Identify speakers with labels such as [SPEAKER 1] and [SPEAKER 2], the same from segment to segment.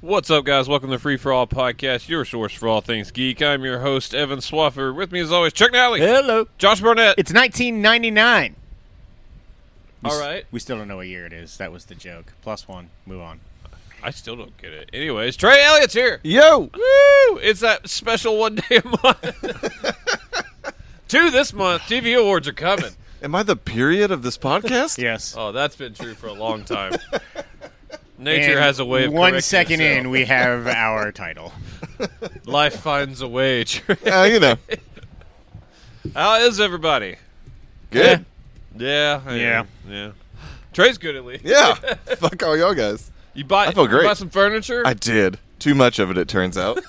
[SPEAKER 1] What's up, guys? Welcome to Free for All Podcast, your source for all things geek. I'm your host, Evan Swaffer. With me, as always, Chuck Nally,
[SPEAKER 2] Hello.
[SPEAKER 1] Josh Burnett.
[SPEAKER 2] It's 1999. We
[SPEAKER 1] all
[SPEAKER 2] s-
[SPEAKER 1] right.
[SPEAKER 2] We still don't know what year it is. That was the joke. Plus one. Move on.
[SPEAKER 1] I still don't get it. Anyways, Trey Elliott's here.
[SPEAKER 3] Yo!
[SPEAKER 1] Woo! It's that special one day a month. Two this month. TV awards are coming.
[SPEAKER 3] Am I the period of this podcast?
[SPEAKER 2] Yes.
[SPEAKER 1] Oh, that's been true for a long time. Nature has a way of
[SPEAKER 2] One
[SPEAKER 1] correcting
[SPEAKER 2] second
[SPEAKER 1] itself.
[SPEAKER 2] in, we have our title.
[SPEAKER 1] Life finds a way. Trey.
[SPEAKER 3] Uh, you know.
[SPEAKER 1] How is everybody?
[SPEAKER 3] Good.
[SPEAKER 1] Yeah. I
[SPEAKER 2] Yeah.
[SPEAKER 1] am. Yeah. Trey's good at least.
[SPEAKER 3] Yeah. Fuck all y'all guys.
[SPEAKER 1] You buy.
[SPEAKER 3] I feel
[SPEAKER 1] You buy
[SPEAKER 3] great.
[SPEAKER 1] some furniture.
[SPEAKER 3] I did. Too much of it, it turns out.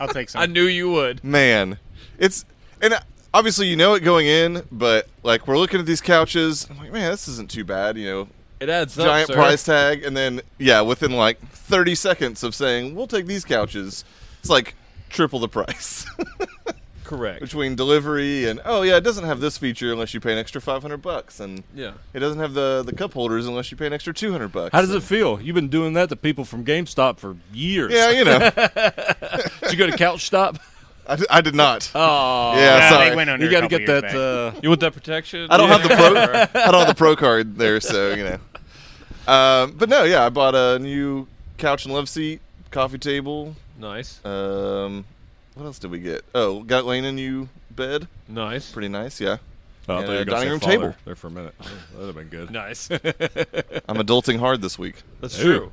[SPEAKER 2] I'll take some.
[SPEAKER 1] I knew you would.
[SPEAKER 3] Man. It's. And uh, obviously, you know it going in, but, like, we're looking at these couches. I'm like, man, this isn't too bad, you know.
[SPEAKER 1] It adds up.
[SPEAKER 3] Giant
[SPEAKER 1] sir.
[SPEAKER 3] price tag. And then, yeah, within, like, 30 seconds of saying, we'll take these couches, it's like triple the price
[SPEAKER 1] Correct.
[SPEAKER 3] between delivery and, oh, yeah, it doesn't have this feature unless you pay an extra 500 bucks. And.
[SPEAKER 1] Yeah.
[SPEAKER 3] It doesn't have the, the cup holders unless you pay an extra two hundred bucks.
[SPEAKER 4] How does it feel? You've been doing that to people from GameStop for years.
[SPEAKER 3] Yeah, you know,
[SPEAKER 4] Did you go to Couch Stop?
[SPEAKER 3] I, d- I did not.
[SPEAKER 4] Oh,
[SPEAKER 3] Yeah,
[SPEAKER 2] Nah,
[SPEAKER 3] sorry.
[SPEAKER 2] they went under
[SPEAKER 4] you
[SPEAKER 2] got to
[SPEAKER 4] get that. Uh,
[SPEAKER 1] You want that protection?
[SPEAKER 3] I don't have the
[SPEAKER 1] Yeah.
[SPEAKER 3] pro. I don't have the pro card there, so you know. Um, but no, yeah, I bought a new couch and love seat, coffee table.
[SPEAKER 1] nice.
[SPEAKER 3] Um, what else did we get? Oh, got Lane a new bed.
[SPEAKER 1] Nice.
[SPEAKER 3] Pretty nice, yeah.
[SPEAKER 4] oh, I thought you
[SPEAKER 3] and
[SPEAKER 4] were
[SPEAKER 3] a
[SPEAKER 4] gonna
[SPEAKER 3] dining
[SPEAKER 4] say
[SPEAKER 3] room
[SPEAKER 4] father
[SPEAKER 3] table.
[SPEAKER 4] there for a minute. That'd have been good.
[SPEAKER 1] Nice.
[SPEAKER 3] I'm adulting hard this week.
[SPEAKER 1] That's
[SPEAKER 4] Ew.
[SPEAKER 1] true.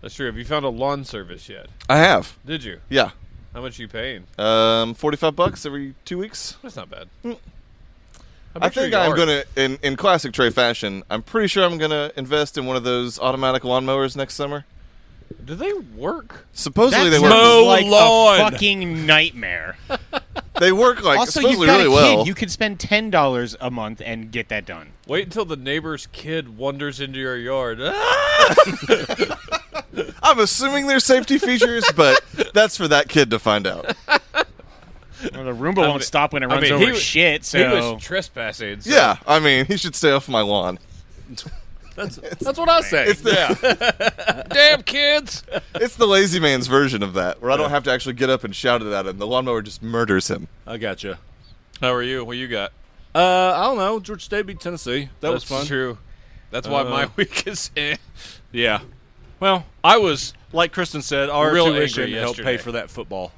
[SPEAKER 1] That's true. Have you found a lawn service yet?
[SPEAKER 3] I have.
[SPEAKER 1] Did you?
[SPEAKER 3] Yeah.
[SPEAKER 1] How much are you paying?
[SPEAKER 3] Um, forty-five bucks every two weeks.
[SPEAKER 1] That's not bad. How
[SPEAKER 3] Hmm. I
[SPEAKER 1] much are
[SPEAKER 3] think
[SPEAKER 1] your
[SPEAKER 3] I'm
[SPEAKER 1] yards?
[SPEAKER 3] gonna in, in classic Trey fashion. I'm pretty sure I'm gonna invest in one of those automatic lawnmowers next summer.
[SPEAKER 1] Do they work?
[SPEAKER 3] Supposedly
[SPEAKER 2] That
[SPEAKER 3] they work.
[SPEAKER 1] Mow
[SPEAKER 2] sounds like
[SPEAKER 1] lawn.
[SPEAKER 2] a fucking nightmare.
[SPEAKER 3] They work like
[SPEAKER 2] also, you've
[SPEAKER 3] supposedly
[SPEAKER 2] got
[SPEAKER 3] really
[SPEAKER 2] a kid.
[SPEAKER 3] well.
[SPEAKER 2] You could spend ten dollars a month and get that done.
[SPEAKER 1] Wait until the neighbor's kid wanders into your yard.
[SPEAKER 3] I'm assuming there's safety features, but that's for that kid to find out.
[SPEAKER 2] Well, the Roomba won't stop when it runs
[SPEAKER 1] mean,
[SPEAKER 2] over
[SPEAKER 1] he was-
[SPEAKER 2] shit.
[SPEAKER 1] he
[SPEAKER 2] So
[SPEAKER 1] was trespassing. so-
[SPEAKER 3] Yeah, I mean, he should stay off my lawn.
[SPEAKER 4] That's that's what I say.
[SPEAKER 3] It's the
[SPEAKER 1] Damn kids.
[SPEAKER 3] it's the lazy man's version of that, where I don't have to actually get up and shout it at him. The lawnmower just murders him.
[SPEAKER 4] I gotcha.
[SPEAKER 1] How are you? What you got?
[SPEAKER 4] Uh, I don't know. Georgia State beat Tennessee. That was
[SPEAKER 1] That's
[SPEAKER 4] fun.
[SPEAKER 1] True. That's why
[SPEAKER 4] Uh,
[SPEAKER 1] my week is. Eh.
[SPEAKER 4] Yeah. Well,
[SPEAKER 1] I was.
[SPEAKER 4] like Kristen said, our
[SPEAKER 1] Real
[SPEAKER 4] tuition
[SPEAKER 1] angry
[SPEAKER 4] helped
[SPEAKER 1] yesterday.
[SPEAKER 4] pay for that football.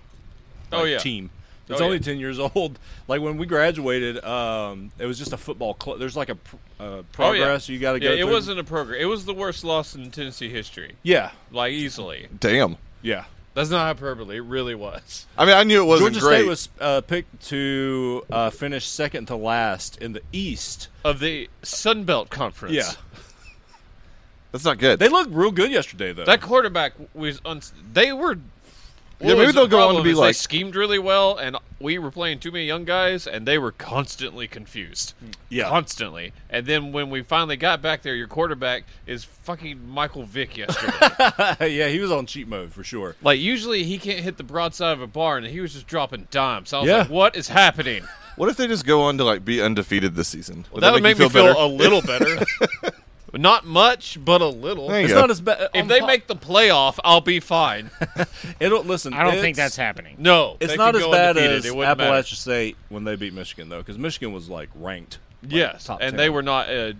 [SPEAKER 1] Oh
[SPEAKER 4] like,
[SPEAKER 1] yeah.
[SPEAKER 4] team. It's
[SPEAKER 1] Oh,
[SPEAKER 4] only
[SPEAKER 1] yeah.
[SPEAKER 4] ten years old. Like when we graduated, um, it was just a football club. There's like a pr- uh,
[SPEAKER 1] Oh, yeah.
[SPEAKER 4] progress you got to
[SPEAKER 1] Yeah,
[SPEAKER 4] go.
[SPEAKER 1] it
[SPEAKER 4] through.
[SPEAKER 1] wasn't a program. It was the worst loss in Tennessee history,
[SPEAKER 4] Yeah,
[SPEAKER 1] like easily.
[SPEAKER 3] Damn.
[SPEAKER 4] yeah.
[SPEAKER 1] That's not hyperbole. It really was.
[SPEAKER 3] I mean, I knew it wasn't
[SPEAKER 4] Georgia
[SPEAKER 3] great.
[SPEAKER 4] State was uh, picked to uh, finish second to last in the East.
[SPEAKER 1] Of the Sun Belt Conference.
[SPEAKER 4] Yeah,
[SPEAKER 3] that's not good.
[SPEAKER 4] they looked real good yesterday though.
[SPEAKER 1] That quarterback was. Un- they were.
[SPEAKER 3] Yeah,
[SPEAKER 1] what
[SPEAKER 3] maybe
[SPEAKER 1] was
[SPEAKER 3] they'll
[SPEAKER 1] the
[SPEAKER 3] go on
[SPEAKER 1] problem
[SPEAKER 3] to be
[SPEAKER 1] is they
[SPEAKER 3] like-
[SPEAKER 1] schemed really well, and we were playing too many young guys, and they were constantly confused.
[SPEAKER 4] Yeah.
[SPEAKER 1] constantly. And then when we finally got back there, your quarterback is fucking Michael Vick yesterday.
[SPEAKER 4] yeah, he was on cheat mode for sure.
[SPEAKER 1] like usually he can't hit the broadside of a barn, and he was just dropping dimes. I was
[SPEAKER 4] Yeah.
[SPEAKER 1] like, what is happening?
[SPEAKER 3] what if they just go on to like be undefeated this season? Would
[SPEAKER 1] that would make,
[SPEAKER 3] you
[SPEAKER 1] me feel
[SPEAKER 3] better?
[SPEAKER 1] a little better. Not much, but a little.
[SPEAKER 3] There you
[SPEAKER 4] It's
[SPEAKER 3] go.
[SPEAKER 4] not as bad.
[SPEAKER 1] If they make the playoff, I'll be fine.
[SPEAKER 4] it'll listen.
[SPEAKER 2] I don't think
[SPEAKER 4] it's-
[SPEAKER 2] that's happening.
[SPEAKER 1] No,
[SPEAKER 4] It's
[SPEAKER 1] they
[SPEAKER 4] not
[SPEAKER 1] could
[SPEAKER 4] as
[SPEAKER 1] go
[SPEAKER 4] bad
[SPEAKER 1] undefeated.
[SPEAKER 4] as
[SPEAKER 1] it
[SPEAKER 4] Appalachia
[SPEAKER 1] wouldn't matter.
[SPEAKER 4] State when they beat Michigan though, because Michigan was like ranked. like,
[SPEAKER 1] Yes,
[SPEAKER 4] top
[SPEAKER 1] and
[SPEAKER 4] 10.
[SPEAKER 1] they were not. Uh,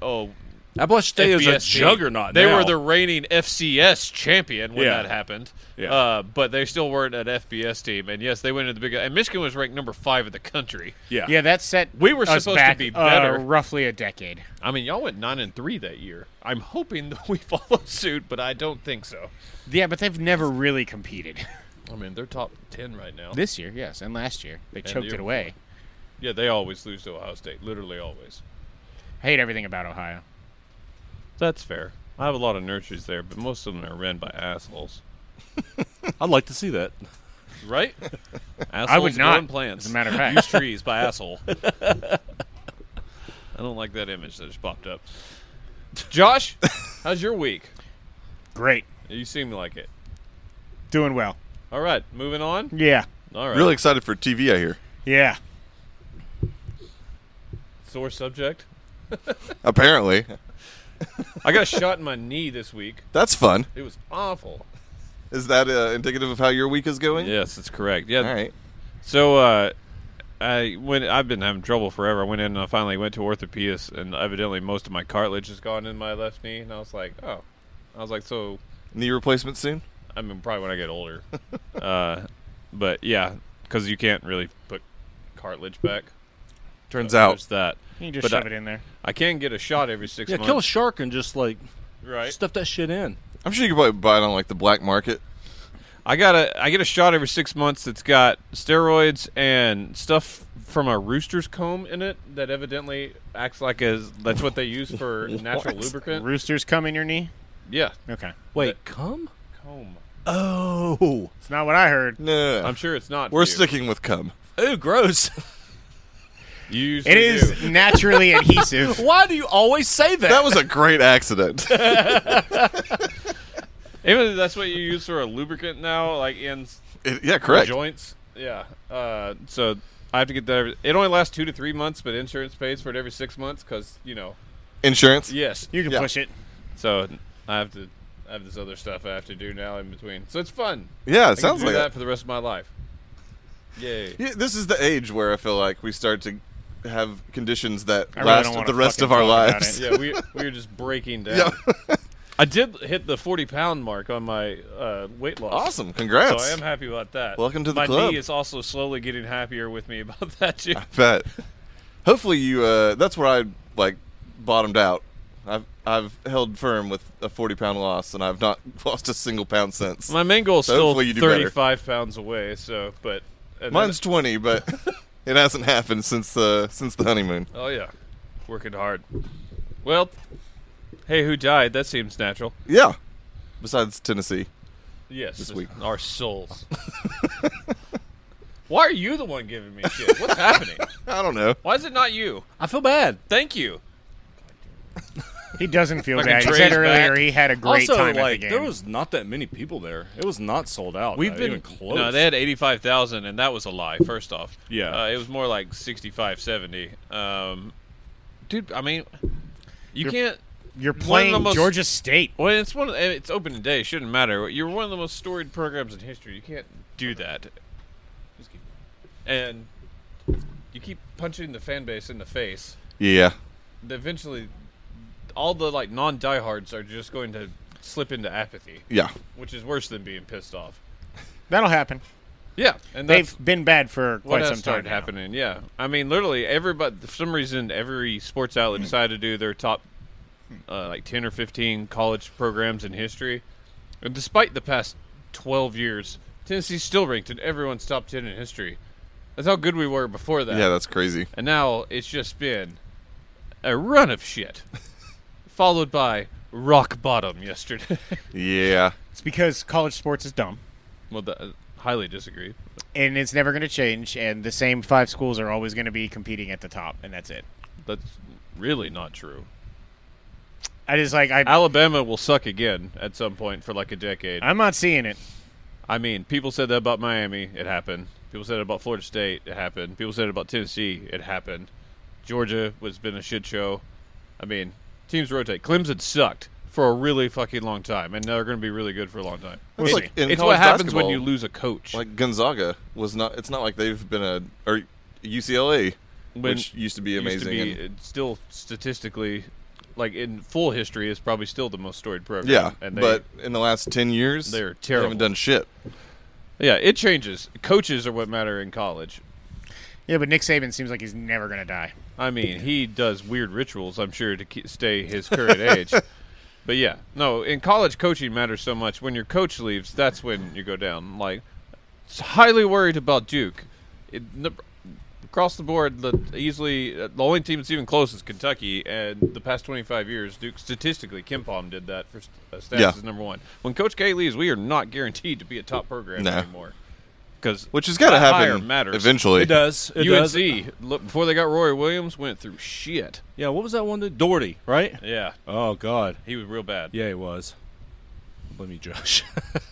[SPEAKER 1] oh,
[SPEAKER 4] Appalachia State is a
[SPEAKER 1] FBS team.
[SPEAKER 4] juggernaut.
[SPEAKER 1] They
[SPEAKER 4] now.
[SPEAKER 1] were the reigning FCS champion when
[SPEAKER 4] Yeah.
[SPEAKER 1] that happened.
[SPEAKER 4] Yeah.
[SPEAKER 1] Uh, but they still weren't an FBS team, and yes, they went into the big. And Michigan was ranked number five in the country.
[SPEAKER 4] yeah
[SPEAKER 2] Yeah, that set
[SPEAKER 1] We were
[SPEAKER 2] us
[SPEAKER 1] supposed to
[SPEAKER 2] back,
[SPEAKER 1] be
[SPEAKER 2] uh,
[SPEAKER 1] better.
[SPEAKER 2] roughly a decade.
[SPEAKER 1] I mean, y'all went nine and three that year. I'm hoping that we follow suit, but I don't think so.
[SPEAKER 2] Yeah, but they've never really competed.
[SPEAKER 1] I mean, they're top ten right now.
[SPEAKER 2] This year, yes, and last year they
[SPEAKER 1] the
[SPEAKER 2] choked
[SPEAKER 1] year
[SPEAKER 2] it away.
[SPEAKER 1] Yeah, they always lose to Ohio State. Literally always.
[SPEAKER 2] I hate everything about Ohio.
[SPEAKER 1] That's fair. I have a lot of nurtures there, but most of them are ran by assholes.
[SPEAKER 4] I'd like to see that.
[SPEAKER 1] Right? assholes
[SPEAKER 2] I would not.
[SPEAKER 1] growing plants.
[SPEAKER 2] As a matter of fact,
[SPEAKER 1] use trees by asshole. I don't like that image that just popped up. Josh, how's your week?
[SPEAKER 2] great,
[SPEAKER 1] You seem like it.
[SPEAKER 2] doing well.
[SPEAKER 1] All right, moving on.
[SPEAKER 2] Yeah,
[SPEAKER 1] All right.
[SPEAKER 3] Really excited for TV. I hear.
[SPEAKER 2] yeah.
[SPEAKER 1] Sore subject.
[SPEAKER 3] Apparently,
[SPEAKER 1] I got a shot in my knee this week.
[SPEAKER 3] that's fun.
[SPEAKER 1] It was awful.
[SPEAKER 3] Is that uh, indicative of how your week is going?
[SPEAKER 1] Yes, that's correct. Yeah.
[SPEAKER 3] All right.
[SPEAKER 1] So uh, I went. I've been having trouble forever. I went in and I finally went to orthopedist, and evidently most of my cartilage has gone in my left knee. And I was like, oh, I was like, so
[SPEAKER 3] Knee replacement soon.
[SPEAKER 1] I mean, probably when I get older. uh, but yeah, because you can't really put cartilage back.
[SPEAKER 3] Turns
[SPEAKER 1] So
[SPEAKER 3] out
[SPEAKER 1] there's that.
[SPEAKER 2] You can just
[SPEAKER 1] But
[SPEAKER 2] shove
[SPEAKER 1] I-
[SPEAKER 2] it in there.
[SPEAKER 1] I can get a shot every six
[SPEAKER 4] Yeah,
[SPEAKER 1] months.
[SPEAKER 4] kill a shark and just like
[SPEAKER 1] right.
[SPEAKER 4] stuff that shit in.
[SPEAKER 3] I'm sure you could probably buy it on like the black market.
[SPEAKER 1] I got a I get a shot every six months that's got steroids and stuff from a rooster's comb in it that evidently acts like as that's what they use for natural lubricant.
[SPEAKER 2] Roosters come in your knee.
[SPEAKER 1] Yeah,
[SPEAKER 2] Okay,
[SPEAKER 4] Wait, come?
[SPEAKER 1] comb.
[SPEAKER 4] Oh,
[SPEAKER 2] it's not what I heard.
[SPEAKER 3] No, no, no.
[SPEAKER 1] I'm sure it's not.
[SPEAKER 3] we're
[SPEAKER 1] for you.
[SPEAKER 3] sticking with cum.
[SPEAKER 4] ooh, gross.
[SPEAKER 1] You usually
[SPEAKER 2] It is
[SPEAKER 1] do.
[SPEAKER 2] naturally adhesive.
[SPEAKER 4] Why do you always say that?
[SPEAKER 3] That was a great accident.
[SPEAKER 1] Even that's what you use for a lubricant now, like in s-
[SPEAKER 3] It- yeah, correct.
[SPEAKER 1] joints. Yeah. Uh, so I have to get that. Every, it only lasts two to three months, but insurance pays for it every six months because you know.
[SPEAKER 3] Insurance.
[SPEAKER 1] Yes.
[SPEAKER 2] You can
[SPEAKER 3] Yeah.
[SPEAKER 2] push it.
[SPEAKER 1] So I have to. I have this other stuff I have to do now in between. So it's fun.
[SPEAKER 3] Yeah, it
[SPEAKER 1] I can
[SPEAKER 3] sounds
[SPEAKER 1] do
[SPEAKER 3] like
[SPEAKER 1] that
[SPEAKER 3] that.
[SPEAKER 1] for the rest of my life. Yay!
[SPEAKER 3] Yeah, this is the age where I feel like we start to have conditions that
[SPEAKER 2] I really
[SPEAKER 3] last
[SPEAKER 2] don't wanna
[SPEAKER 3] the rest of
[SPEAKER 2] fucking
[SPEAKER 3] our
[SPEAKER 2] talk about
[SPEAKER 3] lives.
[SPEAKER 2] it.
[SPEAKER 1] Yeah, we we were just breaking down.
[SPEAKER 3] Yeah.
[SPEAKER 1] I did hit the forty pound mark on my uh, weight loss.
[SPEAKER 3] awesome. Congrats.
[SPEAKER 1] So I am happy about that.
[SPEAKER 3] Welcome to the
[SPEAKER 1] my
[SPEAKER 3] club. Ah.
[SPEAKER 1] knee is also slowly getting happier with me about that too.
[SPEAKER 3] Bet. Hopefully you. Uh, that's where I like bottomed out. I've I've held firm with a forty pound loss, and I've not lost a single pound since.
[SPEAKER 1] My main goal is
[SPEAKER 3] So
[SPEAKER 1] still
[SPEAKER 3] hopefully you do better.
[SPEAKER 1] thirty-five pounds away. So, but and then-
[SPEAKER 3] Mine's twenty, but it hasn't happened since the since the honeymoon.
[SPEAKER 1] oh yeah, working hard. Well, hey, who died? That seems natural.
[SPEAKER 3] Yeah. Besides Tennessee,
[SPEAKER 1] Yes,
[SPEAKER 3] This week.
[SPEAKER 1] our souls. Why are you the one giving me shit? What's happening?
[SPEAKER 3] I don't know.
[SPEAKER 1] Why is it not you?
[SPEAKER 4] I feel bad.
[SPEAKER 1] Thank you.
[SPEAKER 2] He doesn't feel
[SPEAKER 1] Fucking
[SPEAKER 2] bad. He
[SPEAKER 1] trays
[SPEAKER 2] said earlier
[SPEAKER 1] back.
[SPEAKER 2] he had a great
[SPEAKER 4] also,
[SPEAKER 2] time
[SPEAKER 4] like
[SPEAKER 2] at the game.
[SPEAKER 4] there was not that many people there. It was not sold out.
[SPEAKER 1] We've
[SPEAKER 4] uh,
[SPEAKER 1] been
[SPEAKER 4] even close.
[SPEAKER 1] No, they had eighty-five thousand, and that was a lie. First off,
[SPEAKER 4] Yeah.
[SPEAKER 1] uh, it was more like 65, 70. Um, dude, I mean, you
[SPEAKER 2] You're-
[SPEAKER 1] can't.
[SPEAKER 2] You're
[SPEAKER 1] the
[SPEAKER 2] playing
[SPEAKER 1] most-
[SPEAKER 2] Georgia State.
[SPEAKER 1] Well, it's one. Of, and it's open day. Shouldn't matter. You're one of the most storied programs in history. You can't do that. Just keep- And you keep punching the fan base in the face.
[SPEAKER 3] Yeah.
[SPEAKER 1] Eventually, all the like non diehards are just going to slip into apathy,
[SPEAKER 3] Yeah.
[SPEAKER 1] which is worse than being pissed off.
[SPEAKER 2] That'll happen.
[SPEAKER 1] Yeah, and that's,
[SPEAKER 2] They've been bad for
[SPEAKER 1] What
[SPEAKER 2] quite
[SPEAKER 1] else
[SPEAKER 2] some time.
[SPEAKER 1] started
[SPEAKER 2] now.
[SPEAKER 1] happening. Yeah, I mean, literally everybody. For some reason, every sports
[SPEAKER 2] Hmm.
[SPEAKER 1] outlet decided to do their top uh, like ten or fifteen college programs in history, and despite the past twelve years, Tennessee's still ranked in everyone's top ten in history. That's how good we were before that.
[SPEAKER 3] Yeah. That's crazy.
[SPEAKER 1] and now it's just been a run of shit, followed by rock bottom yesterday.
[SPEAKER 3] Yeah.
[SPEAKER 2] It's because college sports is dumb,
[SPEAKER 1] well, that, highly disagree.
[SPEAKER 2] and it's never going to change. And the same five schools are always going to be competing at the top, and that's it.
[SPEAKER 1] That's really not true.
[SPEAKER 2] I just like I.
[SPEAKER 1] Alabama will suck again at some point for like a decade.
[SPEAKER 2] I'm not seeing it.
[SPEAKER 1] I mean, people said that about Miami. It happened. People said it about Florida State. It happened. People said it about Tennessee. It happened. Georgia was been a shit show. I mean, teams rotate. Clemson sucked for a really fucking long time, and they're going to be really good for a long time.
[SPEAKER 3] Well, it's like in
[SPEAKER 1] it's what
[SPEAKER 3] college
[SPEAKER 1] happens when
[SPEAKER 3] basketball,
[SPEAKER 1] you lose a coach.
[SPEAKER 3] Like Gonzaga was not. It's not like they've been a or UCLA,
[SPEAKER 1] When-
[SPEAKER 3] which used to be
[SPEAKER 1] It used to
[SPEAKER 3] amazing.
[SPEAKER 1] be-
[SPEAKER 3] and-
[SPEAKER 1] it's still statistically, like in full history, is probably still the most storied program.
[SPEAKER 3] yeah,
[SPEAKER 1] and they,
[SPEAKER 3] but in the last ten years,
[SPEAKER 1] They're
[SPEAKER 3] They
[SPEAKER 1] terrible.
[SPEAKER 3] haven't done shit.
[SPEAKER 1] yeah, it changes. Coaches are what matter in college.
[SPEAKER 2] Yeah, but Nick Saban seems like he's never going to die.
[SPEAKER 1] I mean, he does weird rituals, I'm sure, to ke- stay his current age. But yeah, no, in college, coaching matters so much. When your coach leaves, that's when you go down. Like, s- highly worried about Duke. It, n- across the board, the easily uh, the only team that's even close is Kentucky. And the past 25 years, Duke statistically, Kim Palm did that for st- uh, stats
[SPEAKER 3] Yeah.
[SPEAKER 1] is number one. When Coach K leaves, we are not guaranteed to be a top program
[SPEAKER 3] No.
[SPEAKER 1] anymore. Because
[SPEAKER 3] Which has got to
[SPEAKER 1] hire
[SPEAKER 3] happen
[SPEAKER 1] matters.
[SPEAKER 3] eventually.
[SPEAKER 4] It does. It
[SPEAKER 1] UNC
[SPEAKER 4] does.
[SPEAKER 1] look, before they got Roy Williams went through shit.
[SPEAKER 4] Yeah, what was that one? That Doherty, right?
[SPEAKER 1] Yeah,
[SPEAKER 4] Oh God.
[SPEAKER 1] he was real bad.
[SPEAKER 4] Yeah, he was. Let me Josh.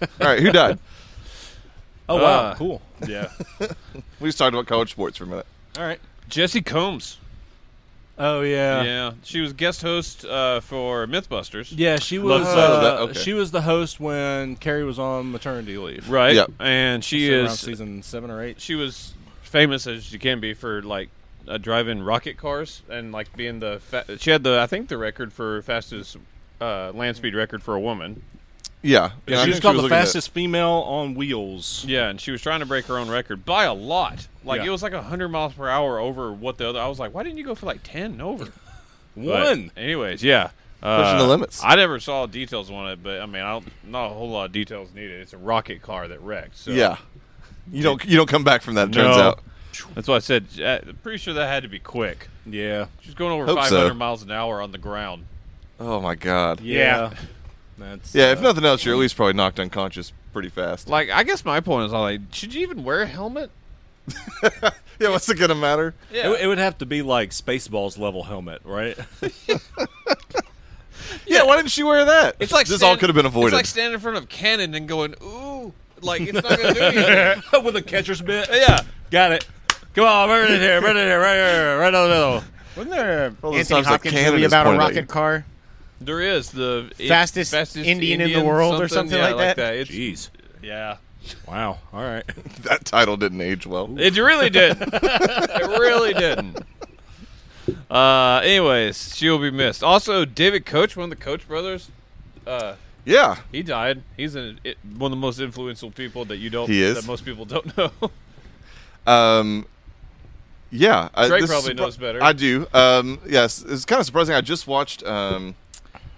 [SPEAKER 3] All right, who died?
[SPEAKER 4] oh wow,
[SPEAKER 1] Uh,
[SPEAKER 4] cool.
[SPEAKER 1] yeah.
[SPEAKER 3] we just talked about college sports for a minute.
[SPEAKER 4] All right.
[SPEAKER 1] Jesse Combs
[SPEAKER 5] Oh yeah.
[SPEAKER 1] yeah, she was guest host uh, for MythBusters.
[SPEAKER 4] Yeah, she was.
[SPEAKER 3] Oh,
[SPEAKER 4] uh,
[SPEAKER 3] that- okay.
[SPEAKER 4] She was the host when Carrie was on maternity leave.
[SPEAKER 1] Right.
[SPEAKER 3] Yep.
[SPEAKER 1] And she
[SPEAKER 4] So around
[SPEAKER 1] is
[SPEAKER 4] season seven or eight.
[SPEAKER 1] she was famous as she can be for like uh, driving rocket cars and like being the fa- she had the I think the record for fastest uh, land speed record for a woman.
[SPEAKER 3] Yeah, And I
[SPEAKER 4] she
[SPEAKER 3] think
[SPEAKER 4] was called the
[SPEAKER 3] looking at-
[SPEAKER 4] fastest female on wheels.
[SPEAKER 1] Yeah, and she was trying to break her own record by a lot. Like
[SPEAKER 4] Yeah.
[SPEAKER 1] it was like hundred miles per hour over what the other. I was like, why didn't you go for like ten and over? But
[SPEAKER 4] One.
[SPEAKER 1] anyways, yeah. Uh,
[SPEAKER 3] Pushing the limits.
[SPEAKER 1] I never saw details on it, but I mean, I don't, not a whole lot of details needed. It's a rocket car that wrecked. So
[SPEAKER 3] Yeah, you don't you don't come back from that. It turns
[SPEAKER 1] No.
[SPEAKER 3] out.
[SPEAKER 1] that's why I said. uh, pretty sure that had to be quick.
[SPEAKER 4] Yeah.
[SPEAKER 1] She's going over
[SPEAKER 3] Hope so.
[SPEAKER 1] 500 miles an hour on the ground.
[SPEAKER 3] Oh my god. Yeah.
[SPEAKER 2] Yeah.
[SPEAKER 4] That's
[SPEAKER 3] if
[SPEAKER 4] uh,
[SPEAKER 3] nothing else, you're at least probably knocked unconscious pretty fast.
[SPEAKER 1] Like, I guess my point is, I like, should you even wear a helmet?
[SPEAKER 3] Yeah, what's it gonna matter?
[SPEAKER 1] Yeah,
[SPEAKER 4] It, it would have to be like Spaceballs level helmet, right?
[SPEAKER 3] Yeah, why didn't she wear that?
[SPEAKER 1] it's like
[SPEAKER 3] this
[SPEAKER 1] stand-
[SPEAKER 3] all could have been avoided.
[SPEAKER 1] It's like standing in front of cannon and going, ooh, like it's not gonna do anything.
[SPEAKER 4] With a catcher's mitt.
[SPEAKER 1] yeah,
[SPEAKER 4] Got it. Come on, burn it here, burn it here, right here, right down the middle.
[SPEAKER 2] Wasn't there a
[SPEAKER 3] Well, it
[SPEAKER 2] Anthony
[SPEAKER 3] sounds like
[SPEAKER 2] Hopkins
[SPEAKER 3] Canada's
[SPEAKER 2] movie about a
[SPEAKER 3] point of
[SPEAKER 2] rocket
[SPEAKER 3] view.
[SPEAKER 2] car?
[SPEAKER 1] there is the it-
[SPEAKER 2] Fastest Indian in the world or something
[SPEAKER 1] yeah,
[SPEAKER 2] like that?
[SPEAKER 1] It's,
[SPEAKER 4] Jeez.
[SPEAKER 1] yeah,
[SPEAKER 4] Wow. All right.
[SPEAKER 3] that title didn't age well.
[SPEAKER 1] it really did. it really didn't. Uh, anyways, she will be missed. Also, David Coach, one of the Coach brothers, uh,
[SPEAKER 3] Yeah,
[SPEAKER 1] he died. He's an, it, one of the most influential people that you don't.
[SPEAKER 3] He is?
[SPEAKER 1] that most people don't know.
[SPEAKER 3] Um, yeah, I-
[SPEAKER 1] Drake
[SPEAKER 3] this is
[SPEAKER 1] probably
[SPEAKER 3] surpri-
[SPEAKER 1] knows better.
[SPEAKER 3] I do. Um, yes, it's kind of surprising. I just watched. Um,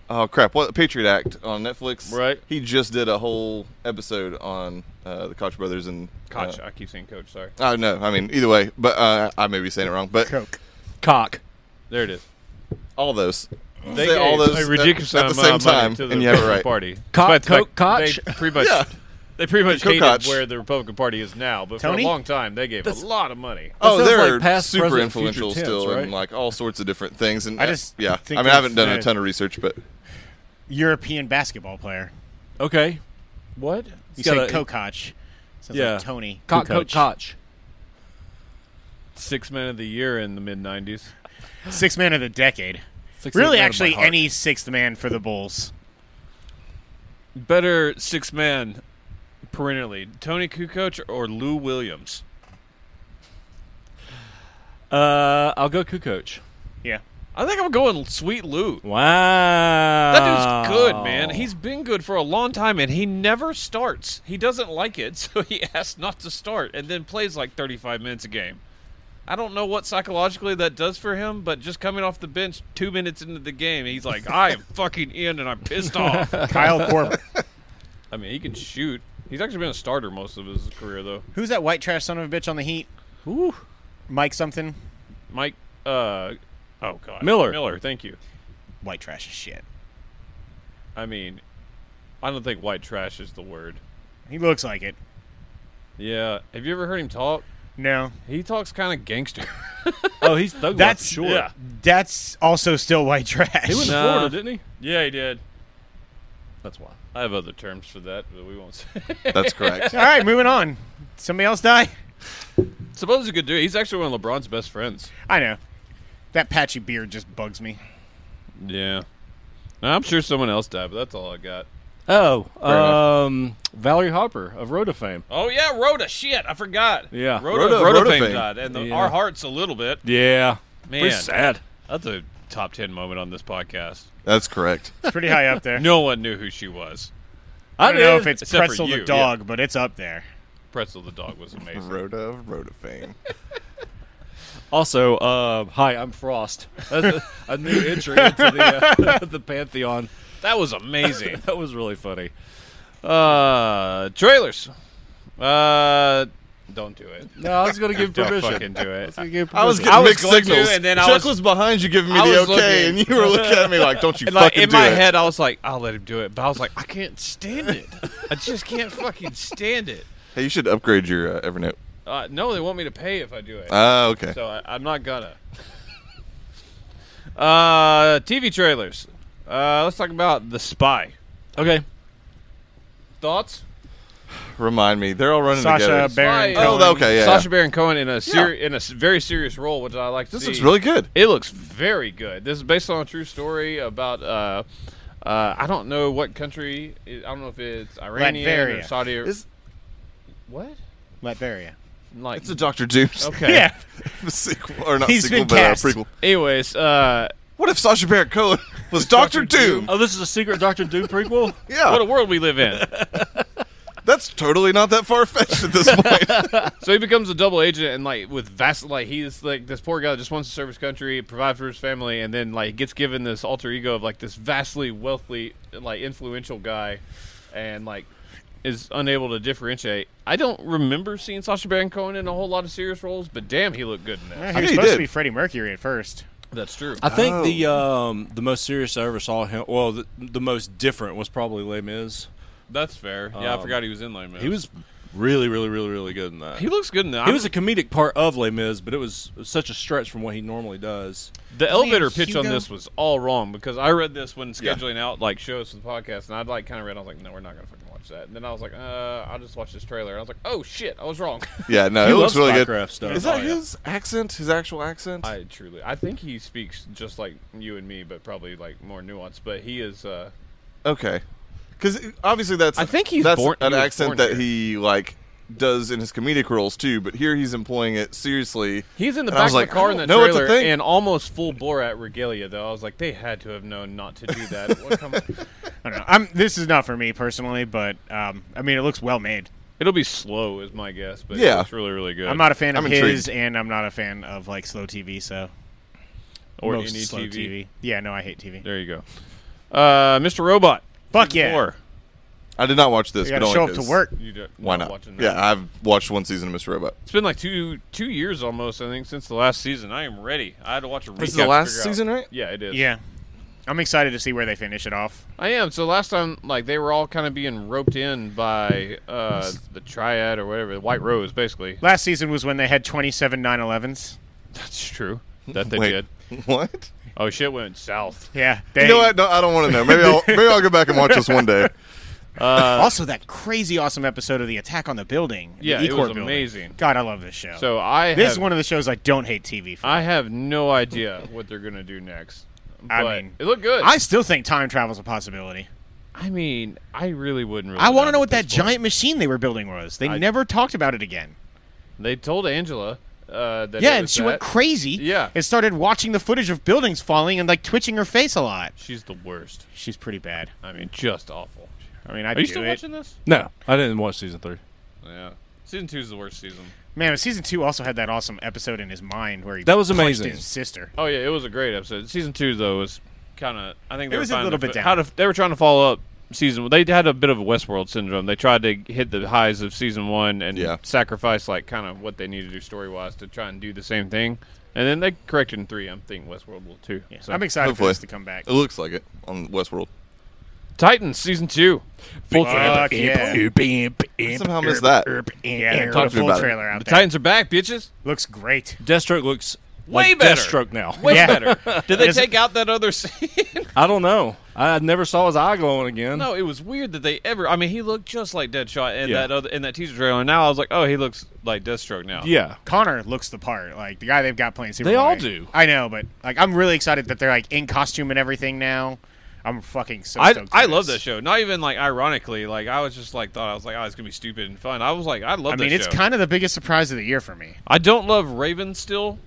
[SPEAKER 3] oh crap! What Patriot Act on Netflix?
[SPEAKER 1] Right.
[SPEAKER 3] He just did a whole episode on uh, the Koch brothers and.
[SPEAKER 1] Coach,
[SPEAKER 3] Uh,
[SPEAKER 1] I keep saying coach. Sorry.
[SPEAKER 3] I know. I mean, either way, but uh, I may be saying it wrong. But
[SPEAKER 2] Coke.
[SPEAKER 4] Cock.
[SPEAKER 1] There it is.
[SPEAKER 3] all those.
[SPEAKER 1] They
[SPEAKER 3] say all
[SPEAKER 1] gave
[SPEAKER 3] those
[SPEAKER 1] a ridiculous
[SPEAKER 3] at, at the
[SPEAKER 1] amount
[SPEAKER 3] same
[SPEAKER 1] of uh, money
[SPEAKER 3] time,
[SPEAKER 1] to the
[SPEAKER 3] and you have it right.
[SPEAKER 1] Party.
[SPEAKER 4] Co-
[SPEAKER 1] Despite the
[SPEAKER 4] co-
[SPEAKER 1] fact that
[SPEAKER 4] Koch?
[SPEAKER 1] They pretty much.
[SPEAKER 3] Yeah.
[SPEAKER 1] They pretty much hated
[SPEAKER 3] Koch.
[SPEAKER 1] where the Republican Party is now, but
[SPEAKER 2] Tony?
[SPEAKER 1] for a long time they gave a lot of money.
[SPEAKER 3] Oh,
[SPEAKER 4] sounds
[SPEAKER 3] they're
[SPEAKER 4] like past,
[SPEAKER 3] super
[SPEAKER 4] present, future
[SPEAKER 3] influential
[SPEAKER 4] tense,
[SPEAKER 3] still,
[SPEAKER 4] right?
[SPEAKER 3] and like all sorts of different things. And uh,
[SPEAKER 2] I just
[SPEAKER 3] yeah, I
[SPEAKER 2] think
[SPEAKER 3] mean, I haven't
[SPEAKER 2] that's,
[SPEAKER 3] done a
[SPEAKER 2] uh,
[SPEAKER 3] ton of research, but
[SPEAKER 2] European basketball player.
[SPEAKER 4] Okay. What?
[SPEAKER 2] You say Kokoch. Sounds
[SPEAKER 4] Yeah.
[SPEAKER 2] like Tony.
[SPEAKER 4] Cock, cock,
[SPEAKER 2] Kokoch.
[SPEAKER 4] cock.
[SPEAKER 1] Six men of the year in the mid '90s.
[SPEAKER 2] Sixth man of the decade.
[SPEAKER 4] Six
[SPEAKER 2] Really,
[SPEAKER 4] out of my
[SPEAKER 2] actually,
[SPEAKER 4] heart.
[SPEAKER 2] any sixth man for the Bulls.
[SPEAKER 1] Better six man perennially: Tony Kukoc or Lou Williams.
[SPEAKER 4] Uh, I'll go Kukoc.
[SPEAKER 2] Yeah.
[SPEAKER 1] I think I'm going Sweet Lou.
[SPEAKER 4] Wow.
[SPEAKER 1] That dude's good,
[SPEAKER 4] Oh.
[SPEAKER 1] man. He's been good for a long time, and he never starts. He doesn't like it, so he asks not to start, and then plays like 35 minutes a game. I don't know what psychologically that does for him, but just coming off the bench two minutes into the game, he's like, "I am fucking in, and I'm pissed off."
[SPEAKER 2] Kyle Korver.
[SPEAKER 1] I mean, he can shoot. He's actually been a starter most of his career, though.
[SPEAKER 2] Who's that white trash son of a bitch on the Heat?
[SPEAKER 1] Ooh.
[SPEAKER 2] Mike something.
[SPEAKER 1] Mike, uh, oh god,
[SPEAKER 4] Miller.
[SPEAKER 1] Miller, thank you.
[SPEAKER 2] White trash is shit.
[SPEAKER 1] I mean, I don't think white trash is the word.
[SPEAKER 2] He looks like it.
[SPEAKER 1] Yeah, have you ever heard him talk?
[SPEAKER 2] No,
[SPEAKER 1] He talks kind of gangster.
[SPEAKER 4] Oh, he's thug
[SPEAKER 2] That's-
[SPEAKER 4] life, sure.
[SPEAKER 1] yeah.
[SPEAKER 2] that's also still white trash.
[SPEAKER 4] He went
[SPEAKER 1] Nah.
[SPEAKER 4] to Florida, didn't he?
[SPEAKER 1] yeah, he did.
[SPEAKER 4] That's why.
[SPEAKER 1] I have other terms for that, but we won't say.
[SPEAKER 3] that's correct.
[SPEAKER 2] All right, moving on. Somebody else die?
[SPEAKER 1] Suppose you could do it. He's actually one of LeBron's best friends.
[SPEAKER 2] I know. That patchy beard just bugs me.
[SPEAKER 1] Yeah. Now, I'm sure someone else died, but that's all I got.
[SPEAKER 4] Oh,
[SPEAKER 3] enough.
[SPEAKER 4] um, Valerie Harper of Road to Fame.
[SPEAKER 1] Oh, yeah, Rhoda. Shit, I forgot.
[SPEAKER 4] Yeah.
[SPEAKER 1] Rhoda,
[SPEAKER 3] Rhoda-
[SPEAKER 1] Rhoda,
[SPEAKER 3] Rhoda
[SPEAKER 1] fame
[SPEAKER 3] fame.
[SPEAKER 1] died, and the,
[SPEAKER 4] Yeah.
[SPEAKER 1] our hearts a little bit.
[SPEAKER 4] Yeah.
[SPEAKER 1] Man.
[SPEAKER 4] Pretty sad.
[SPEAKER 1] That's a top 10 moment on this podcast.
[SPEAKER 3] That's correct.
[SPEAKER 2] It's pretty high up there.
[SPEAKER 1] No one knew who she was.
[SPEAKER 2] I don't know if it's
[SPEAKER 1] Except for
[SPEAKER 2] Pretzel
[SPEAKER 1] you,
[SPEAKER 2] the dog, but it's up there.
[SPEAKER 1] Pretzel the dog was amazing.
[SPEAKER 3] Rhoda of Rhoda fame.
[SPEAKER 4] Also, uh, hi, I'm Frost. That's a, a new entry into the, uh, the pantheon.
[SPEAKER 1] That was amazing.
[SPEAKER 4] That was really funny.
[SPEAKER 1] uh, trailers. Uh, don't do it.
[SPEAKER 4] No, I was going to give
[SPEAKER 1] Don't
[SPEAKER 4] permission.
[SPEAKER 1] fucking do it.
[SPEAKER 4] I was gonna give
[SPEAKER 3] I was
[SPEAKER 4] permission.
[SPEAKER 3] getting
[SPEAKER 1] I was
[SPEAKER 3] mixed
[SPEAKER 1] going to,
[SPEAKER 3] signals,
[SPEAKER 1] and then I
[SPEAKER 3] Chuck
[SPEAKER 1] was-
[SPEAKER 3] behind you giving me
[SPEAKER 1] I
[SPEAKER 3] the
[SPEAKER 1] was
[SPEAKER 3] okay,
[SPEAKER 1] looking.
[SPEAKER 3] and you were looking at me like, "Don't you
[SPEAKER 1] And, like
[SPEAKER 3] fucking
[SPEAKER 1] in
[SPEAKER 3] do
[SPEAKER 1] my
[SPEAKER 3] it."
[SPEAKER 1] head, I was like, "I'll let him do it," but I was like, "I can't stand it. I just can't fucking stand it."
[SPEAKER 3] Hey, you should upgrade your uh, Evernote.
[SPEAKER 1] Uh, no, they want me to pay if I do it,
[SPEAKER 3] Ah, okay.
[SPEAKER 1] so I, I'm not gonna. Uh, TV trailers. Uh, let's talk about the spy.
[SPEAKER 4] Okay.
[SPEAKER 1] Thoughts?
[SPEAKER 3] Remind me, they're all running
[SPEAKER 2] Sasha
[SPEAKER 3] together.
[SPEAKER 2] Baron
[SPEAKER 1] Why-
[SPEAKER 3] Oh,
[SPEAKER 2] Cohen.
[SPEAKER 3] that- okay, yeah,
[SPEAKER 1] uh, Sasha
[SPEAKER 3] yeah.
[SPEAKER 1] Baron Cohen in a ser- in a s- very serious role, which I like to
[SPEAKER 3] this
[SPEAKER 1] see.
[SPEAKER 3] looks really good.
[SPEAKER 1] It looks very good. This is based on a true story about. Uh, uh, I don't know what country. I don't know if it's Iranian or
[SPEAKER 2] Latveria.
[SPEAKER 1] Saudi. Or,
[SPEAKER 3] It's,
[SPEAKER 1] what?
[SPEAKER 2] Latveria.
[SPEAKER 1] Like
[SPEAKER 3] it's a Doctor Doom
[SPEAKER 1] okay.
[SPEAKER 3] sequel, or not
[SPEAKER 2] He's
[SPEAKER 3] sequel,
[SPEAKER 2] been
[SPEAKER 3] but uh,
[SPEAKER 2] cast.
[SPEAKER 3] prequel.
[SPEAKER 1] Anyways, uh,
[SPEAKER 3] What if Sasha Baron Cohen was Doctor Doom?
[SPEAKER 4] Oh, this is a secret Doctor Doom prequel.
[SPEAKER 3] Yeah,
[SPEAKER 1] what a world we live in.
[SPEAKER 3] that's totally not that far fetched at this point.
[SPEAKER 1] So he becomes a double agent, and like with vast, like he's like this poor guy that just wants to serve his country, provide for his family, and then like gets given this alter ego of like this vastly wealthy, like influential guy, and like is unable to differentiate. I don't remember seeing Sasha Baron Cohen in a whole lot of serious roles, but damn, he looked good in
[SPEAKER 2] Yeah,
[SPEAKER 1] this.
[SPEAKER 2] he
[SPEAKER 3] he
[SPEAKER 2] was supposed
[SPEAKER 3] did.
[SPEAKER 2] to be Freddie Mercury at first.
[SPEAKER 1] That's true.
[SPEAKER 4] I think
[SPEAKER 3] Oh.
[SPEAKER 4] the um, the most serious I ever saw him. Well, the, the most different was probably Les Mis.
[SPEAKER 1] That's fair. Yeah, I
[SPEAKER 4] Um,
[SPEAKER 1] forgot he was in Les Mis.
[SPEAKER 4] He was really, really, really, really good in that.
[SPEAKER 1] He looks good in that.
[SPEAKER 4] He was a comedic part of Les Mis, but it was such a stretch from what he normally does.
[SPEAKER 1] The elevator pitch on
[SPEAKER 2] Hugo?
[SPEAKER 1] this was all wrong because I read this when scheduling out like shows for the podcast, and I'd like kind of read. I was like, no, we're not gonna fucking watch that. And then I was like, uh, I'll just watch this trailer. And I was like, oh shit, I was wrong.
[SPEAKER 3] yeah, no,
[SPEAKER 4] He
[SPEAKER 3] it looks
[SPEAKER 4] loves
[SPEAKER 3] really good.
[SPEAKER 4] Minecraft stuff.
[SPEAKER 3] Is that
[SPEAKER 1] Oh, yeah.
[SPEAKER 3] his accent? His actual accent?
[SPEAKER 1] I truly, I think he speaks just like you and me, but probably like more nuanced. But he is. uh
[SPEAKER 3] Okay, because obviously that's
[SPEAKER 1] I think he's
[SPEAKER 3] that's
[SPEAKER 1] born-
[SPEAKER 3] an
[SPEAKER 1] he was
[SPEAKER 3] accent
[SPEAKER 1] born
[SPEAKER 3] that
[SPEAKER 1] here.
[SPEAKER 3] he like does in his comedic roles too, but here he's employing it seriously.
[SPEAKER 1] He's in the
[SPEAKER 3] And I
[SPEAKER 1] back
[SPEAKER 3] was
[SPEAKER 1] of
[SPEAKER 3] like,
[SPEAKER 1] the car
[SPEAKER 3] I
[SPEAKER 1] in that
[SPEAKER 3] don't know what to
[SPEAKER 1] trailer
[SPEAKER 3] think.
[SPEAKER 1] and almost full Borat regalia. Though I was like, they had to have known not to do that. What come-
[SPEAKER 2] I don't know. I'm, this is not for me personally, but um, I mean, it looks well made.
[SPEAKER 1] It'll be slow, is my guess. But
[SPEAKER 3] Yeah.
[SPEAKER 1] yeah, it's really, really good.
[SPEAKER 2] I'm not a fan of
[SPEAKER 3] I'm
[SPEAKER 2] his, and I'm not a fan of like slow TV. So
[SPEAKER 1] or
[SPEAKER 2] most
[SPEAKER 1] any
[SPEAKER 2] slow
[SPEAKER 1] TV.
[SPEAKER 2] TV. Yeah, no, I hate TV.
[SPEAKER 1] There you go, uh, Mr. Robot.
[SPEAKER 2] Fuck yeah.
[SPEAKER 1] Four.
[SPEAKER 3] I did not watch this.
[SPEAKER 2] You
[SPEAKER 3] but
[SPEAKER 2] got to
[SPEAKER 3] only
[SPEAKER 2] show up to
[SPEAKER 3] 'cause-
[SPEAKER 2] work.
[SPEAKER 1] You do,
[SPEAKER 3] Why not?
[SPEAKER 1] watching that.
[SPEAKER 3] Yeah, I've watched one season of Mr. Robot.
[SPEAKER 1] It's been like two two years almost, I think, since the last season. I am ready. I had to watch a recap.
[SPEAKER 3] This is
[SPEAKER 1] to
[SPEAKER 3] the last
[SPEAKER 1] figure out-
[SPEAKER 3] season, right?
[SPEAKER 1] Yeah, it is.
[SPEAKER 2] Yeah, I'm excited to see where they finish it off.
[SPEAKER 1] I am. So last time, like they were all kind of being roped in by uh, the triad or whatever, the White Rose, basically.
[SPEAKER 2] Last season was when they had 27 911s.
[SPEAKER 1] That's true. That they
[SPEAKER 3] Wait,
[SPEAKER 1] did.
[SPEAKER 3] what?
[SPEAKER 1] Oh shit, went south.
[SPEAKER 2] Yeah, they,
[SPEAKER 3] You know what? No, I don't want to know. Maybe I'll maybe I'll go back and watch this one day.
[SPEAKER 2] also that crazy awesome episode of the Attack on the Building. the
[SPEAKER 1] Uh, Yeah, it
[SPEAKER 2] Ecor
[SPEAKER 1] was
[SPEAKER 2] building.
[SPEAKER 1] amazing.
[SPEAKER 2] God, I love this show.
[SPEAKER 1] So I
[SPEAKER 2] this
[SPEAKER 1] have,
[SPEAKER 2] is one of the shows I don't hate TV for.
[SPEAKER 1] I have no idea what they're gonna do next.
[SPEAKER 2] I
[SPEAKER 1] But
[SPEAKER 2] mean-
[SPEAKER 1] it looked good.
[SPEAKER 2] I still think time travel's a possibility.
[SPEAKER 1] I mean, I really wouldn't. Really
[SPEAKER 2] I want to
[SPEAKER 1] doubt
[SPEAKER 2] know
[SPEAKER 1] at
[SPEAKER 2] what that
[SPEAKER 1] this point.
[SPEAKER 2] giant machine they were building was. They
[SPEAKER 1] I-
[SPEAKER 2] never talked about it again.
[SPEAKER 1] They told Angela uh, that. it
[SPEAKER 2] Yeah, and
[SPEAKER 1] was
[SPEAKER 2] she went
[SPEAKER 1] that.
[SPEAKER 2] crazy.
[SPEAKER 1] Yeah.
[SPEAKER 2] and started watching the footage of buildings falling and like twitching her face a lot.
[SPEAKER 1] She's the worst.
[SPEAKER 2] She's pretty bad.
[SPEAKER 1] I mean, just awful.
[SPEAKER 2] I mean, I
[SPEAKER 1] Are you
[SPEAKER 2] do
[SPEAKER 1] still
[SPEAKER 2] it.
[SPEAKER 1] watching this?
[SPEAKER 4] No, I didn't watch season three.
[SPEAKER 1] Yeah. Season two is the worst season.
[SPEAKER 2] Man, but season two also had that awesome episode in his mind where he
[SPEAKER 4] That was
[SPEAKER 2] punched
[SPEAKER 4] amazing.
[SPEAKER 2] his sister.
[SPEAKER 1] Oh yeah, it was a great episode. Season two though was kind of I think they
[SPEAKER 2] It
[SPEAKER 1] were
[SPEAKER 2] was a
[SPEAKER 1] trying
[SPEAKER 2] little
[SPEAKER 1] to
[SPEAKER 2] bit
[SPEAKER 1] fi-
[SPEAKER 2] down.
[SPEAKER 1] How to, they were trying to follow up season. They had a bit of a Westworld syndrome. They tried to hit the highs of season one and
[SPEAKER 3] Yeah.
[SPEAKER 1] sacrifice like kind of what they needed to do story wise to try and do the same thing. And then they corrected in three. I'm thinking Westworld will too.
[SPEAKER 2] Yeah,
[SPEAKER 1] So.
[SPEAKER 2] I'm excited
[SPEAKER 3] Hopefully.
[SPEAKER 2] for this to come back.
[SPEAKER 3] It looks like it on Westworld.
[SPEAKER 1] Titans season two. Full trailer.
[SPEAKER 2] Fuck yeah.
[SPEAKER 3] Somehow missed that.
[SPEAKER 2] Yeah, they
[SPEAKER 3] Talk
[SPEAKER 2] put a
[SPEAKER 3] to me
[SPEAKER 2] full
[SPEAKER 3] about it.
[SPEAKER 2] trailer out
[SPEAKER 1] The
[SPEAKER 2] there.
[SPEAKER 1] Titans are back, bitches.
[SPEAKER 2] Looks great.
[SPEAKER 4] Deathstroke looks
[SPEAKER 1] Way
[SPEAKER 4] like
[SPEAKER 1] better.
[SPEAKER 4] Deathstroke now.
[SPEAKER 1] Way
[SPEAKER 2] Yeah.
[SPEAKER 1] better. Did they
[SPEAKER 2] Is it-
[SPEAKER 1] take out that other scene?
[SPEAKER 4] I don't know. I never saw his eye glowing again.
[SPEAKER 1] No, it was weird that they ever. I mean, he looked just like Deadshot in
[SPEAKER 4] Yeah.
[SPEAKER 1] that other in that teaser trailer. And now I was like, oh, he looks like Deathstroke now.
[SPEAKER 4] Yeah.
[SPEAKER 2] Connor looks the part. Like the guy they've got playing Superboy.
[SPEAKER 4] They all do.
[SPEAKER 2] I know, but like I'm really excited that they're like in costume and everything now. I'm fucking so
[SPEAKER 1] I,
[SPEAKER 2] stoked. for
[SPEAKER 1] I love that
[SPEAKER 2] this.
[SPEAKER 1] show. Not even like ironically, like I was just like thought I was like, oh, it's gonna be stupid and fun. I was like, I love.
[SPEAKER 2] I mean,
[SPEAKER 1] that
[SPEAKER 2] it's
[SPEAKER 1] show.
[SPEAKER 2] kind of the biggest surprise of the year for me.
[SPEAKER 1] I don't love Raven still,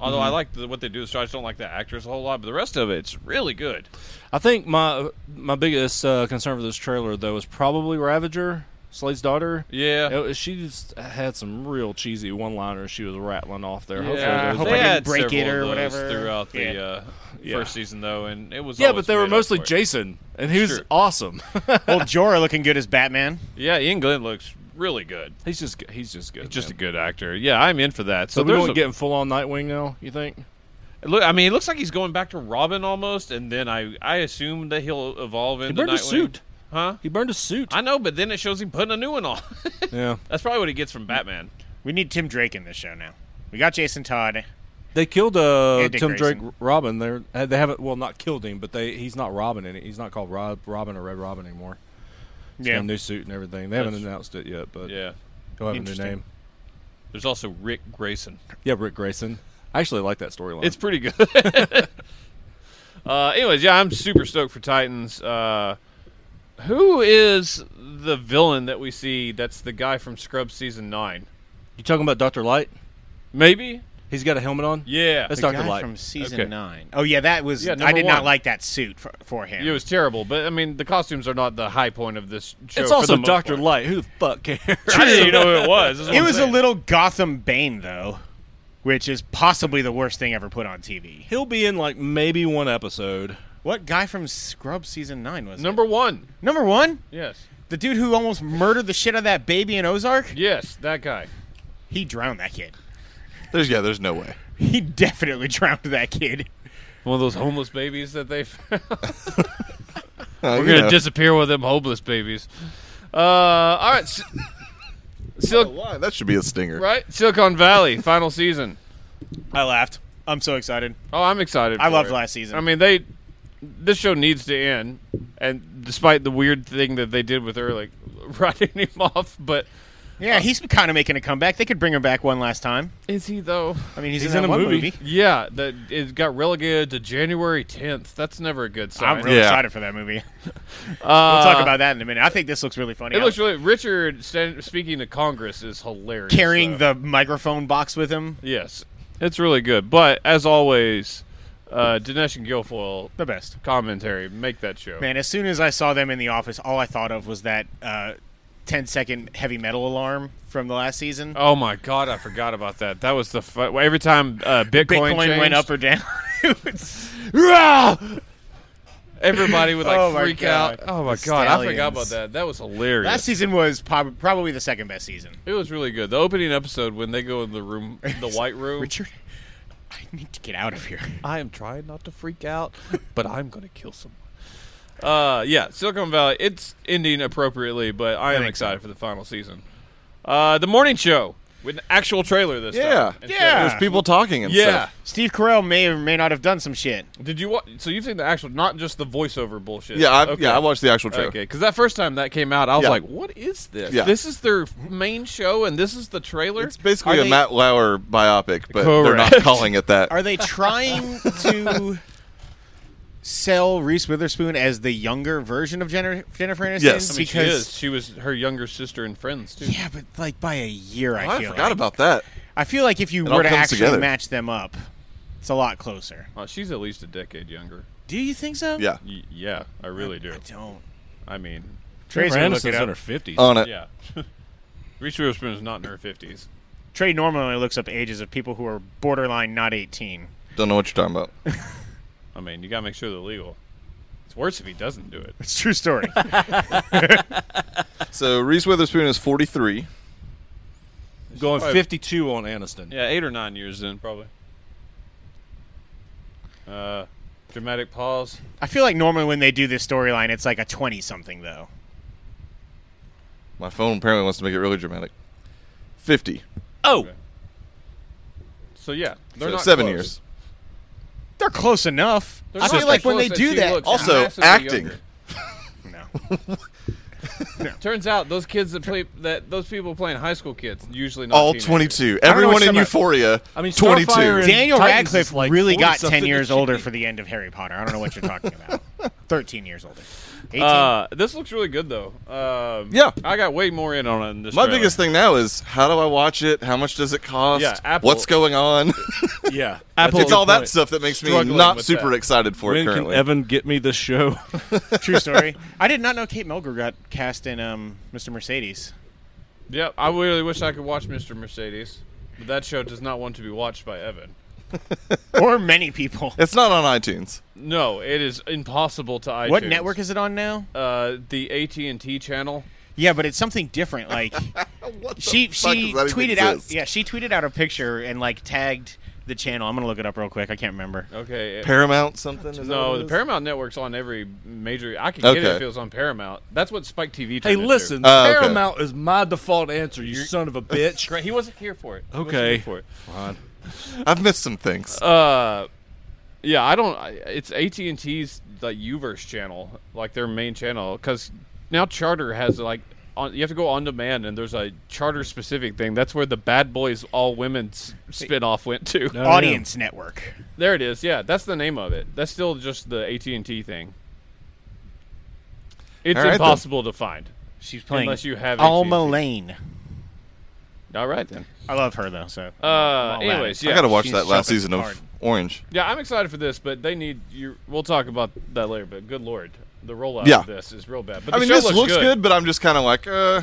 [SPEAKER 1] although
[SPEAKER 2] Mm-hmm.
[SPEAKER 1] I like the, what they do. So I just don't like the actress a whole lot. But the rest of it, it's really good.
[SPEAKER 4] I think my my biggest uh, concern for this trailer though is probably Ravager, Slade's daughter.
[SPEAKER 1] Yeah.
[SPEAKER 4] It was- she just had some real cheesy one-liners she was rattling off there.
[SPEAKER 1] Yeah,
[SPEAKER 4] Hopefully
[SPEAKER 2] I
[SPEAKER 4] those
[SPEAKER 2] hope
[SPEAKER 1] they
[SPEAKER 2] I didn't
[SPEAKER 1] had
[SPEAKER 2] break
[SPEAKER 1] several
[SPEAKER 2] it or
[SPEAKER 1] of those
[SPEAKER 2] whatever.
[SPEAKER 1] throughout the
[SPEAKER 2] Yeah.
[SPEAKER 1] uh,
[SPEAKER 4] Yeah.
[SPEAKER 1] first season, though, and it was
[SPEAKER 4] Yeah,
[SPEAKER 1] always
[SPEAKER 4] but they were
[SPEAKER 1] made up
[SPEAKER 4] mostly
[SPEAKER 1] for it.
[SPEAKER 4] Jason, and he was
[SPEAKER 1] Sure.
[SPEAKER 4] awesome.
[SPEAKER 2] Old Jorah looking good as Batman.
[SPEAKER 1] Yeah, England looks really good.
[SPEAKER 4] he's just g- he's just good.
[SPEAKER 1] Just a
[SPEAKER 4] man.
[SPEAKER 1] good actor. Yeah, I'm in for that. So,
[SPEAKER 4] so we're
[SPEAKER 1] there's
[SPEAKER 4] going
[SPEAKER 1] a-
[SPEAKER 4] getting full on Nightwing now. You think?
[SPEAKER 1] Look, I mean, it looks like he's going back to Robin almost, and then I I assume that he'll evolve into
[SPEAKER 4] burned his
[SPEAKER 1] Nightwing.
[SPEAKER 4] suit.
[SPEAKER 1] huh?
[SPEAKER 4] He burned a suit.
[SPEAKER 1] I know, but then it shows him putting a new one on.
[SPEAKER 4] yeah,
[SPEAKER 1] That's probably what he gets from Batman.
[SPEAKER 2] We need Tim Drake in this show now. We got Jason Todd.
[SPEAKER 4] they killed uh,
[SPEAKER 2] And Dick
[SPEAKER 4] Tim Drake
[SPEAKER 2] Grayson.
[SPEAKER 4] R- Robin. uh, They are they haven't well not killed him, but they he's not Robin in it. He's not called Rob Robin or Red Robin anymore. It's
[SPEAKER 2] Yeah.
[SPEAKER 4] got a new suit and everything. They haven't
[SPEAKER 1] That's-
[SPEAKER 4] announced it yet, but
[SPEAKER 1] Yeah.
[SPEAKER 4] he'll have a new
[SPEAKER 2] Interesting.
[SPEAKER 4] name.
[SPEAKER 1] There's also Rick Grayson.
[SPEAKER 4] Yeah, Rick Grayson. I actually like that storyline.
[SPEAKER 1] It's pretty good. uh, anyways, yeah, I'm super stoked for Titans. Uh, who is the villain that we see? That's the guy from Scrubs season nine.
[SPEAKER 4] you talking about Doctor Light?
[SPEAKER 1] Maybe.
[SPEAKER 4] He's got a helmet on.
[SPEAKER 1] Yeah.
[SPEAKER 4] That's
[SPEAKER 2] The
[SPEAKER 4] Dr.
[SPEAKER 2] guy
[SPEAKER 4] Light.
[SPEAKER 2] from season
[SPEAKER 1] Okay.
[SPEAKER 2] nine. Oh yeah, that was.
[SPEAKER 1] Yeah,
[SPEAKER 2] I
[SPEAKER 1] number
[SPEAKER 2] did not
[SPEAKER 1] one.
[SPEAKER 2] like that suit for, for him.
[SPEAKER 1] it was terrible, but I mean, the costumes are not the high point of this show.
[SPEAKER 4] It's
[SPEAKER 1] for
[SPEAKER 4] also
[SPEAKER 1] the most
[SPEAKER 4] Doctor
[SPEAKER 1] part.
[SPEAKER 4] Light. Who the fuck cares?
[SPEAKER 1] I didn't even know who it was. That's what
[SPEAKER 2] It
[SPEAKER 1] I'm
[SPEAKER 2] was a
[SPEAKER 1] saying.
[SPEAKER 2] little Gotham Bane though, which is possibly the worst thing ever put on TV.
[SPEAKER 4] He'll be in like maybe one episode.
[SPEAKER 2] What guy from Scrubs season nine was it?
[SPEAKER 1] number one.
[SPEAKER 2] number one?
[SPEAKER 1] Yes.
[SPEAKER 2] The dude who almost murdered the shit out of that baby in Ozark?
[SPEAKER 1] Yes, that guy.
[SPEAKER 2] He drowned that kid.
[SPEAKER 3] There's yeah, there's no way.
[SPEAKER 2] He definitely drowned that kid.
[SPEAKER 1] One of those homeless babies that they found.
[SPEAKER 3] Uh, you
[SPEAKER 1] We're gonna
[SPEAKER 3] know.
[SPEAKER 1] disappear with them homeless babies. Uh, all right, S- Sil-
[SPEAKER 3] Why? That should be a stinger.
[SPEAKER 1] right? Silicon Valley final season.
[SPEAKER 2] I laughed. I'm so excited.
[SPEAKER 1] Oh, I'm excited.
[SPEAKER 2] I
[SPEAKER 1] for
[SPEAKER 2] loved
[SPEAKER 1] it.
[SPEAKER 2] last season.
[SPEAKER 1] I mean, they this show needs to end, and despite the weird thing that they did with her, like writing him off, but
[SPEAKER 2] Yeah, he's kind of making a comeback. They could bring him back one last time.
[SPEAKER 1] is he though?
[SPEAKER 2] I mean, he's,
[SPEAKER 4] He's
[SPEAKER 2] in,
[SPEAKER 4] in
[SPEAKER 2] that
[SPEAKER 4] a
[SPEAKER 2] one
[SPEAKER 4] movie.
[SPEAKER 1] Yeah, that it got relegated to January 10th. That's never a good sign.
[SPEAKER 2] I'm really
[SPEAKER 3] Yeah.
[SPEAKER 2] excited for that movie.
[SPEAKER 1] Uh,
[SPEAKER 2] We'll talk about that in a minute. I think this looks really funny.
[SPEAKER 1] It
[SPEAKER 2] I-
[SPEAKER 1] looks really. Richard stand, speaking to Congress is hilarious.
[SPEAKER 2] carrying
[SPEAKER 1] though.
[SPEAKER 2] the microphone box with him.
[SPEAKER 1] Yes, it's really good. But as always, uh, Dinesh and Guilfoyle
[SPEAKER 2] The best.
[SPEAKER 1] commentary make that show.
[SPEAKER 2] Man, as soon as I saw them in the office, all I thought of was that uh, 10 second heavy metal alarm from the last season.
[SPEAKER 1] Oh my god, I forgot about that. That was the fu- well, every time uh, Bitcoin,
[SPEAKER 2] Bitcoin went
[SPEAKER 1] changed,
[SPEAKER 2] up or down. It was-
[SPEAKER 1] Rah! Everybody would like
[SPEAKER 2] Oh my
[SPEAKER 1] freak out.
[SPEAKER 2] God.
[SPEAKER 1] Oh my
[SPEAKER 2] The
[SPEAKER 1] god, I forgot
[SPEAKER 2] stallions.
[SPEAKER 1] about that. That was hilarious.
[SPEAKER 2] last season was prob- probably the second best season.
[SPEAKER 1] it was really good. The opening episode when they go in the room, the white room.
[SPEAKER 2] Richard, I need to get out of here.
[SPEAKER 1] I am trying not to freak out, but I'm going to kill someone. Uh, yeah, Silicon Valley. It's ending appropriately, but I am
[SPEAKER 2] think
[SPEAKER 1] excited for the final season. Uh, the morning show with an actual trailer this
[SPEAKER 3] Yeah.
[SPEAKER 1] time.
[SPEAKER 2] Yeah.
[SPEAKER 3] There's people talking and
[SPEAKER 1] yeah.
[SPEAKER 3] stuff.
[SPEAKER 2] Steve Carell may or may not have done some shit.
[SPEAKER 1] Did you watch? So you've seen the actual, not just the voiceover bullshit.
[SPEAKER 3] Yeah, I,
[SPEAKER 1] Okay.
[SPEAKER 3] yeah. I watched the actual trailer.
[SPEAKER 1] Okay, because that first time that came out, I was
[SPEAKER 3] Yeah.
[SPEAKER 1] like, "What is this?
[SPEAKER 3] Yeah.
[SPEAKER 1] This is their main show, and this is the trailer."
[SPEAKER 3] It's basically
[SPEAKER 1] Are
[SPEAKER 3] a
[SPEAKER 1] they-
[SPEAKER 3] Matt Lauer biopic, but they're
[SPEAKER 1] Correct.
[SPEAKER 3] not calling it that.
[SPEAKER 2] Are they trying to sell Reese Witherspoon as the younger version of Jennifer, Jennifer Aniston?
[SPEAKER 3] Yes. I
[SPEAKER 1] I mean, she
[SPEAKER 2] because
[SPEAKER 1] is. She was her younger sister and friends too.
[SPEAKER 2] yeah, but like by a year, I,
[SPEAKER 3] Oh, I
[SPEAKER 2] feel.
[SPEAKER 3] forgot
[SPEAKER 2] like.
[SPEAKER 3] about that.
[SPEAKER 2] I feel like if you
[SPEAKER 3] It all
[SPEAKER 2] were to
[SPEAKER 3] comes
[SPEAKER 2] actually
[SPEAKER 3] together.
[SPEAKER 2] match them up, it's a lot closer.
[SPEAKER 1] Uh, she's at least a decade younger.
[SPEAKER 2] Do you think so?
[SPEAKER 3] Yeah,
[SPEAKER 1] Y- yeah, I really do.
[SPEAKER 2] I don't.
[SPEAKER 1] I mean,
[SPEAKER 2] Trey's gonna look
[SPEAKER 4] Aniston's
[SPEAKER 2] it
[SPEAKER 4] in
[SPEAKER 2] up.
[SPEAKER 4] her fifties.
[SPEAKER 3] on it.
[SPEAKER 1] yeah. Reese Witherspoon is not in her fifties.
[SPEAKER 2] Trey normally looks up ages of people who are borderline not 18.
[SPEAKER 3] Don't know what you're talking about.
[SPEAKER 1] I mean, you gotta make sure they're legal. It's worse if he doesn't do it.
[SPEAKER 2] It's a true story.
[SPEAKER 3] So Reese Witherspoon is 43.
[SPEAKER 4] Going
[SPEAKER 1] Probably-
[SPEAKER 4] Oh, fifty-two on Aniston.
[SPEAKER 1] Yeah, eight or nine years in probably. Uh, dramatic pause.
[SPEAKER 2] I feel like normally when they do this storyline, it's like a 20 something though.
[SPEAKER 3] My phone apparently wants to make it really dramatic. 50.
[SPEAKER 4] Oh,
[SPEAKER 1] So yeah, they're
[SPEAKER 3] So
[SPEAKER 1] not
[SPEAKER 3] seven
[SPEAKER 1] close.
[SPEAKER 3] years.
[SPEAKER 2] They're close enough.
[SPEAKER 1] They're
[SPEAKER 2] I
[SPEAKER 1] not
[SPEAKER 2] feel like when they
[SPEAKER 1] close, and
[SPEAKER 2] do
[SPEAKER 1] she
[SPEAKER 2] that,
[SPEAKER 1] looks
[SPEAKER 3] Also,
[SPEAKER 1] massively
[SPEAKER 3] acting.
[SPEAKER 1] younger.
[SPEAKER 2] no.
[SPEAKER 1] Turns out those kids that play that those people playing high school kids usually not
[SPEAKER 3] All
[SPEAKER 1] teenagers.
[SPEAKER 3] 22.
[SPEAKER 2] know what
[SPEAKER 3] Everyone in
[SPEAKER 2] you're
[SPEAKER 3] Euphoria.
[SPEAKER 4] I mean, Starfire
[SPEAKER 3] 22.
[SPEAKER 4] and-
[SPEAKER 2] Daniel
[SPEAKER 4] Titans
[SPEAKER 2] Radcliffe
[SPEAKER 4] is like
[SPEAKER 2] really
[SPEAKER 4] 40
[SPEAKER 2] got
[SPEAKER 4] something.
[SPEAKER 2] 10 years older for the end of Harry Potter. I don't know what you're talking about. 13 years older. 18.
[SPEAKER 1] Uh, this looks really good though. Um,
[SPEAKER 3] Yeah.
[SPEAKER 1] I got way more in on it. In this
[SPEAKER 3] My
[SPEAKER 1] trailer.
[SPEAKER 3] biggest thing now is how do I watch it? How much does it cost?
[SPEAKER 1] Yeah, Apple-
[SPEAKER 3] What's going on?
[SPEAKER 4] yeah.
[SPEAKER 1] Apple-
[SPEAKER 3] it's all that
[SPEAKER 1] point.
[SPEAKER 3] stuff that makes me
[SPEAKER 1] Struggling
[SPEAKER 3] not
[SPEAKER 1] with
[SPEAKER 3] super
[SPEAKER 1] that.
[SPEAKER 3] excited for
[SPEAKER 4] When
[SPEAKER 3] it currently.
[SPEAKER 4] can Evan get me this show?
[SPEAKER 2] True story. I did not know Kate Mulgrew got cast in um, Mr. Mercedes.
[SPEAKER 1] Yep, I really wish I could watch Mr. Mercedes, but that show does not want to be watched by Evan.
[SPEAKER 2] Or many people.
[SPEAKER 3] it's not on iTunes.
[SPEAKER 1] No, it is impossible to iTunes.
[SPEAKER 2] What network is it on now?
[SPEAKER 1] Uh, the AT and T channel.
[SPEAKER 2] Yeah, but it's something different. Like she she tweeted out. Yeah, she tweeted out a picture and like tagged the channel. I'm gonna look it up real quick. I can't remember.
[SPEAKER 1] Okay. it-
[SPEAKER 3] Paramount something? Is that what
[SPEAKER 1] no,
[SPEAKER 3] it
[SPEAKER 1] the
[SPEAKER 3] is?
[SPEAKER 1] Paramount Network's on every major. I can get it
[SPEAKER 3] Okay.
[SPEAKER 1] if it was on Paramount. That's what Spike TV. Turned
[SPEAKER 4] hey,
[SPEAKER 1] into.
[SPEAKER 4] listen,
[SPEAKER 3] Oh, okay.
[SPEAKER 4] Paramount is my default answer. You son of a bitch.
[SPEAKER 1] Great, he wasn't here for it. He wasn't
[SPEAKER 4] Okay.
[SPEAKER 1] here for it.
[SPEAKER 3] I've missed some things.
[SPEAKER 1] Uh, yeah, I don't. I- It's AT and T's like UVerse channel, like their main channel, because now Charter has like on, you have to go on demand, and there's a Charter specific thing. That's where the Bad Boys All Women s- spinoff went to.
[SPEAKER 4] No. Oh, yeah.
[SPEAKER 2] Audience network.
[SPEAKER 1] There it is. Yeah, that's the name of it. That's still just the AT and T thing. It's
[SPEAKER 3] All right, then.
[SPEAKER 1] impossible to find.
[SPEAKER 2] She's playing
[SPEAKER 1] Unless you have E
[SPEAKER 2] Alma
[SPEAKER 1] AT&T.
[SPEAKER 2] Lane.
[SPEAKER 1] All right then.
[SPEAKER 2] I love her though. So
[SPEAKER 1] Uh,
[SPEAKER 2] Well,
[SPEAKER 1] anyways,
[SPEAKER 3] I
[SPEAKER 1] yeah,
[SPEAKER 3] got to watch
[SPEAKER 2] she's
[SPEAKER 3] that last
[SPEAKER 2] shopping
[SPEAKER 3] season of
[SPEAKER 2] hard.
[SPEAKER 3] Orange.
[SPEAKER 1] yeah. I'm excited for this, but they need you. We'll talk about that later. But good lord, the rollout
[SPEAKER 3] Yeah.
[SPEAKER 1] of this is real bad. But
[SPEAKER 3] I
[SPEAKER 1] the
[SPEAKER 3] mean,
[SPEAKER 1] show
[SPEAKER 3] this
[SPEAKER 1] looks,
[SPEAKER 3] looks
[SPEAKER 1] good.
[SPEAKER 3] good. but I'm just kind of like,
[SPEAKER 2] Yeah.
[SPEAKER 3] uh,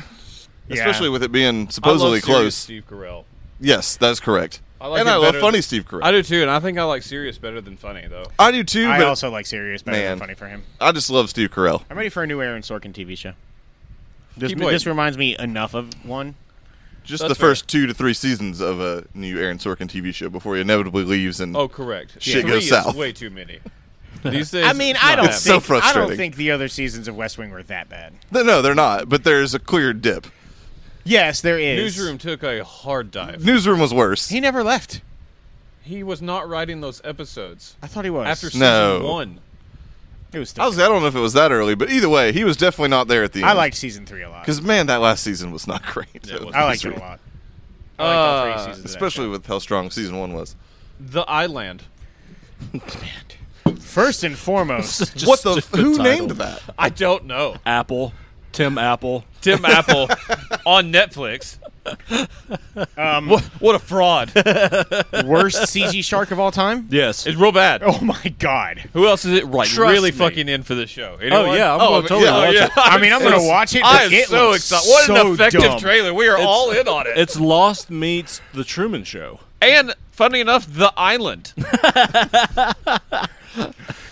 [SPEAKER 3] especially with it being
[SPEAKER 1] I love
[SPEAKER 3] supposedly
[SPEAKER 1] serious
[SPEAKER 3] close.
[SPEAKER 1] Steve Carell.
[SPEAKER 3] Yes, that is correct.
[SPEAKER 1] I like
[SPEAKER 3] and
[SPEAKER 1] it
[SPEAKER 3] I love
[SPEAKER 1] better
[SPEAKER 3] funny
[SPEAKER 1] than-
[SPEAKER 3] Steve Carell.
[SPEAKER 1] I do too, and I think I like serious better than funny though.
[SPEAKER 3] I do too,
[SPEAKER 2] I
[SPEAKER 3] but
[SPEAKER 2] also like serious, but
[SPEAKER 3] Man.
[SPEAKER 2] it's funny for him.
[SPEAKER 3] I just love Steve Carell.
[SPEAKER 2] I'm ready for a new Aaron Sorkin TV show. This,
[SPEAKER 1] Keep
[SPEAKER 2] this
[SPEAKER 1] waiting.
[SPEAKER 2] reminds me enough of one.
[SPEAKER 3] Just
[SPEAKER 1] That's
[SPEAKER 3] the first two to three seasons of a new Aaron Sorkin TV show before he inevitably leaves and
[SPEAKER 1] Oh, correct.
[SPEAKER 3] Shit
[SPEAKER 1] Three
[SPEAKER 3] goes
[SPEAKER 1] is
[SPEAKER 3] south.
[SPEAKER 1] way too many. These days,
[SPEAKER 2] I mean,
[SPEAKER 1] it's
[SPEAKER 2] I
[SPEAKER 1] not
[SPEAKER 2] don't
[SPEAKER 1] happening.
[SPEAKER 3] It's so
[SPEAKER 2] think I don't
[SPEAKER 3] frustrating.
[SPEAKER 2] think the other seasons of West Wing were that bad.
[SPEAKER 3] Th- no, they're not. But there's a clear dip.
[SPEAKER 2] Yes, there is.
[SPEAKER 1] Newsroom took a hard dive.
[SPEAKER 3] Newsroom was worse.
[SPEAKER 2] He never left.
[SPEAKER 1] He was not writing those episodes
[SPEAKER 2] I thought he was.
[SPEAKER 1] after
[SPEAKER 3] No.
[SPEAKER 1] season one.
[SPEAKER 2] it was. Still
[SPEAKER 3] I was I don't know if it was that early, but either way, he was definitely not there at the end.
[SPEAKER 2] I liked season three a lot.
[SPEAKER 3] because man, that last season was not great.
[SPEAKER 1] it wasn't.
[SPEAKER 2] I liked it a lot. I liked all three
[SPEAKER 1] Uh,
[SPEAKER 2] seasons of that
[SPEAKER 3] especially with how strong season one was.
[SPEAKER 1] The Island.
[SPEAKER 2] show. first and foremost.
[SPEAKER 3] what the?
[SPEAKER 4] just
[SPEAKER 3] f- Who
[SPEAKER 4] title.
[SPEAKER 3] named that?
[SPEAKER 1] I don't know.
[SPEAKER 4] Apple, Tim Apple.
[SPEAKER 1] Tim Apple on Netflix.
[SPEAKER 2] Um,
[SPEAKER 1] What a fraud!
[SPEAKER 2] worst CG shark of all time.
[SPEAKER 4] Yes.
[SPEAKER 1] It's real bad.
[SPEAKER 2] Oh my god!
[SPEAKER 1] Who else is it? Right,
[SPEAKER 4] Trust
[SPEAKER 1] really
[SPEAKER 4] me.
[SPEAKER 1] fucking in for this show.
[SPEAKER 4] Oh
[SPEAKER 1] Anyone?
[SPEAKER 4] yeah, I'm
[SPEAKER 1] oh,
[SPEAKER 4] gonna totally
[SPEAKER 3] yeah.
[SPEAKER 4] watch
[SPEAKER 1] yeah.
[SPEAKER 4] it.
[SPEAKER 2] I mean, I'm gonna watch it.
[SPEAKER 1] I
[SPEAKER 2] but
[SPEAKER 1] am
[SPEAKER 2] it
[SPEAKER 1] so
[SPEAKER 2] looks
[SPEAKER 1] excited. What
[SPEAKER 2] so
[SPEAKER 1] an effective
[SPEAKER 2] dumb.
[SPEAKER 1] trailer. We are
[SPEAKER 4] It's-
[SPEAKER 1] all in on it.
[SPEAKER 4] It's Lost meets The Truman Show.
[SPEAKER 1] and funny enough, The Island.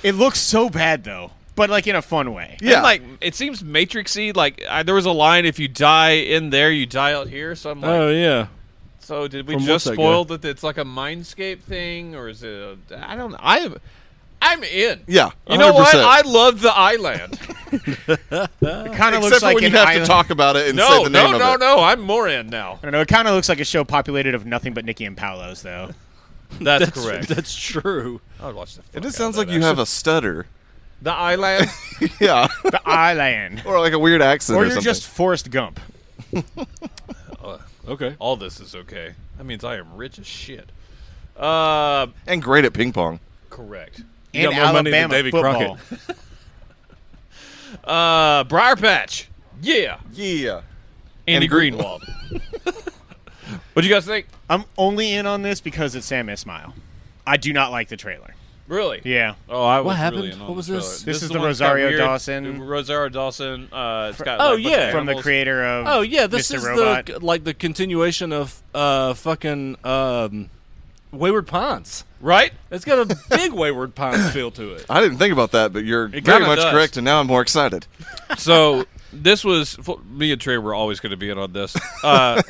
[SPEAKER 2] It looks so bad though, but like in a fun way.
[SPEAKER 1] Yeah.
[SPEAKER 3] Yeah,
[SPEAKER 1] like it seems matrixy. Like I, there was a line: if you die in there, you die out here. So I'm like,
[SPEAKER 4] Oh yeah.
[SPEAKER 1] so did we
[SPEAKER 4] from
[SPEAKER 1] just
[SPEAKER 4] what's that
[SPEAKER 1] spoil that it's like a mindscape thing, or is it? A, I don't. I am. I'm in.
[SPEAKER 3] Yeah,
[SPEAKER 1] You know what?
[SPEAKER 3] 100%.
[SPEAKER 1] I love the island.
[SPEAKER 2] It kind of
[SPEAKER 3] Except
[SPEAKER 2] looks
[SPEAKER 3] for
[SPEAKER 2] like
[SPEAKER 3] when you
[SPEAKER 2] an
[SPEAKER 3] have to
[SPEAKER 2] island-
[SPEAKER 3] talk about it and say
[SPEAKER 1] no,
[SPEAKER 3] the
[SPEAKER 1] no,
[SPEAKER 3] name
[SPEAKER 1] no,
[SPEAKER 3] of it.
[SPEAKER 1] no. I'm more in now.
[SPEAKER 2] I don't know. It kind of looks like a show populated of nothing but Nikki and Paolo's though.
[SPEAKER 1] That's, correct.
[SPEAKER 4] That's true.
[SPEAKER 1] I would watch the. fuck
[SPEAKER 3] It
[SPEAKER 1] out of
[SPEAKER 3] just sounds
[SPEAKER 1] that,
[SPEAKER 3] like you have
[SPEAKER 1] actually.
[SPEAKER 3] a stutter.
[SPEAKER 1] the island.
[SPEAKER 3] yeah,
[SPEAKER 2] The island,
[SPEAKER 3] or like a weird accent,
[SPEAKER 2] or
[SPEAKER 3] or,
[SPEAKER 2] you're
[SPEAKER 3] something.
[SPEAKER 2] just Forrest Gump.
[SPEAKER 4] Okay.
[SPEAKER 1] All this is okay. That means I am rich as shit. Uh,
[SPEAKER 3] and great at ping pong.
[SPEAKER 1] correct.
[SPEAKER 4] You
[SPEAKER 2] In
[SPEAKER 4] got more money than
[SPEAKER 2] Alabama
[SPEAKER 4] Davy
[SPEAKER 2] football.
[SPEAKER 1] Uh, Briar Patch. Yeah.
[SPEAKER 3] Yeah.
[SPEAKER 1] Andy
[SPEAKER 3] Andy
[SPEAKER 1] Greenwald. What'd you guys think?
[SPEAKER 2] I'm only in on this because it's Sam Ismail. I do not like the trailer.
[SPEAKER 1] Really?
[SPEAKER 2] Yeah.
[SPEAKER 1] Oh, I was
[SPEAKER 4] What happened?
[SPEAKER 1] really in on
[SPEAKER 4] What was
[SPEAKER 1] the trailer.
[SPEAKER 4] this?
[SPEAKER 2] This is the
[SPEAKER 1] one that's got
[SPEAKER 2] Rosario
[SPEAKER 1] weird-
[SPEAKER 2] Dawson.
[SPEAKER 1] Rosario Dawson. Uh, it's got
[SPEAKER 4] Oh,
[SPEAKER 1] like, a bunch of
[SPEAKER 4] yeah.
[SPEAKER 2] From the
[SPEAKER 1] animals.
[SPEAKER 2] creator of
[SPEAKER 4] Oh yeah, this
[SPEAKER 2] Mr.
[SPEAKER 4] is
[SPEAKER 2] Robot.
[SPEAKER 4] the like the continuation of uh fucking um Wayward Pines.
[SPEAKER 1] right?
[SPEAKER 4] It's got a big Wayward Pines feel to it.
[SPEAKER 3] I didn't think about that, but you're
[SPEAKER 1] It
[SPEAKER 3] very
[SPEAKER 1] kinda
[SPEAKER 3] much
[SPEAKER 1] does.
[SPEAKER 3] correct, and now I'm more excited.
[SPEAKER 1] So this was f- me and Trey were always going to be in on this. Uh,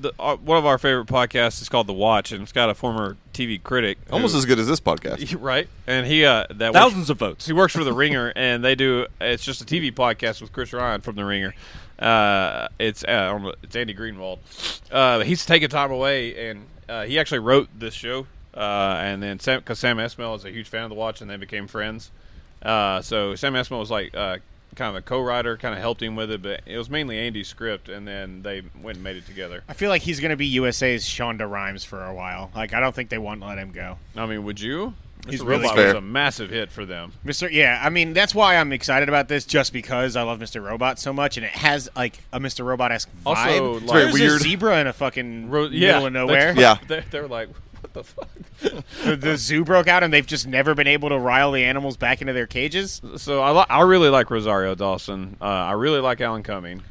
[SPEAKER 1] the, uh, one of our favorite podcasts is called The Watch, and it's got a former TV critic, who-
[SPEAKER 3] Almost as good as this podcast.
[SPEAKER 1] right, and he uh, that was-
[SPEAKER 4] Thousands of votes.
[SPEAKER 1] He works for The Ringer, and they do. It's just a TV podcast with Chris Ryan from The Ringer. Uh, it's uh, I don't know, it's Andy Greenwald. Uh, he's taking time away, and uh, he actually wrote this show. Uh, and then Sam, because Sam Esmail is a huge fan of The Watch, and they became friends. Uh, so Sam Esmail was like uh, kind of a co-writer, kind of helped him with it, but it was mainly Andy's script, and then they went and made it together.
[SPEAKER 2] I feel like he's going to be USA's Shonda Rhimes for a while. Like I don't think they want to let him go.
[SPEAKER 1] I mean, would you?
[SPEAKER 2] He's
[SPEAKER 1] Mr.
[SPEAKER 2] really
[SPEAKER 1] Robot
[SPEAKER 3] good.
[SPEAKER 1] was a massive hit for them.
[SPEAKER 2] Mr. Yeah, I mean that's why I'm excited about this, just because I love Mr. Robot so much, and it has like a Mr. Robot esque vibe.
[SPEAKER 1] Also, like- It's
[SPEAKER 3] very
[SPEAKER 2] There's
[SPEAKER 3] weird.
[SPEAKER 2] a zebra in a fucking
[SPEAKER 1] Ro-
[SPEAKER 2] middle of nowhere.
[SPEAKER 1] that's-
[SPEAKER 3] Yeah.
[SPEAKER 1] they're, they're like, what the fuck?
[SPEAKER 2] the, the zoo broke out, and they've just never been able to rile the animals back into their cages.
[SPEAKER 1] so I, li- I really like Rosario Dawson. Uh, I really like Alan Cumming.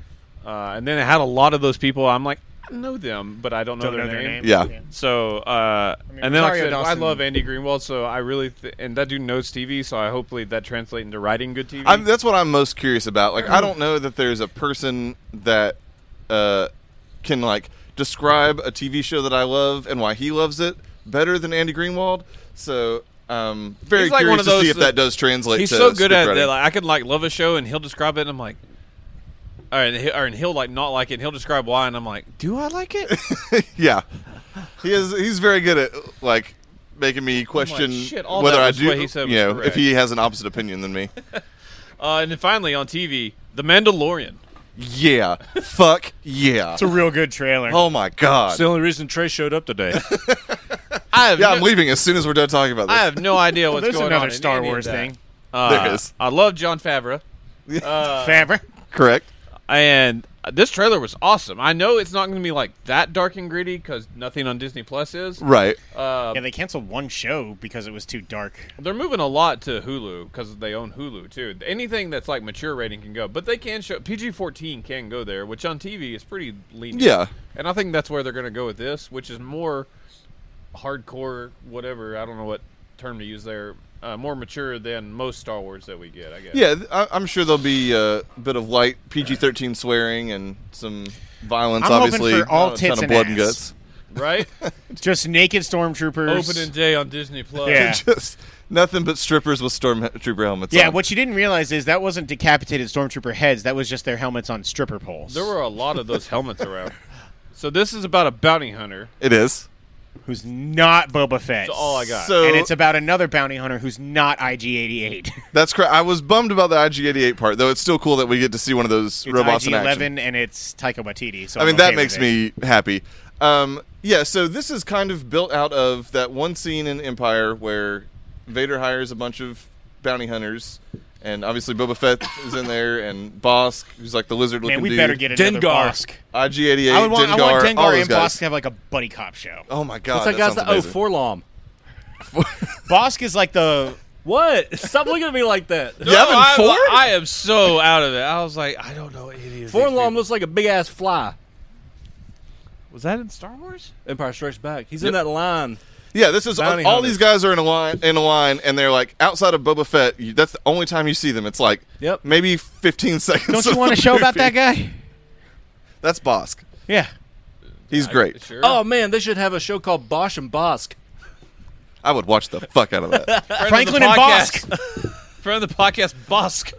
[SPEAKER 1] Uh, and then it had a lot of those people. I'm like, I know them, but I don't know,
[SPEAKER 2] Don't
[SPEAKER 1] their,
[SPEAKER 2] know their
[SPEAKER 1] name.
[SPEAKER 2] name.
[SPEAKER 3] Yeah.
[SPEAKER 1] So, uh,
[SPEAKER 2] mean,
[SPEAKER 1] and then like I,
[SPEAKER 2] Rosario
[SPEAKER 1] said, I
[SPEAKER 2] Dawson-
[SPEAKER 1] love Andy Greenwald. So I really th- and that dude knows TV. So I hopefully that translates into writing good TV.
[SPEAKER 3] I'm, that's what I'm most curious about. Like,
[SPEAKER 1] Mm-hmm.
[SPEAKER 3] I don't know that there's a person that uh, can like describe a TV show that I love and why he loves it better than Andy Greenwald. So, um, very
[SPEAKER 1] He's like one
[SPEAKER 3] curious
[SPEAKER 1] of
[SPEAKER 3] to see
[SPEAKER 1] those
[SPEAKER 3] if that
[SPEAKER 1] that-
[SPEAKER 3] does translate.
[SPEAKER 1] He's
[SPEAKER 3] to
[SPEAKER 1] so good at
[SPEAKER 3] scriptwriting.
[SPEAKER 1] that. Like, I can like love a show and he'll describe it. and I'm like. Or and, he, or and he'll like not like it. And he'll describe why, and I'm like, "Do I like it?"
[SPEAKER 3] yeah, he is. He's very good at like making me question
[SPEAKER 1] shit, all
[SPEAKER 3] whether
[SPEAKER 1] that
[SPEAKER 3] I
[SPEAKER 1] was-
[SPEAKER 3] do.
[SPEAKER 1] what he said was
[SPEAKER 3] you know, if
[SPEAKER 1] correct.
[SPEAKER 3] he has an opposite opinion than me.
[SPEAKER 1] Uh, and then finally on TV, The Mandalorian.
[SPEAKER 3] Yeah. Fuck yeah.
[SPEAKER 2] It's a real good trailer.
[SPEAKER 3] Oh my god.
[SPEAKER 4] It's the only reason Trey showed up today.
[SPEAKER 1] I have
[SPEAKER 3] yeah,
[SPEAKER 1] no,
[SPEAKER 3] I'm leaving as soon as we're done talking about this.
[SPEAKER 1] I have no idea what's
[SPEAKER 2] There's
[SPEAKER 1] going on.
[SPEAKER 2] another
[SPEAKER 1] in
[SPEAKER 2] Star
[SPEAKER 1] any of
[SPEAKER 2] Wars
[SPEAKER 1] that.
[SPEAKER 2] thing.
[SPEAKER 1] Uh,
[SPEAKER 3] There is.
[SPEAKER 1] I love John Favreau, Uh,
[SPEAKER 2] Favre.
[SPEAKER 3] Correct.
[SPEAKER 1] and this trailer was awesome. I know it's not going to be like that dark and gritty because nothing on Disney Plus is.
[SPEAKER 3] Right.
[SPEAKER 1] Uh,
[SPEAKER 2] Yeah, they canceled one show because it was too dark.
[SPEAKER 1] They're moving a lot to Hulu because they own Hulu too. Anything that's like mature rating can go, but they can show PG fourteen can go there, which on TV is pretty lenient.
[SPEAKER 3] Yeah.
[SPEAKER 1] and I think that's where they're going to go with this, which is more hardcore, whatever. I don't know what term to use there. Uh, more mature than most Star Wars that we get, I guess.
[SPEAKER 3] Yeah, th- I, I'm sure there'll be a bit of light PG-13 swearing and some violence.
[SPEAKER 2] I'm hoping
[SPEAKER 3] obviously,
[SPEAKER 2] for all
[SPEAKER 3] Not a
[SPEAKER 2] tits
[SPEAKER 3] ton of
[SPEAKER 2] and
[SPEAKER 3] blood and
[SPEAKER 2] ass.
[SPEAKER 3] guts.
[SPEAKER 1] right.
[SPEAKER 2] Just naked stormtroopers.
[SPEAKER 1] Opening day on Disney Plus.
[SPEAKER 2] Yeah.
[SPEAKER 3] Just nothing but strippers with stormtrooper helmets.
[SPEAKER 2] Yeah,
[SPEAKER 3] on.
[SPEAKER 2] what you didn't realize is that wasn't decapitated stormtrooper heads. That was just their helmets on stripper poles.
[SPEAKER 1] There were a lot of those helmets around. So this is about a bounty hunter.
[SPEAKER 3] it is.
[SPEAKER 2] who's not Boba Fett.
[SPEAKER 1] That's all I got.
[SPEAKER 3] So
[SPEAKER 2] and it's about another bounty hunter who's not IG-88.
[SPEAKER 3] that's correct. I was bummed about the IG-88 part, though. It's still cool that we get to see one of those
[SPEAKER 2] It's
[SPEAKER 3] robots in action.
[SPEAKER 2] IG-11 and it's Taika Waititi. So
[SPEAKER 3] I
[SPEAKER 2] I'm
[SPEAKER 3] mean,
[SPEAKER 2] okay
[SPEAKER 3] that
[SPEAKER 2] with
[SPEAKER 3] makes
[SPEAKER 2] it.
[SPEAKER 3] me happy. Um, yeah, so this is kind of built out of that one scene in Empire where Vader hires a bunch of bounty hunters, and obviously Boba Fett is in there, and Bosk, who's like the lizard-looking
[SPEAKER 2] Man, we
[SPEAKER 3] dude.
[SPEAKER 2] better get another Bosk.
[SPEAKER 4] Dengarsk.
[SPEAKER 3] IG-88,
[SPEAKER 2] I would want,
[SPEAKER 3] Dengar,
[SPEAKER 2] I want
[SPEAKER 3] all
[SPEAKER 2] Dengar
[SPEAKER 3] those
[SPEAKER 2] and
[SPEAKER 3] guys.
[SPEAKER 2] Bosk to have like a buddy cop show.
[SPEAKER 3] Oh my god,
[SPEAKER 4] What's that guy's
[SPEAKER 3] sounds
[SPEAKER 4] the oh
[SPEAKER 3] amazing.
[SPEAKER 4] Forlom?
[SPEAKER 2] Bosk is like the
[SPEAKER 4] What? Stop looking at me like that.
[SPEAKER 3] You having
[SPEAKER 1] I,
[SPEAKER 3] four?
[SPEAKER 1] I am so out of it. I was like, I don't know what any of these
[SPEAKER 4] Forlom
[SPEAKER 1] people-
[SPEAKER 4] looks like a big ass fly.
[SPEAKER 1] Was that in Star Wars?
[SPEAKER 4] Empire Strikes Back. He's in that line.
[SPEAKER 3] Yeah, this is all
[SPEAKER 4] Bounty hunter.
[SPEAKER 3] these guys are in a line in a line, and they're like outside of Boba Fett. You, that's the only time you see them. It's like
[SPEAKER 4] Yep.
[SPEAKER 3] maybe fifteen seconds.
[SPEAKER 2] Don't you
[SPEAKER 3] of
[SPEAKER 2] want a
[SPEAKER 3] the
[SPEAKER 2] show about
[SPEAKER 3] movie.
[SPEAKER 2] that guy?
[SPEAKER 3] That's Bosk.
[SPEAKER 2] Yeah.
[SPEAKER 3] He's great.
[SPEAKER 1] Sure.
[SPEAKER 4] Oh man, they should have a show called Bosch and Bosk.
[SPEAKER 3] I would watch the fuck out of that.
[SPEAKER 2] Franklin and Bosk.
[SPEAKER 1] Friend of the podcast, Bosk.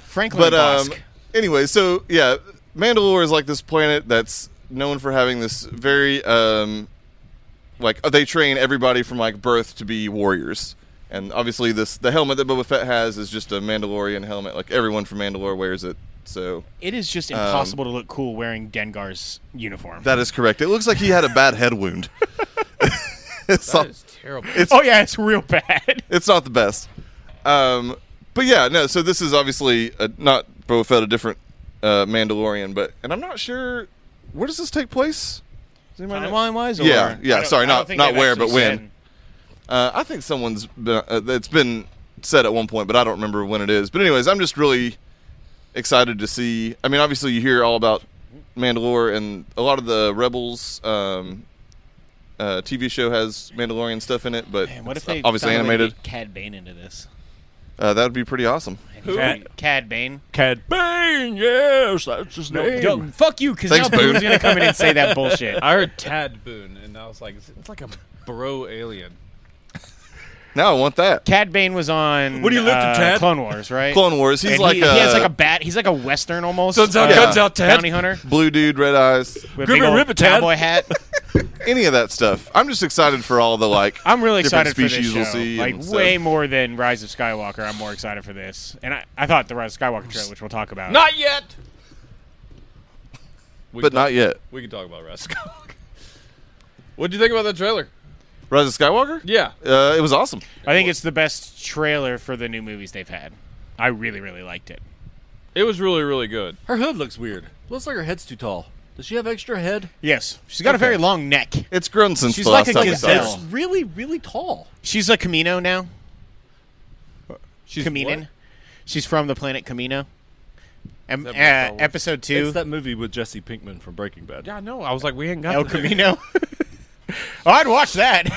[SPEAKER 2] Franklin
[SPEAKER 3] but um,
[SPEAKER 2] and Bosk.
[SPEAKER 3] anyway, so yeah, Mandalore is like this planet that's known for having this very um, like they train everybody from like birth to be warriors, and obviously this the helmet that Boba Fett has is just a Mandalorian helmet. Like everyone from Mandalore wears it. So
[SPEAKER 2] it is just
[SPEAKER 3] um,
[SPEAKER 2] impossible to look cool wearing Dengar's uniform.
[SPEAKER 3] that is correct. It looks like he had a bad head wound. it's,
[SPEAKER 1] That
[SPEAKER 3] not,
[SPEAKER 1] is terrible.
[SPEAKER 2] oh yeah, it's real bad.
[SPEAKER 3] it's not the best. Um, but yeah, no. So this is obviously a, not Boba Fett, a different uh, Mandalorian. But and I'm not sure where does this take place. Does anybody know?
[SPEAKER 2] Timeline wise,
[SPEAKER 3] Yeah, yeah, sorry, not- not where, but when. Uh, I think someone's been, uh, it's been said at one point, but I don't remember when it is. But anyways, I'm just really excited to see. I mean, obviously you hear all about Mandalore and a lot of the Rebels um, uh, TV show has Mandalorian stuff in it, but
[SPEAKER 2] Man, what
[SPEAKER 3] it's
[SPEAKER 2] if they
[SPEAKER 3] obviously
[SPEAKER 2] found a way to
[SPEAKER 3] animated.
[SPEAKER 2] get Cad Bane into this?
[SPEAKER 3] Uh, that would be pretty awesome.
[SPEAKER 2] Who? Cad Bane.
[SPEAKER 4] Cad Bane, yes, that's his name.
[SPEAKER 2] fuck you, because
[SPEAKER 3] Thanks,
[SPEAKER 2] now Boone's
[SPEAKER 3] Boone.
[SPEAKER 2] gonna come in and say that bullshit.
[SPEAKER 1] I heard Tad Boone, and I was like, it's it's like a bro alien.
[SPEAKER 3] Now I want that.
[SPEAKER 2] Cad Bane was on.
[SPEAKER 4] What do you lift him,
[SPEAKER 2] uh,
[SPEAKER 4] Tad?
[SPEAKER 2] Clone Wars, right?
[SPEAKER 3] Clone Wars. He's
[SPEAKER 2] And
[SPEAKER 3] like uh,
[SPEAKER 2] he,
[SPEAKER 3] a
[SPEAKER 2] he has like a bat. He's like a western almost. uh,
[SPEAKER 4] Guns out, guns out, Tad.
[SPEAKER 2] Bounty hunter.
[SPEAKER 3] blue dude, red eyes,
[SPEAKER 2] With
[SPEAKER 4] Give
[SPEAKER 2] big
[SPEAKER 4] me a
[SPEAKER 2] old
[SPEAKER 4] ribbon, Tad.
[SPEAKER 2] cowboy hat.
[SPEAKER 3] any of that stuff. I'm just excited for all the like.
[SPEAKER 2] I'm really
[SPEAKER 3] different
[SPEAKER 2] excited for this
[SPEAKER 3] species
[SPEAKER 2] show.
[SPEAKER 3] we'll see
[SPEAKER 2] like
[SPEAKER 3] and stuff.
[SPEAKER 2] way more than Rise of Skywalker. I'm more excited for this, and I, I thought the Rise of Skywalker trailer, which we'll talk about.
[SPEAKER 1] Not yet. We
[SPEAKER 3] but
[SPEAKER 1] can talk-
[SPEAKER 3] not yet.
[SPEAKER 1] We can talk about Rascal. what do you think about that trailer?
[SPEAKER 3] Rise of Skywalker.
[SPEAKER 1] Yeah.
[SPEAKER 3] Uh, it was awesome.
[SPEAKER 2] I think it's the best trailer for the new movies they've had. I really, really liked it.
[SPEAKER 1] It was really, really good.
[SPEAKER 4] Her hood looks weird. Looks like her head's too tall. Does she have extra head?
[SPEAKER 2] Yes, she's got a very long neck.
[SPEAKER 3] It's grown since
[SPEAKER 2] She's
[SPEAKER 3] the
[SPEAKER 2] like
[SPEAKER 3] last
[SPEAKER 2] a
[SPEAKER 3] time we saw
[SPEAKER 2] gazelle.
[SPEAKER 3] it.
[SPEAKER 4] It's really, really tall.
[SPEAKER 2] She's a Camino now.
[SPEAKER 1] She's
[SPEAKER 2] Camino.
[SPEAKER 1] what?
[SPEAKER 2] She's from the planet Camino. And, uh,
[SPEAKER 1] that Star Wars?
[SPEAKER 2] episode two,
[SPEAKER 4] It's that movie with Jesse Pinkman from Breaking Bad.
[SPEAKER 1] Yeah, I know. I was like, we ain't got
[SPEAKER 2] El
[SPEAKER 1] the-
[SPEAKER 2] Camino. oh, I'd watch that.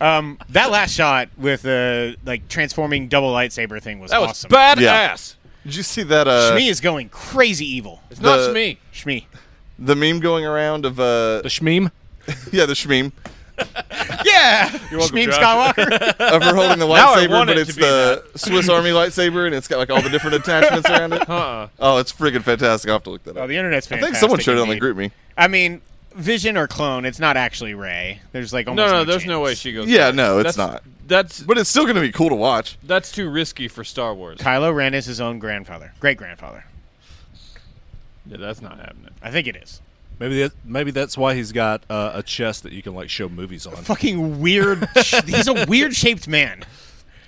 [SPEAKER 2] um, that last shot with the like transforming double lightsaber thing was
[SPEAKER 1] That was
[SPEAKER 2] awesome.
[SPEAKER 1] badass.
[SPEAKER 3] Yeah. Did you see that? Uh,
[SPEAKER 2] Shmi is going crazy evil.
[SPEAKER 1] It's not
[SPEAKER 3] The-
[SPEAKER 1] Shmi.
[SPEAKER 2] Shmi.
[SPEAKER 3] the meme going around of uh,
[SPEAKER 4] The Shmeem.
[SPEAKER 3] yeah, the shmeme
[SPEAKER 2] Yeah.
[SPEAKER 1] welcome,
[SPEAKER 2] Shmi
[SPEAKER 1] Josh.
[SPEAKER 2] Skywalker.
[SPEAKER 3] of her holding the
[SPEAKER 1] Now I
[SPEAKER 3] lightsaber,
[SPEAKER 1] want
[SPEAKER 3] but
[SPEAKER 1] it
[SPEAKER 3] it's
[SPEAKER 1] to be
[SPEAKER 3] the Swiss Army lightsaber, and it's got like all the different attachments around it.
[SPEAKER 1] Uh-uh.
[SPEAKER 3] Oh, it's freaking fantastic. I will have to look that
[SPEAKER 2] oh,
[SPEAKER 3] up.
[SPEAKER 2] the internet's
[SPEAKER 3] I
[SPEAKER 2] fantastic.
[SPEAKER 3] think someone showed it on the
[SPEAKER 2] indeed.
[SPEAKER 3] group me.
[SPEAKER 2] I mean, Vision or clone, it's not actually Ray. There's like
[SPEAKER 1] No,
[SPEAKER 2] almost
[SPEAKER 1] no, there's
[SPEAKER 2] chance.
[SPEAKER 1] no way she goes.
[SPEAKER 3] Yeah,
[SPEAKER 1] there.
[SPEAKER 3] no, it's
[SPEAKER 1] That's-
[SPEAKER 3] not.
[SPEAKER 1] That's
[SPEAKER 3] But it's still going to be cool to watch.
[SPEAKER 1] that's too risky for Star Wars.
[SPEAKER 2] Kylo Ren is his own grandfather, great grandfather.
[SPEAKER 1] Yeah, that's not happening.
[SPEAKER 2] I think it is.
[SPEAKER 4] Maybe that, maybe that's why he's got uh, a chest that you can like show movies on.
[SPEAKER 2] Fucking weird. he's a weird shaped man.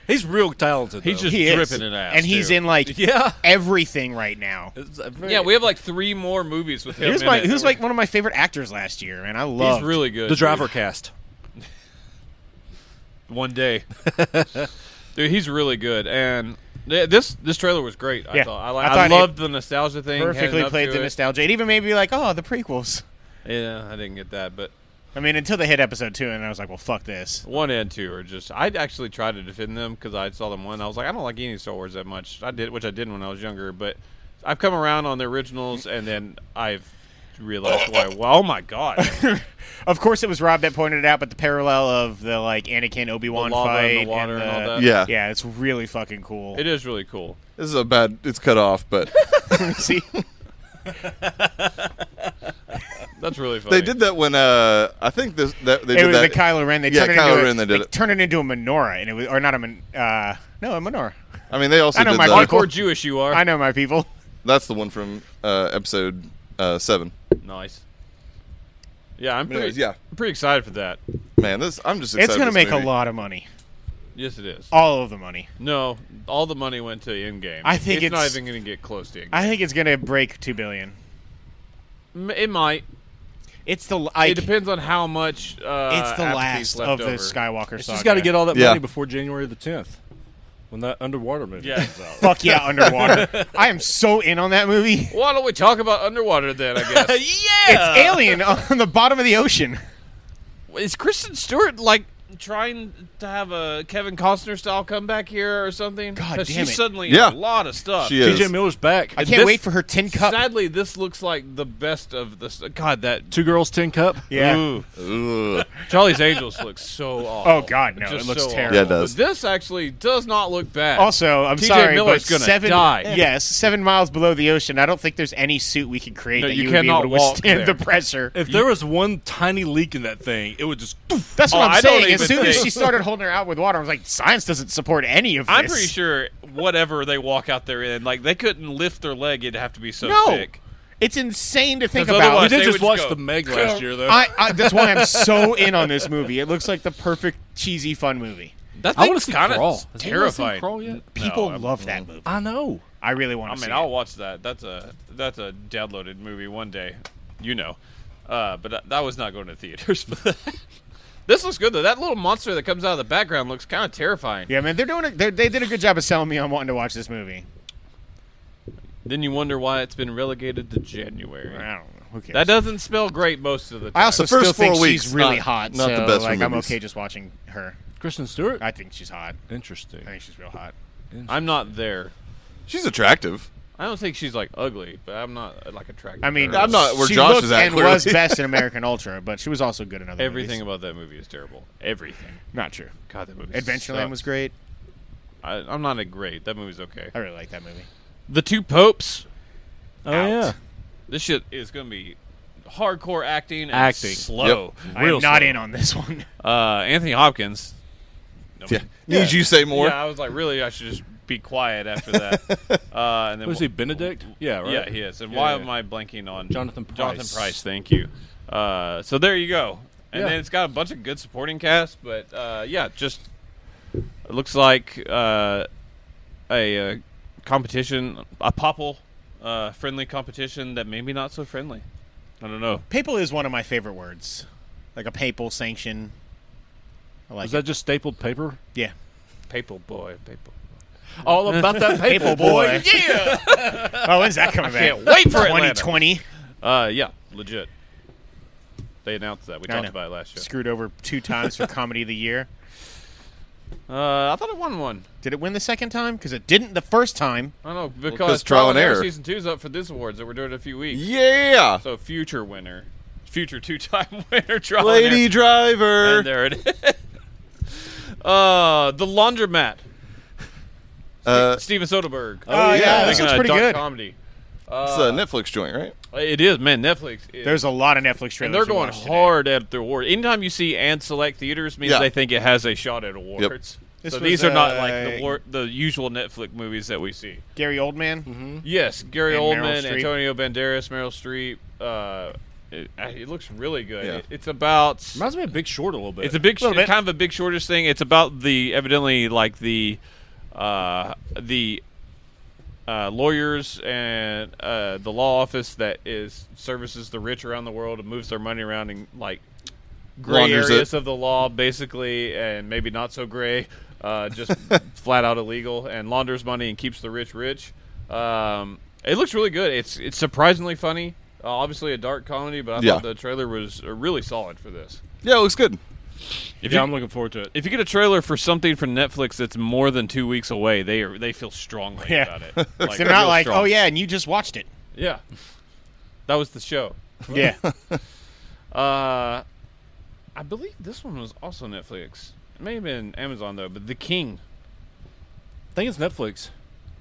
[SPEAKER 4] He's real talented.
[SPEAKER 1] He's
[SPEAKER 4] though.
[SPEAKER 1] just
[SPEAKER 2] He is,
[SPEAKER 1] dripping it ass,
[SPEAKER 2] and he's
[SPEAKER 1] too.
[SPEAKER 2] in like
[SPEAKER 4] yeah.
[SPEAKER 2] everything right now.
[SPEAKER 4] It's a very-
[SPEAKER 1] Yeah, we have like three more movies with him.
[SPEAKER 2] Who's
[SPEAKER 1] in
[SPEAKER 2] my Oh,
[SPEAKER 1] it.
[SPEAKER 2] who's like one of my favorite actors last year, man. I love.
[SPEAKER 1] He's really good.
[SPEAKER 4] the driver
[SPEAKER 1] dude.
[SPEAKER 4] cast.
[SPEAKER 1] One day, dude, he's really good. And th- this this trailer was great. I
[SPEAKER 2] Yeah.
[SPEAKER 1] thought I, like,
[SPEAKER 2] I
[SPEAKER 1] I,
[SPEAKER 2] thought it
[SPEAKER 1] loved the nostalgia thing. heading
[SPEAKER 2] perfectly
[SPEAKER 1] up
[SPEAKER 2] played
[SPEAKER 1] to
[SPEAKER 2] the
[SPEAKER 1] it.
[SPEAKER 2] nostalgia. It even made me like, oh, the prequels.
[SPEAKER 1] Yeah, I didn't get that, but
[SPEAKER 2] I mean, until they hit episode two, and I was like, well, fuck this.
[SPEAKER 1] one and two are just. I actually tried to defend them because I saw them one. I was like, I don't like any Star Wars that much. I did, which I did when I was younger, but I've come around on the originals, and then I've realized why. Well, oh my god,
[SPEAKER 2] Of course, it was Rob that pointed it out, but the parallel of the like Anakin Obi Wan
[SPEAKER 1] lava and
[SPEAKER 2] fight,
[SPEAKER 1] the water and all that.
[SPEAKER 3] Yeah.
[SPEAKER 2] yeah, it's really fucking cool.
[SPEAKER 1] it is really cool.
[SPEAKER 3] This is a bad. It's cut off, but
[SPEAKER 2] See,
[SPEAKER 1] That's really funny.
[SPEAKER 3] they did that when uh I think this that they
[SPEAKER 2] it
[SPEAKER 3] did
[SPEAKER 2] was
[SPEAKER 3] that.
[SPEAKER 2] the Kylo Ren. They
[SPEAKER 3] Yeah,
[SPEAKER 2] turned it
[SPEAKER 3] Kylo
[SPEAKER 2] into a-
[SPEAKER 3] Ren that did
[SPEAKER 2] they
[SPEAKER 3] it.
[SPEAKER 2] turned it into a menorah, and it was or not a men, uh, no a menorah.
[SPEAKER 3] I mean, they also
[SPEAKER 2] I know
[SPEAKER 3] did
[SPEAKER 2] my
[SPEAKER 3] that.
[SPEAKER 2] people.
[SPEAKER 1] Hardcore Jewish you are.
[SPEAKER 2] I know my people.
[SPEAKER 3] That's the one from uh, episode uh, seven.
[SPEAKER 1] Nice. Yeah, I'm
[SPEAKER 3] But anyways,
[SPEAKER 1] pretty,
[SPEAKER 3] yeah.
[SPEAKER 1] pretty excited for that.
[SPEAKER 3] Man, this I'm just. Excited
[SPEAKER 2] it's gonna
[SPEAKER 3] for this
[SPEAKER 2] make
[SPEAKER 3] movie.
[SPEAKER 2] a lot of money,
[SPEAKER 1] Yes, it is.
[SPEAKER 2] all of the money.
[SPEAKER 1] No, all the money went to Endgame.
[SPEAKER 2] I think
[SPEAKER 1] it's, not
[SPEAKER 2] it's-
[SPEAKER 1] even going to get close to Endgame.
[SPEAKER 2] I think it's gonna break two billion.
[SPEAKER 1] M- it might.
[SPEAKER 2] It's the like,
[SPEAKER 1] it depends on how much. Uh,
[SPEAKER 2] it's the
[SPEAKER 1] Apathy's
[SPEAKER 2] last
[SPEAKER 1] left
[SPEAKER 2] of the
[SPEAKER 1] over.
[SPEAKER 2] Skywalker
[SPEAKER 4] She's
[SPEAKER 2] saga.
[SPEAKER 4] got to get all that
[SPEAKER 3] Yeah.
[SPEAKER 4] money before January the tenth, when that underwater movie
[SPEAKER 1] Yeah.
[SPEAKER 4] comes out.
[SPEAKER 2] Fuck yeah, underwater. I am so in on that movie.
[SPEAKER 1] Why don't we talk about underwater then? I guess
[SPEAKER 2] It's Alien on the bottom of the ocean.
[SPEAKER 1] is Kristen Stewart like trying to have a Kevin Costner style comeback here or something?
[SPEAKER 2] God
[SPEAKER 1] 'Cause
[SPEAKER 2] damn
[SPEAKER 1] she's
[SPEAKER 2] it.
[SPEAKER 1] suddenly
[SPEAKER 3] Yeah.
[SPEAKER 1] in a lot of stuff.
[SPEAKER 3] She is.
[SPEAKER 4] T.J. Miller's back.
[SPEAKER 2] I can't
[SPEAKER 1] this-
[SPEAKER 2] wait for her tin cup.
[SPEAKER 1] Sadly, this looks like the best of the. s- God, that.
[SPEAKER 4] Two girls, ten cup.
[SPEAKER 2] yeah.
[SPEAKER 1] Ooh.
[SPEAKER 3] Ugh.
[SPEAKER 1] Charlie's Angels looks so awful.
[SPEAKER 2] Oh, God, no,
[SPEAKER 1] Just
[SPEAKER 2] it looks
[SPEAKER 1] so
[SPEAKER 2] terrible.
[SPEAKER 3] Yeah, it does.
[SPEAKER 1] But this actually does not look bad.
[SPEAKER 2] Also, I'm
[SPEAKER 1] T.J.
[SPEAKER 2] sorry,
[SPEAKER 1] Miller's
[SPEAKER 2] but
[SPEAKER 1] gonna
[SPEAKER 2] seven,
[SPEAKER 1] die.
[SPEAKER 2] Yes, seven miles below the ocean. I don't think there's any suit we could create
[SPEAKER 1] No,
[SPEAKER 2] that
[SPEAKER 1] you
[SPEAKER 2] would be able
[SPEAKER 1] cannot
[SPEAKER 2] to
[SPEAKER 1] walk
[SPEAKER 2] withstand
[SPEAKER 1] there.
[SPEAKER 2] the pressure.
[SPEAKER 4] If there was one tiny leak in that thing, it would just.
[SPEAKER 2] That's what
[SPEAKER 1] Oh,
[SPEAKER 2] I'm
[SPEAKER 1] I don't
[SPEAKER 2] saying. As
[SPEAKER 1] even
[SPEAKER 2] soon as
[SPEAKER 1] think-
[SPEAKER 2] she started holding her out with water, I was like, science doesn't support any of this.
[SPEAKER 1] I'm pretty sure whatever they walk out there in, like they couldn't lift their leg. It'd have to be so
[SPEAKER 2] No,
[SPEAKER 1] thick.
[SPEAKER 2] it's insane to think
[SPEAKER 1] 'Cause
[SPEAKER 2] about.
[SPEAKER 1] otherwise
[SPEAKER 4] We did
[SPEAKER 1] they
[SPEAKER 4] just
[SPEAKER 1] would
[SPEAKER 4] watch
[SPEAKER 1] just go,
[SPEAKER 4] the Meg last year, though.
[SPEAKER 2] I, I, that's why I'm so in on this movie. It looks like the perfect cheesy fun movie.
[SPEAKER 1] That
[SPEAKER 4] I wanna
[SPEAKER 1] thing's
[SPEAKER 4] see
[SPEAKER 1] kind of
[SPEAKER 4] Crawl. Has anyone seen
[SPEAKER 1] terrifying.
[SPEAKER 4] Crawl yet?
[SPEAKER 2] People
[SPEAKER 1] No, I'm-
[SPEAKER 2] love that movie.
[SPEAKER 4] I know.
[SPEAKER 2] I really want
[SPEAKER 1] I
[SPEAKER 2] to see
[SPEAKER 1] mean,
[SPEAKER 2] it.
[SPEAKER 1] I'll watch that. That's a that's a downloaded movie one day, you know. Uh, but that, that was not going to theaters. But this looks good though. That little monster that comes out of the background looks kind of terrifying.
[SPEAKER 2] Yeah, man, they're doing. A, they're, they did a good job of selling me on wanting to watch this movie.
[SPEAKER 1] Then you wonder why it's been relegated to January.
[SPEAKER 2] I don't know. Who cares?
[SPEAKER 1] That doesn't spell great most of the time.
[SPEAKER 2] I also
[SPEAKER 3] The first
[SPEAKER 2] still think
[SPEAKER 3] four
[SPEAKER 2] she's
[SPEAKER 3] weeks,
[SPEAKER 2] really
[SPEAKER 3] not-
[SPEAKER 2] hot.
[SPEAKER 3] not the
[SPEAKER 2] so,
[SPEAKER 3] best for
[SPEAKER 2] like, I'm
[SPEAKER 3] movies.
[SPEAKER 2] okay just watching her.
[SPEAKER 4] Kristen Stewart.
[SPEAKER 2] I think she's hot.
[SPEAKER 4] Interesting.
[SPEAKER 2] I think she's real hot.
[SPEAKER 1] I'm not there.
[SPEAKER 3] She's attractive.
[SPEAKER 1] I don't think she's like ugly, but I'm not uh, like attracted.
[SPEAKER 2] I mean,
[SPEAKER 1] to her.
[SPEAKER 3] I'm not where
[SPEAKER 2] she
[SPEAKER 3] Josh
[SPEAKER 2] looked
[SPEAKER 3] is at,
[SPEAKER 2] and was
[SPEAKER 3] clearly.
[SPEAKER 2] best in American Ultra, but she was also good in other
[SPEAKER 1] Everything
[SPEAKER 2] movies.
[SPEAKER 1] about that movie is terrible. Everything.
[SPEAKER 2] Not true.
[SPEAKER 1] God, that movie.
[SPEAKER 2] Adventureland
[SPEAKER 1] sucks.
[SPEAKER 2] was great.
[SPEAKER 1] I, I'm not a great. That movie's okay.
[SPEAKER 2] I really like that movie.
[SPEAKER 1] The two popes.
[SPEAKER 4] Oh
[SPEAKER 2] out.
[SPEAKER 4] yeah.
[SPEAKER 1] This shit is gonna be hardcore acting. And
[SPEAKER 4] Acting.
[SPEAKER 1] slow.
[SPEAKER 2] I am not in on this one.
[SPEAKER 1] Uh, Anthony Hopkins. No,
[SPEAKER 3] Yeah. Need you say more?
[SPEAKER 1] Yeah, I was like, really, I should just be quiet after that. uh, and then
[SPEAKER 4] Was he Benedict? Yeah. Right.
[SPEAKER 1] Yeah, he is. And
[SPEAKER 4] Yeah,
[SPEAKER 1] why
[SPEAKER 4] yeah.
[SPEAKER 1] am I blanking on
[SPEAKER 4] Jonathan Pryce.
[SPEAKER 1] Jonathan Price. Thank you. Uh, so there you go. And
[SPEAKER 4] Yeah.
[SPEAKER 1] then it's got a bunch of good supporting cast, but uh, yeah, just it looks like uh, a uh, competition, a popple uh, friendly competition that maybe not so friendly. I don't know.
[SPEAKER 2] Papal is one of my favorite words. Like a papal sanction. I like
[SPEAKER 4] Is that just stapled paper?
[SPEAKER 2] it. Yeah.
[SPEAKER 1] Papal boy, papal.
[SPEAKER 4] All about that paper,
[SPEAKER 2] Papal boy. Yeah. oh, when's that coming back?
[SPEAKER 1] can't wait for Atlanta.
[SPEAKER 2] 2020.
[SPEAKER 1] Uh, yeah, legit. They announced that. We
[SPEAKER 2] I
[SPEAKER 1] talked
[SPEAKER 2] know.
[SPEAKER 1] about it last year.
[SPEAKER 2] Screwed over two times for comedy of the year.
[SPEAKER 1] Uh, I thought it won one.
[SPEAKER 2] Did it win the second time? Because it didn't the first time.
[SPEAKER 1] I don't know because
[SPEAKER 3] 'cause Trial and Error.
[SPEAKER 1] season two's up for this awards that we're doing in a few weeks.
[SPEAKER 3] Yeah.
[SPEAKER 1] So future winner, future two-time winner, trial and
[SPEAKER 3] Lady
[SPEAKER 1] error. And
[SPEAKER 3] Driver.
[SPEAKER 1] there it is. uh, the laundromat.
[SPEAKER 3] Uh,
[SPEAKER 1] Steven Soderbergh.
[SPEAKER 2] Oh, yeah,
[SPEAKER 3] yeah.
[SPEAKER 2] this
[SPEAKER 1] Making
[SPEAKER 2] looks
[SPEAKER 1] a
[SPEAKER 2] pretty
[SPEAKER 1] dark
[SPEAKER 2] good.
[SPEAKER 1] Comedy.
[SPEAKER 3] it's a Netflix joint, right?
[SPEAKER 1] It is, man. Netflix. Is,
[SPEAKER 2] There's a lot of Netflix trailers.
[SPEAKER 1] and they're
[SPEAKER 2] to
[SPEAKER 1] going
[SPEAKER 2] watch today.
[SPEAKER 1] hard at the award. Anytime you see and select theaters means
[SPEAKER 3] Yeah.
[SPEAKER 1] they think it has a shot at awards.
[SPEAKER 2] This
[SPEAKER 1] So
[SPEAKER 2] was,
[SPEAKER 1] these are not like the
[SPEAKER 2] uh,
[SPEAKER 1] war- the usual Netflix movies that we see.
[SPEAKER 2] Gary Oldman.
[SPEAKER 1] Yes, Gary
[SPEAKER 2] Hmm? And Meryl
[SPEAKER 1] Oldman,
[SPEAKER 2] Streep.
[SPEAKER 1] Antonio Banderas, Meryl Streep. Uh, it, it looks really good.
[SPEAKER 3] Yeah.
[SPEAKER 1] It- it's about
[SPEAKER 4] Reminds me of Big Short a little bit.
[SPEAKER 1] it's a big
[SPEAKER 2] Little bit.
[SPEAKER 1] kind of a big shortish thing. It's about the evidently like the uh, the uh, lawyers and uh, the law office that is services the rich around the world and moves their money around and like gray
[SPEAKER 3] Launders
[SPEAKER 1] areas
[SPEAKER 3] it.
[SPEAKER 1] of the law, basically, and maybe not so gray, uh, just flat out illegal, and launders money and keeps the rich rich. Um, it looks really good. It's it's surprisingly funny. Uh, obviously, a dark comedy, but I
[SPEAKER 3] Yeah.
[SPEAKER 1] thought the trailer was uh, really solid for this.
[SPEAKER 3] Yeah, it looks good.
[SPEAKER 1] If
[SPEAKER 4] yeah,
[SPEAKER 1] you-
[SPEAKER 4] I'm looking forward to it.
[SPEAKER 1] if you get a trailer for something from Netflix that's more than two weeks away, they are, they feel strongly
[SPEAKER 2] Yeah.
[SPEAKER 1] about it. Like,
[SPEAKER 2] They're not
[SPEAKER 1] real
[SPEAKER 2] like,
[SPEAKER 1] strong.
[SPEAKER 2] oh yeah, and you just watched it.
[SPEAKER 1] yeah. That was the show.
[SPEAKER 2] Yeah.
[SPEAKER 1] Uh, I believe this one was also Netflix. It may have been Amazon though, but The King.
[SPEAKER 4] I think it's Netflix.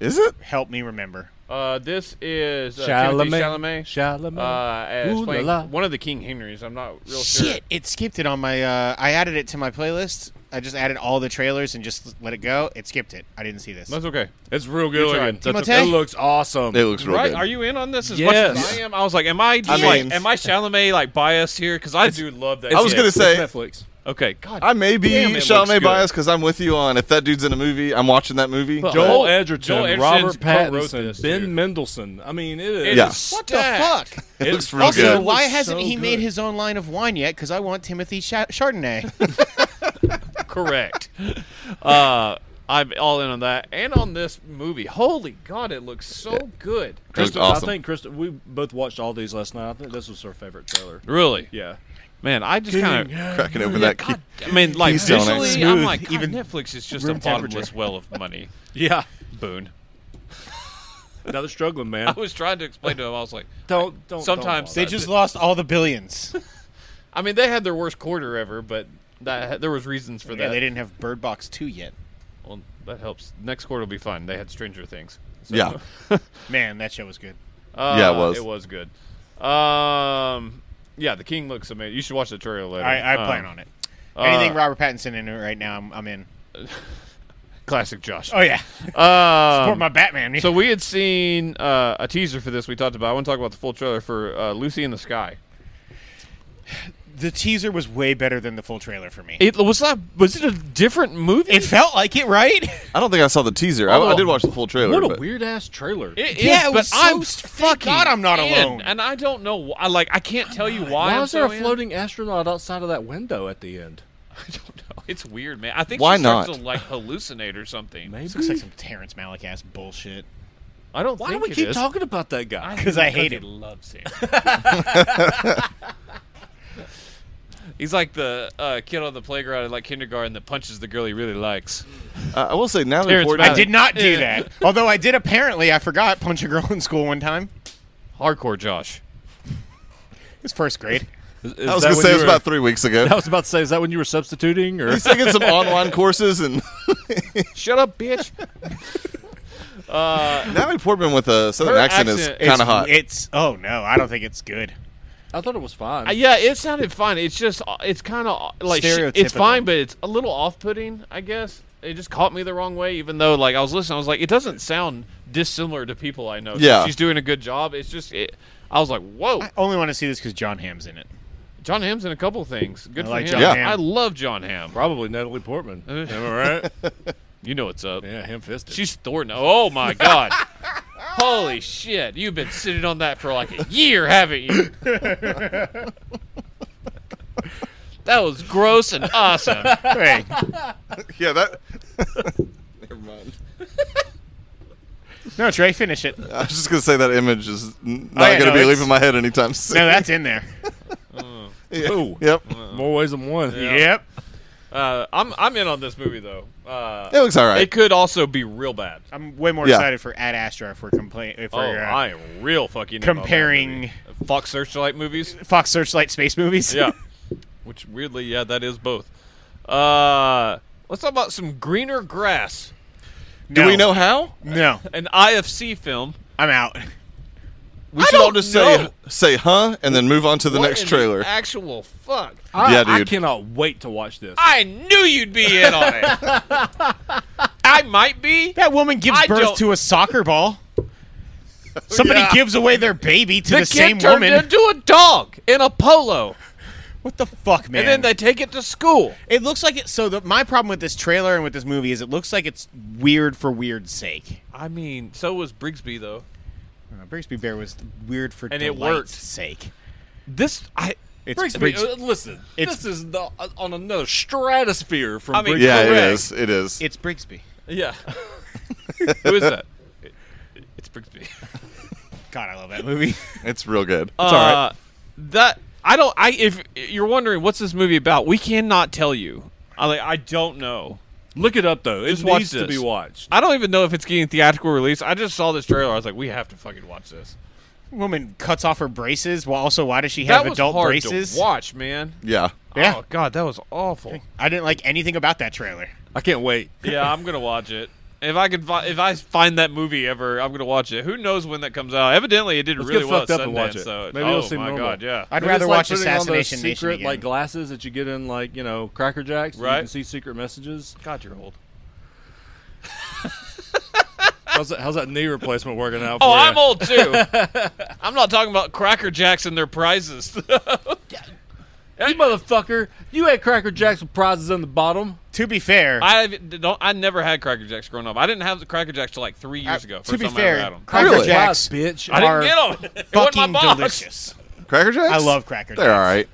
[SPEAKER 3] Is it?
[SPEAKER 2] Help me remember.
[SPEAKER 1] Uh, this is uh, Timothée Chalamet.
[SPEAKER 4] Chalamet.
[SPEAKER 1] Uh, as
[SPEAKER 4] Ooh la
[SPEAKER 1] playing
[SPEAKER 4] la.
[SPEAKER 1] one of the King Henrys. I'm not real sure.
[SPEAKER 2] Shit, it skipped it on my. Uh, I added it to my playlist. I just added all the trailers and just let it go. It skipped it. I didn't see this.
[SPEAKER 1] That's okay.
[SPEAKER 4] it's real good.
[SPEAKER 1] tried.
[SPEAKER 4] looking. That's
[SPEAKER 2] Timothée?
[SPEAKER 4] it looks awesome.
[SPEAKER 3] It looks real
[SPEAKER 1] Right?
[SPEAKER 3] good.
[SPEAKER 1] Are you in on this as much
[SPEAKER 4] Yes.
[SPEAKER 1] as I am? I was like, am I just
[SPEAKER 3] I
[SPEAKER 1] like,
[SPEAKER 3] mean-
[SPEAKER 1] am I Chalamet like biased here? Because I do love that.
[SPEAKER 3] I was
[SPEAKER 1] shit.
[SPEAKER 3] gonna
[SPEAKER 4] It's
[SPEAKER 3] say-
[SPEAKER 4] Netflix.
[SPEAKER 1] Okay. God.
[SPEAKER 3] I may be
[SPEAKER 1] Damn, it looks
[SPEAKER 3] Chalamet
[SPEAKER 1] good.
[SPEAKER 3] biased because I'm with you on if that dude's in a movie, I'm watching that movie.
[SPEAKER 1] Well,
[SPEAKER 3] but-
[SPEAKER 4] Joel
[SPEAKER 1] Joel-
[SPEAKER 4] Edgerton,
[SPEAKER 1] Joel Edgerton's
[SPEAKER 4] Robert
[SPEAKER 1] co-wrote
[SPEAKER 4] Pattinson,
[SPEAKER 1] this,
[SPEAKER 4] Ben
[SPEAKER 1] dude.
[SPEAKER 4] Mendelsohn. I mean, it is.
[SPEAKER 1] It
[SPEAKER 3] Yeah.
[SPEAKER 1] is
[SPEAKER 2] what
[SPEAKER 1] stacked.
[SPEAKER 2] the fuck?
[SPEAKER 3] it looks real
[SPEAKER 2] Also,
[SPEAKER 3] good.
[SPEAKER 2] why
[SPEAKER 4] Looks
[SPEAKER 2] hasn't
[SPEAKER 4] so
[SPEAKER 2] he made
[SPEAKER 4] good.
[SPEAKER 2] his own line of wine yet? Because I want Timothy Sha- Chardonnay.
[SPEAKER 1] Correct. uh, I'm all in on that and on this movie. Holy God, it looks so good.
[SPEAKER 4] Kristen,
[SPEAKER 3] awesome.
[SPEAKER 4] I think Kristen, we both watched all these last night. I think this was her favorite trailer.
[SPEAKER 1] Really,
[SPEAKER 4] Yeah.
[SPEAKER 1] man. I just kind of.
[SPEAKER 3] Cracking open that. key.
[SPEAKER 1] I mean, like
[SPEAKER 3] Please don't.
[SPEAKER 1] visually, I'm
[SPEAKER 2] Smooth,
[SPEAKER 1] like, God,
[SPEAKER 2] even
[SPEAKER 1] Netflix is just a
[SPEAKER 2] room temperature.
[SPEAKER 1] bottomless well of money.
[SPEAKER 4] Yeah.
[SPEAKER 1] Boon.
[SPEAKER 4] Now they're struggling,
[SPEAKER 1] I
[SPEAKER 4] man.
[SPEAKER 1] was trying to explain to him. I was like,
[SPEAKER 4] Don't, don't.
[SPEAKER 1] Sometimes
[SPEAKER 4] don't
[SPEAKER 2] they just lost all the billions.
[SPEAKER 1] I mean, they had their worst quarter ever, but that there was reasons for
[SPEAKER 2] yeah,
[SPEAKER 1] that.
[SPEAKER 2] they didn't have Bird Box two yet.
[SPEAKER 1] Well, that helps. Next quarter will be fun. They had Stranger Things. So.
[SPEAKER 3] Yeah.
[SPEAKER 2] Man, that show was good.
[SPEAKER 1] Uh,
[SPEAKER 3] Yeah, it was.
[SPEAKER 1] It was good. Um, yeah, The King looks amazing. You should watch the trailer later.
[SPEAKER 2] I, I
[SPEAKER 1] Um,
[SPEAKER 2] plan on it. Anything Robert Pattinson in it right now, I'm, I'm in.
[SPEAKER 1] Classic Josh.
[SPEAKER 2] Oh yeah,
[SPEAKER 1] Um,
[SPEAKER 2] or my Batman.
[SPEAKER 1] so we had seen uh, a teaser for this. We talked about. I want to talk about the full trailer for uh, Lucy in the Sky.
[SPEAKER 2] the teaser was way better than the full trailer for me. It,
[SPEAKER 1] It was that. Was it a different movie?
[SPEAKER 2] felt like it, right?
[SPEAKER 3] I don't think I saw the teaser. I, I did watch the full trailer.
[SPEAKER 4] What a
[SPEAKER 3] but-
[SPEAKER 4] weird ass trailer.
[SPEAKER 1] It is,
[SPEAKER 2] Yeah, it
[SPEAKER 1] but
[SPEAKER 2] was so
[SPEAKER 1] I'm
[SPEAKER 2] st- thank
[SPEAKER 1] fucking.
[SPEAKER 2] God I'm not
[SPEAKER 1] in,
[SPEAKER 2] alone.
[SPEAKER 1] and I don't know. wh- I like. I can't tell you why.
[SPEAKER 4] Why
[SPEAKER 1] I'm
[SPEAKER 4] is there
[SPEAKER 1] so
[SPEAKER 4] a
[SPEAKER 1] in.
[SPEAKER 4] floating astronaut outside of that window at the end?
[SPEAKER 1] I don't know. It's weird, man. I think
[SPEAKER 3] Why
[SPEAKER 1] she starts
[SPEAKER 3] not?
[SPEAKER 1] to like hallucinate or something.
[SPEAKER 4] Maybe.
[SPEAKER 2] This looks like some Terrence Malick ass bullshit.
[SPEAKER 1] I don't.
[SPEAKER 4] Why do
[SPEAKER 1] think
[SPEAKER 4] we
[SPEAKER 1] it
[SPEAKER 4] keep
[SPEAKER 1] is.
[SPEAKER 4] talking about that guy?
[SPEAKER 2] Because I hate it.
[SPEAKER 1] loves him. He's like the uh, kid on the playground in like kindergarten that punches the girl he really likes.
[SPEAKER 3] Uh, I will say Natalie
[SPEAKER 1] Terrence
[SPEAKER 3] Portman.
[SPEAKER 2] I did not do that. Although I did apparently, I forgot punch a girl in school one time.
[SPEAKER 1] Hardcore Josh.
[SPEAKER 2] It was first grade.
[SPEAKER 4] Is- is
[SPEAKER 3] I was
[SPEAKER 4] that
[SPEAKER 3] gonna
[SPEAKER 4] when
[SPEAKER 3] say it
[SPEAKER 4] you
[SPEAKER 3] was
[SPEAKER 4] were-
[SPEAKER 3] about three weeks ago.
[SPEAKER 4] I was about to say, is that when you were substituting, or
[SPEAKER 3] He's taking some online courses, and
[SPEAKER 1] Shut up, bitch. Uh,
[SPEAKER 3] Natalie Portman with a southern
[SPEAKER 1] Her
[SPEAKER 3] accent,
[SPEAKER 1] accent
[SPEAKER 3] is
[SPEAKER 1] is
[SPEAKER 3] kind of hot.
[SPEAKER 2] It's oh no, I don't think it's good.
[SPEAKER 4] I thought it was fine.
[SPEAKER 1] yeah, it sounded fine. It's just uh, it's kind of like sh- it's
[SPEAKER 2] Stereotypical.
[SPEAKER 1] fine, but it's a little off-putting, I guess. It just caught me the wrong way, even though like I was listening, I was like, it doesn't sound dissimilar to people I know.
[SPEAKER 3] Yeah.
[SPEAKER 1] she's doing a good job. It's just it, I was like, whoa.
[SPEAKER 2] I only want to see this because John Hamm's in it.
[SPEAKER 1] John Hamm's in a couple things. Good
[SPEAKER 2] I
[SPEAKER 1] for
[SPEAKER 2] like
[SPEAKER 1] him.
[SPEAKER 2] John
[SPEAKER 3] Yeah.
[SPEAKER 2] Hamm.
[SPEAKER 1] I love John Hamm.
[SPEAKER 4] probably Natalie Portman. Am I right?
[SPEAKER 1] You know what's up.
[SPEAKER 4] Yeah, him fisted.
[SPEAKER 1] She's Thornton. Oh my god. Holy shit. You've been sitting on that for like a year, haven't you? that was gross and awesome.
[SPEAKER 2] Hey,
[SPEAKER 3] Yeah, that. Never mind.
[SPEAKER 2] no, Trey, finish it.
[SPEAKER 3] I was just gonna say that image is n-
[SPEAKER 2] Oh,
[SPEAKER 3] not
[SPEAKER 2] yeah,
[SPEAKER 3] gonna
[SPEAKER 2] no,
[SPEAKER 3] be
[SPEAKER 2] it's-
[SPEAKER 3] leaving my head anytime soon.
[SPEAKER 2] No, that's in there.
[SPEAKER 3] Yeah.
[SPEAKER 4] Ooh.
[SPEAKER 3] Yep.
[SPEAKER 4] More ways than one.
[SPEAKER 2] Yep.
[SPEAKER 1] Uh, I'm I'm in on this movie though. Uh,
[SPEAKER 3] It looks all right.
[SPEAKER 1] it could also be real bad.
[SPEAKER 2] I'm way more
[SPEAKER 3] Yeah.
[SPEAKER 2] excited for Ad Astra if we're compla- if
[SPEAKER 1] Oh,
[SPEAKER 2] we're uh,
[SPEAKER 1] I am real fucking in on that
[SPEAKER 2] comparing-
[SPEAKER 1] movie. Fox Searchlight movies.
[SPEAKER 2] Fox Searchlight space movies.
[SPEAKER 1] yeah. Which weirdly, yeah, that is both. Uh, let's talk about some greener grass.
[SPEAKER 2] no,
[SPEAKER 3] Do we know how?
[SPEAKER 2] No,
[SPEAKER 1] An IFC film
[SPEAKER 2] I'm out.
[SPEAKER 3] we should all
[SPEAKER 1] don't
[SPEAKER 3] just say
[SPEAKER 1] know.
[SPEAKER 3] say huh and then move on to the
[SPEAKER 1] What
[SPEAKER 3] next
[SPEAKER 1] in
[SPEAKER 3] trailer.
[SPEAKER 1] actual fuck.
[SPEAKER 4] I,
[SPEAKER 3] Yeah,
[SPEAKER 4] I
[SPEAKER 3] dude.
[SPEAKER 4] cannot wait to watch this.
[SPEAKER 1] I knew you'd be in on it. I might be.
[SPEAKER 2] That woman gives
[SPEAKER 1] I
[SPEAKER 2] birth
[SPEAKER 1] don't-
[SPEAKER 2] to a soccer ball. Somebody
[SPEAKER 1] Yeah.
[SPEAKER 2] gives away their baby to
[SPEAKER 1] The,
[SPEAKER 2] the,
[SPEAKER 1] kid
[SPEAKER 2] same
[SPEAKER 1] turned
[SPEAKER 2] woman.
[SPEAKER 1] into a dog in a polo,
[SPEAKER 2] what the fuck, man?
[SPEAKER 1] and then they take it to school.
[SPEAKER 2] It looks like it. So the, my problem with this trailer and with this movie is it looks like it's weird for weird's sake.
[SPEAKER 1] I mean, so was Brigsby though.
[SPEAKER 2] Uh, Brixby Bear was weird for
[SPEAKER 1] And it worked.
[SPEAKER 2] delight's sake.
[SPEAKER 1] This I.
[SPEAKER 2] It's
[SPEAKER 4] Briggs,
[SPEAKER 2] Briggs-
[SPEAKER 4] uh, listen,
[SPEAKER 2] it's-
[SPEAKER 4] this is the, uh, on another stratosphere from
[SPEAKER 1] I mean,
[SPEAKER 4] Briggs-
[SPEAKER 3] yeah, it
[SPEAKER 1] Correct.
[SPEAKER 3] is. It is.
[SPEAKER 2] It's Brigsby.
[SPEAKER 1] Yeah. Who is that? It- It's Brigsby.
[SPEAKER 2] God, I love that movie.
[SPEAKER 3] It's real good.
[SPEAKER 1] Uh, That I don't. I if you're wondering what's this movie about, we cannot tell you. I like. I don't know.
[SPEAKER 4] Look it up though. It
[SPEAKER 1] Just watch
[SPEAKER 4] needs to
[SPEAKER 1] this.
[SPEAKER 4] be watched.
[SPEAKER 1] I don't even know if it's getting theatrical release. I just saw this trailer. I was like, we have to fucking watch this.
[SPEAKER 2] Woman cuts off her braces. Well, also, why does she
[SPEAKER 1] That
[SPEAKER 2] have
[SPEAKER 1] was
[SPEAKER 2] adult
[SPEAKER 1] hard
[SPEAKER 2] braces?
[SPEAKER 1] to watch, man.
[SPEAKER 3] yeah.
[SPEAKER 2] Yeah.
[SPEAKER 1] Oh god, that was awful.
[SPEAKER 2] I didn't like anything about that trailer.
[SPEAKER 4] I can't wait.
[SPEAKER 1] yeah, I'm gonna watch it. If I could, fi- if I find that movie ever, I'm gonna watch it. Who knows when that comes out? Evidently, it did
[SPEAKER 4] Let's
[SPEAKER 1] really
[SPEAKER 4] get
[SPEAKER 1] well
[SPEAKER 4] fucked
[SPEAKER 1] at
[SPEAKER 4] up and
[SPEAKER 1] Sundance,
[SPEAKER 4] watch it.
[SPEAKER 1] So,
[SPEAKER 4] Maybe
[SPEAKER 1] oh
[SPEAKER 4] it'll seem
[SPEAKER 1] my
[SPEAKER 4] normal.
[SPEAKER 1] god, yeah.
[SPEAKER 2] I'd
[SPEAKER 4] Maybe
[SPEAKER 2] rather
[SPEAKER 4] it's like
[SPEAKER 2] watch
[SPEAKER 4] putting on those
[SPEAKER 2] Assassination Nation
[SPEAKER 4] secret,
[SPEAKER 2] again.
[SPEAKER 4] like glasses that you get in like you know Cracker Jacks. so
[SPEAKER 1] Right.
[SPEAKER 4] You can see secret messages.
[SPEAKER 1] God, you're old.
[SPEAKER 4] How's that, how's that knee replacement working out?
[SPEAKER 1] Oh,
[SPEAKER 4] For ya?
[SPEAKER 1] I'm old too. I'm not talking about Cracker Jacks and their prizes.
[SPEAKER 4] You motherfucker! You had Cracker Jacks with prizes on the bottom.
[SPEAKER 2] to be fair,
[SPEAKER 1] I don't. I never had Cracker Jacks growing up. I didn't have the Cracker Jacks till like three years
[SPEAKER 2] Uh,
[SPEAKER 1] ago.
[SPEAKER 2] to
[SPEAKER 1] First
[SPEAKER 2] be
[SPEAKER 1] time I
[SPEAKER 2] fair,
[SPEAKER 1] ever had 'em.
[SPEAKER 2] Cracker
[SPEAKER 3] Really?
[SPEAKER 2] Jacks,
[SPEAKER 4] Why, bitch.
[SPEAKER 1] I didn't
[SPEAKER 2] are
[SPEAKER 1] get them. It wasn't my
[SPEAKER 2] fucking
[SPEAKER 1] box.
[SPEAKER 2] delicious.
[SPEAKER 3] Cracker Jacks.
[SPEAKER 2] I love Cracker
[SPEAKER 3] They're
[SPEAKER 2] Jacks.
[SPEAKER 3] all right.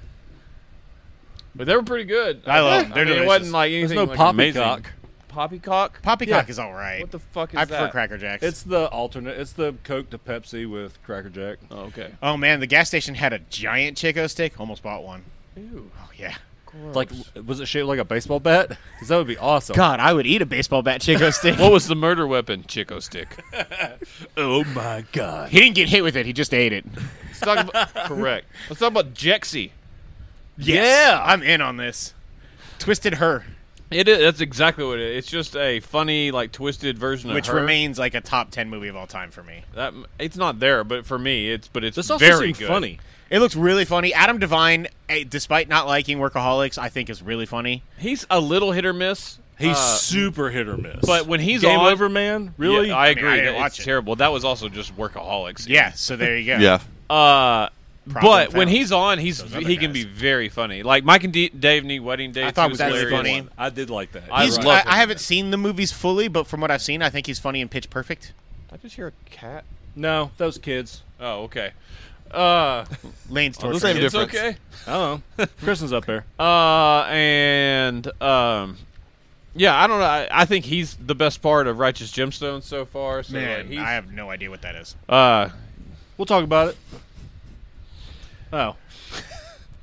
[SPEAKER 1] but they were pretty good.
[SPEAKER 2] I love 'em.
[SPEAKER 1] I
[SPEAKER 2] They're
[SPEAKER 1] mean, it
[SPEAKER 2] delicious.
[SPEAKER 1] wasn't like anything
[SPEAKER 4] There's no
[SPEAKER 1] like
[SPEAKER 4] poppycock.
[SPEAKER 1] amazing. Poppycock.
[SPEAKER 2] Poppycock
[SPEAKER 4] Yeah.
[SPEAKER 2] is all right.
[SPEAKER 1] What the fuck is
[SPEAKER 2] I
[SPEAKER 1] that?
[SPEAKER 2] prefer Cracker Jacks.
[SPEAKER 4] It's the alternate. It's the Coke to Pepsi with Cracker Jack.
[SPEAKER 1] Oh, okay.
[SPEAKER 2] oh man, the gas station had a giant Chico stick. Almost bought one. Oh yeah.
[SPEAKER 4] Like, was it shaped like a baseball bat? Because that would be awesome.
[SPEAKER 2] God, I would eat a baseball bat Chico stick.
[SPEAKER 1] What was the murder weapon? Chico stick.
[SPEAKER 4] Oh my god!
[SPEAKER 2] he didn't get hit with it. He just ate it.
[SPEAKER 1] Let's talk about, correct. Let's talk about Jexy.
[SPEAKER 2] Yeah, I'm in on this. Twisted her,
[SPEAKER 1] It is. That's exactly what it is. It's just a funny, like twisted version of
[SPEAKER 2] which
[SPEAKER 1] her.
[SPEAKER 2] remains like a top ten movie of all time for me.
[SPEAKER 1] That it's not there, but for me, it's but it's
[SPEAKER 4] This also
[SPEAKER 1] very
[SPEAKER 4] seemed
[SPEAKER 1] good.
[SPEAKER 4] funny.
[SPEAKER 2] It looks really funny. Adam Devine, eh, despite not liking Workaholics, I think is really funny.
[SPEAKER 1] He's a little hit or miss.
[SPEAKER 4] He's
[SPEAKER 1] Uh,
[SPEAKER 4] super hit or miss.
[SPEAKER 1] but when he's
[SPEAKER 4] game
[SPEAKER 1] on-
[SPEAKER 4] over, man, really?
[SPEAKER 1] Yeah, I
[SPEAKER 2] mean,
[SPEAKER 1] agree.
[SPEAKER 2] I didn't
[SPEAKER 1] it's
[SPEAKER 2] watch it.
[SPEAKER 1] terrible. That was also just workaholics.
[SPEAKER 2] Yeah, so there you go.
[SPEAKER 3] Yeah.
[SPEAKER 1] Uh, but
[SPEAKER 2] Problem
[SPEAKER 1] when
[SPEAKER 2] found.
[SPEAKER 1] he's on, he's
[SPEAKER 2] other
[SPEAKER 1] he can
[SPEAKER 2] guys.
[SPEAKER 1] be very funny. Like Mike and D- Dave need wedding dates.
[SPEAKER 2] I thought
[SPEAKER 1] was
[SPEAKER 2] it was
[SPEAKER 1] hilarious.
[SPEAKER 2] funny.
[SPEAKER 4] One. I did like that.
[SPEAKER 1] I
[SPEAKER 2] He's,
[SPEAKER 1] love
[SPEAKER 2] I,
[SPEAKER 1] him.
[SPEAKER 2] I haven't seen the movies fully, but from what I've seen, I think he's funny in Pitch Perfect.
[SPEAKER 1] I just hear a cat.
[SPEAKER 4] no, those kids.
[SPEAKER 1] Oh, okay. Uh,
[SPEAKER 2] Lane's torture.
[SPEAKER 3] Same
[SPEAKER 1] it's
[SPEAKER 3] difference.
[SPEAKER 1] okay.
[SPEAKER 4] Oh, Kristen's up there.
[SPEAKER 1] Uh, and um, yeah, I don't know. I, I think he's the best part of Righteous Gemstones so far. So like,
[SPEAKER 2] Man,
[SPEAKER 1] he's,
[SPEAKER 2] I have no idea what that is.
[SPEAKER 1] uh,
[SPEAKER 4] We'll talk about it. Oh,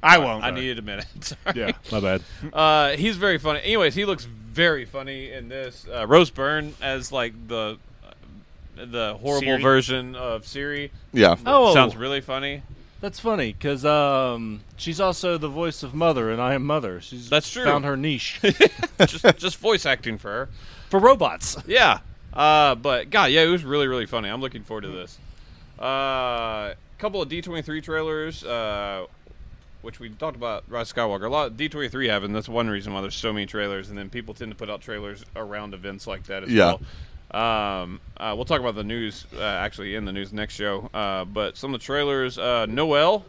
[SPEAKER 2] I won't.
[SPEAKER 1] I needed a minute. Sorry.
[SPEAKER 4] yeah, my bad.
[SPEAKER 1] Uh, he's very funny. Anyways, he looks very funny in this. Uh, Rose Byrne as like the the horrible
[SPEAKER 2] Siri?
[SPEAKER 1] version of Siri.
[SPEAKER 3] Yeah.
[SPEAKER 4] Oh,
[SPEAKER 1] sounds really funny.
[SPEAKER 4] That's funny because um, she's also the voice of Mother, and I am Mother. She's
[SPEAKER 1] That's true.
[SPEAKER 4] Found her niche
[SPEAKER 1] just just voice acting for her.
[SPEAKER 4] for robots.
[SPEAKER 1] Yeah. Uh, but God, yeah, it was really really funny. I'm looking forward to this. Uh, couple of D23 trailers. Uh. Which we talked about Rise of Skywalker a lot. D twenty three having that's one reason why there's so many trailers, and then people tend to put out trailers around events like that as
[SPEAKER 3] Yeah.
[SPEAKER 1] well. Um, uh, we'll talk about the news uh, actually in the news next show. Uh, but some of the trailers, uh, Noel,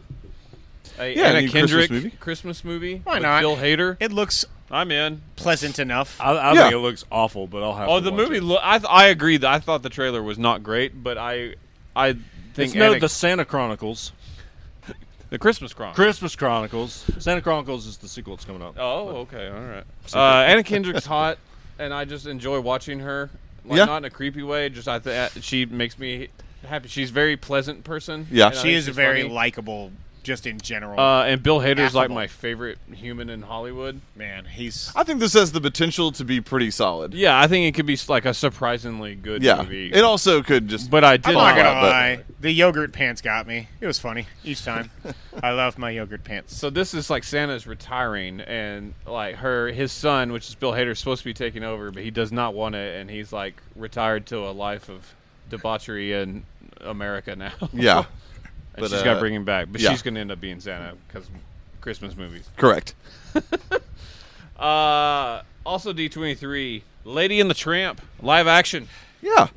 [SPEAKER 1] a
[SPEAKER 3] Yeah,
[SPEAKER 1] Anna
[SPEAKER 3] new Christmas
[SPEAKER 1] Kendrick
[SPEAKER 3] movie.
[SPEAKER 1] Christmas movie.
[SPEAKER 2] Why
[SPEAKER 1] with
[SPEAKER 2] not?
[SPEAKER 1] Bill Hader.
[SPEAKER 2] It looks
[SPEAKER 1] I'm in.
[SPEAKER 2] pleasant enough.
[SPEAKER 4] I, I
[SPEAKER 3] Yeah.
[SPEAKER 4] think it looks awful, but I'll have.
[SPEAKER 1] Oh,
[SPEAKER 4] to
[SPEAKER 1] the
[SPEAKER 4] watch
[SPEAKER 1] movie.
[SPEAKER 4] It.
[SPEAKER 1] Lo- I th- I agree that I thought the trailer was not great, but I I think
[SPEAKER 4] It's no,
[SPEAKER 1] Anna-
[SPEAKER 4] the Santa Chronicles,
[SPEAKER 1] the Christmas Chronicles.
[SPEAKER 4] Christmas Chronicles. Santa Chronicles is the sequel that's coming up.
[SPEAKER 1] oh, okay, all right. Uh, Anna Kendrick's hot, and I just enjoy watching her. Like,
[SPEAKER 3] Yeah.
[SPEAKER 1] not in a creepy way. Just I th- uh, she makes me happy. She's a very pleasant person.
[SPEAKER 3] Yeah.
[SPEAKER 1] and I
[SPEAKER 2] she
[SPEAKER 1] think
[SPEAKER 2] is
[SPEAKER 1] she's
[SPEAKER 2] very
[SPEAKER 1] funny.
[SPEAKER 2] likable, just in general.
[SPEAKER 1] Uh, and Bill Hader's like
[SPEAKER 2] affable.
[SPEAKER 1] my favorite human in Hollywood.
[SPEAKER 2] Man, he's
[SPEAKER 3] I think this has the potential to be pretty solid.
[SPEAKER 1] Yeah, I think it could be s- like a surprisingly good
[SPEAKER 3] Yeah.
[SPEAKER 1] movie.
[SPEAKER 3] It also could just.
[SPEAKER 1] but I did
[SPEAKER 2] I'm
[SPEAKER 1] not
[SPEAKER 2] not
[SPEAKER 3] lot,
[SPEAKER 2] gonna
[SPEAKER 3] but-
[SPEAKER 2] lie. The yogurt pants got me. It was funny each time. I love my yogurt pants.
[SPEAKER 1] So this is like Santa's retiring, and like her, his son, which is Bill Hader, is supposed to be taking over, but he does not want it, and he's like retired to a life of debauchery in America now.
[SPEAKER 3] yeah.
[SPEAKER 1] And
[SPEAKER 3] But,
[SPEAKER 1] she's
[SPEAKER 3] uh,
[SPEAKER 1] got to bring him back, but
[SPEAKER 3] yeah.
[SPEAKER 1] she's going to end up being Santa because Christmas movies.
[SPEAKER 3] Correct.
[SPEAKER 1] Uh, also D twenty three, Lady and the Tramp, live action.
[SPEAKER 3] Yeah.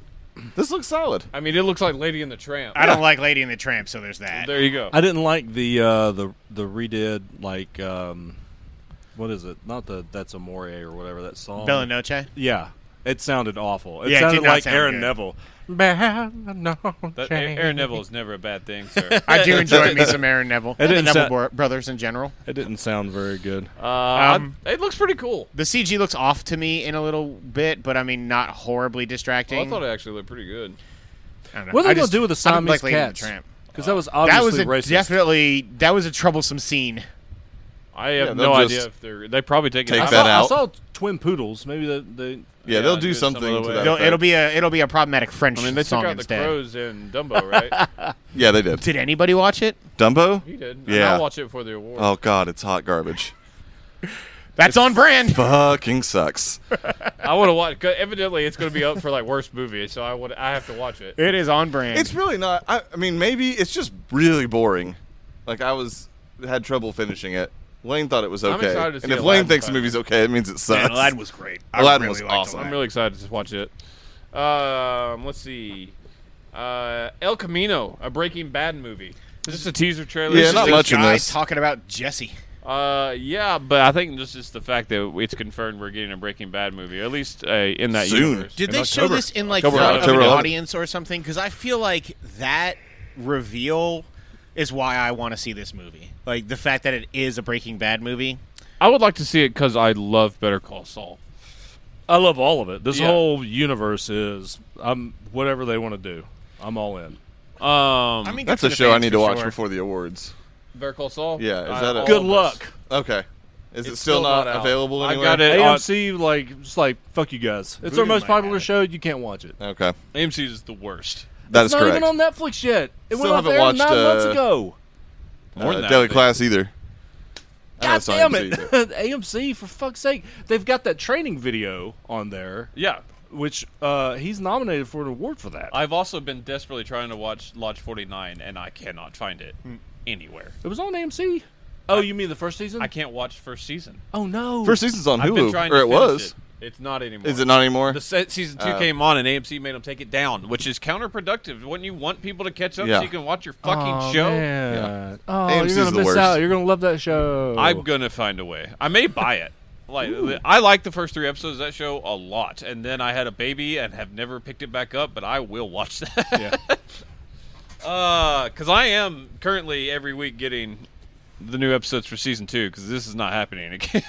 [SPEAKER 3] This looks solid.
[SPEAKER 1] I mean, it looks like Lady and the Tramp.
[SPEAKER 2] I don't like Lady and the Tramp, so there's that.
[SPEAKER 1] there you go.
[SPEAKER 4] I didn't like the uh, the the redid like um, what is it? Not the that's Amore or whatever that song.
[SPEAKER 2] Bella Noche.
[SPEAKER 4] Yeah, it sounded awful. It
[SPEAKER 2] Yeah, it did
[SPEAKER 4] sounded
[SPEAKER 2] not
[SPEAKER 4] like
[SPEAKER 2] sound
[SPEAKER 4] Aaron
[SPEAKER 2] good.
[SPEAKER 4] Neville.
[SPEAKER 1] That- A- Aaron Neville is never a bad thing, sir.
[SPEAKER 2] I do enjoy me some Aaron Neville and the
[SPEAKER 4] didn't
[SPEAKER 2] Neville
[SPEAKER 4] sa-
[SPEAKER 2] bro- brothers in general.
[SPEAKER 4] It didn't sound very good.
[SPEAKER 1] Uh, I-
[SPEAKER 2] Um,
[SPEAKER 1] it looks pretty cool.
[SPEAKER 2] The CG looks off to me in a little bit, but I mean, not horribly distracting.
[SPEAKER 1] Well, I thought it actually looked pretty good.
[SPEAKER 2] I don't know.
[SPEAKER 4] What are they
[SPEAKER 2] I
[SPEAKER 4] gonna
[SPEAKER 2] just-
[SPEAKER 4] do with the
[SPEAKER 2] I don't
[SPEAKER 4] Siamese
[SPEAKER 2] like Lady and the
[SPEAKER 4] cats?
[SPEAKER 2] Tramp.
[SPEAKER 4] Because that was
[SPEAKER 2] That
[SPEAKER 4] obviously
[SPEAKER 2] was a
[SPEAKER 4] racist.
[SPEAKER 2] definitely that was a troublesome scene.
[SPEAKER 1] I have
[SPEAKER 3] Yeah,
[SPEAKER 1] no
[SPEAKER 3] they'll just
[SPEAKER 1] idea if they're. They probably take,
[SPEAKER 3] take
[SPEAKER 1] it
[SPEAKER 4] I
[SPEAKER 1] out.
[SPEAKER 4] saw,
[SPEAKER 3] that out.
[SPEAKER 4] I saw twin poodles. Maybe the, the
[SPEAKER 3] Yeah,
[SPEAKER 1] Yeah,
[SPEAKER 3] they'll
[SPEAKER 1] do
[SPEAKER 3] do
[SPEAKER 1] it some
[SPEAKER 3] something
[SPEAKER 1] other
[SPEAKER 3] to
[SPEAKER 1] way.
[SPEAKER 3] that.
[SPEAKER 2] They'll-
[SPEAKER 3] effect.
[SPEAKER 2] it'll be a it'll be a problematic French
[SPEAKER 1] I mean, they
[SPEAKER 2] song
[SPEAKER 1] took out
[SPEAKER 2] instead.
[SPEAKER 1] the crows in Dumbo, right?
[SPEAKER 3] yeah, they did.
[SPEAKER 2] Did anybody watch it?
[SPEAKER 3] Dumbo?
[SPEAKER 1] he did. And
[SPEAKER 3] Yeah.
[SPEAKER 1] I'll watch it for the award.
[SPEAKER 3] Oh god, it's hot garbage.
[SPEAKER 2] That's on brand.
[SPEAKER 3] Fucking sucks.
[SPEAKER 1] I want to watch. 'cause evidently, it's going to be up for like worst movie, so I would. I have to watch it.
[SPEAKER 2] It is on brand.
[SPEAKER 3] It's really not. I, I mean, maybe it's just really boring. Like I was had trouble finishing it. Lane thought it was okay.
[SPEAKER 1] I'm excited to see
[SPEAKER 3] and if
[SPEAKER 1] Aladdin
[SPEAKER 3] Lane thinks a
[SPEAKER 1] fight.
[SPEAKER 3] movie's okay, it means it
[SPEAKER 2] Yeah,
[SPEAKER 3] sucks.
[SPEAKER 2] Aladdin was great. I
[SPEAKER 3] Aladdin
[SPEAKER 2] really
[SPEAKER 3] was
[SPEAKER 2] liked
[SPEAKER 3] awesome.
[SPEAKER 1] I'm
[SPEAKER 2] Aladdin.
[SPEAKER 1] really excited to watch it. Um, let's see. Uh, El Camino, a Breaking Bad movie. This is a teaser trailer.
[SPEAKER 3] Yeah,
[SPEAKER 1] This is
[SPEAKER 3] not
[SPEAKER 1] the-
[SPEAKER 2] Those
[SPEAKER 3] much in
[SPEAKER 2] guys
[SPEAKER 3] this.
[SPEAKER 2] talking about Jesse.
[SPEAKER 1] Uh, yeah, but I think just is the fact that it's confirmed we're getting a Breaking Bad movie, at least uh, in that
[SPEAKER 3] Soon.
[SPEAKER 1] universe.
[SPEAKER 2] Did
[SPEAKER 1] In
[SPEAKER 2] they show
[SPEAKER 1] October.
[SPEAKER 2] this in like
[SPEAKER 3] October
[SPEAKER 2] front of
[SPEAKER 3] 11th.
[SPEAKER 2] an audience or something? Because I feel like that reveal is why I want to see this movie. Like the fact that it is a Breaking Bad movie.
[SPEAKER 1] I would like to see it because I love Better Call Saul.
[SPEAKER 4] I love all of it. This
[SPEAKER 1] Yeah.
[SPEAKER 4] whole universe is um whatever they want to do. I'm all in.
[SPEAKER 1] Um,
[SPEAKER 2] I mean, good
[SPEAKER 3] That's
[SPEAKER 2] for
[SPEAKER 3] a
[SPEAKER 2] the
[SPEAKER 3] show I
[SPEAKER 2] fans
[SPEAKER 3] need
[SPEAKER 2] for
[SPEAKER 3] to watch
[SPEAKER 2] sure.
[SPEAKER 3] before the awards.
[SPEAKER 1] Better Call Saul.
[SPEAKER 3] Yeah, is
[SPEAKER 1] I-
[SPEAKER 3] that a-
[SPEAKER 1] all
[SPEAKER 3] Good
[SPEAKER 1] of
[SPEAKER 4] Good
[SPEAKER 1] us.
[SPEAKER 4] luck.
[SPEAKER 3] Okay. Is
[SPEAKER 1] It's
[SPEAKER 3] it still,
[SPEAKER 1] still
[SPEAKER 3] not,
[SPEAKER 1] not out.
[SPEAKER 3] available
[SPEAKER 1] I've
[SPEAKER 3] anywhere?
[SPEAKER 1] got it.
[SPEAKER 4] AMC like just like fuck you guys. It's our
[SPEAKER 2] Voodoo
[SPEAKER 4] most
[SPEAKER 2] might
[SPEAKER 4] popular
[SPEAKER 2] have it.
[SPEAKER 4] show. You can't watch it.
[SPEAKER 3] Okay.
[SPEAKER 1] AMC is the worst.
[SPEAKER 3] That
[SPEAKER 4] it's
[SPEAKER 3] is
[SPEAKER 4] not
[SPEAKER 3] correct.
[SPEAKER 4] even on Netflix yet. It
[SPEAKER 3] Still
[SPEAKER 4] went off
[SPEAKER 3] haven't
[SPEAKER 4] there
[SPEAKER 3] watched,
[SPEAKER 4] nine months
[SPEAKER 3] uh,
[SPEAKER 4] ago.
[SPEAKER 1] More than
[SPEAKER 3] uh,
[SPEAKER 1] that,
[SPEAKER 3] Daily
[SPEAKER 1] but-
[SPEAKER 3] Class either. I know
[SPEAKER 4] God
[SPEAKER 3] it's on
[SPEAKER 4] damn it!
[SPEAKER 3] AMC, but-
[SPEAKER 4] AMC for fuck's sake. They've got that training video on there,
[SPEAKER 1] Yeah,
[SPEAKER 4] which uh, he's nominated for an award for that.
[SPEAKER 1] I've also been desperately trying to watch Lodge 49, and I cannot find it
[SPEAKER 3] Hmm.
[SPEAKER 1] anywhere.
[SPEAKER 4] it was on AMC. Oh, you mean the first season?
[SPEAKER 1] I can't watch first season.
[SPEAKER 4] oh no.
[SPEAKER 3] First season's on
[SPEAKER 1] I've been
[SPEAKER 3] Hulu,
[SPEAKER 1] trying
[SPEAKER 3] or
[SPEAKER 1] to
[SPEAKER 3] it
[SPEAKER 1] finish
[SPEAKER 3] was.
[SPEAKER 1] It. It's not anymore.
[SPEAKER 3] Is it not anymore?
[SPEAKER 1] The se- season two
[SPEAKER 3] Uh,
[SPEAKER 1] came on and AMC made them take it down, which is counterproductive. Wouldn't you want people to catch up
[SPEAKER 3] Yeah.
[SPEAKER 1] so you can watch your fucking
[SPEAKER 4] oh,
[SPEAKER 1] show?
[SPEAKER 4] man. Oh,
[SPEAKER 3] AMC's
[SPEAKER 4] you're
[SPEAKER 3] the
[SPEAKER 4] gonna miss
[SPEAKER 3] worst.
[SPEAKER 4] out. You're gonna love that show.
[SPEAKER 1] I'm gonna find a way. I may buy it. Like I like the first three episodes of that show a lot, and then I had a baby and have never picked it back up. But I will watch that.
[SPEAKER 4] Yeah.
[SPEAKER 1] because Uh, I am currently every week getting the new episodes for season two because this is not happening again.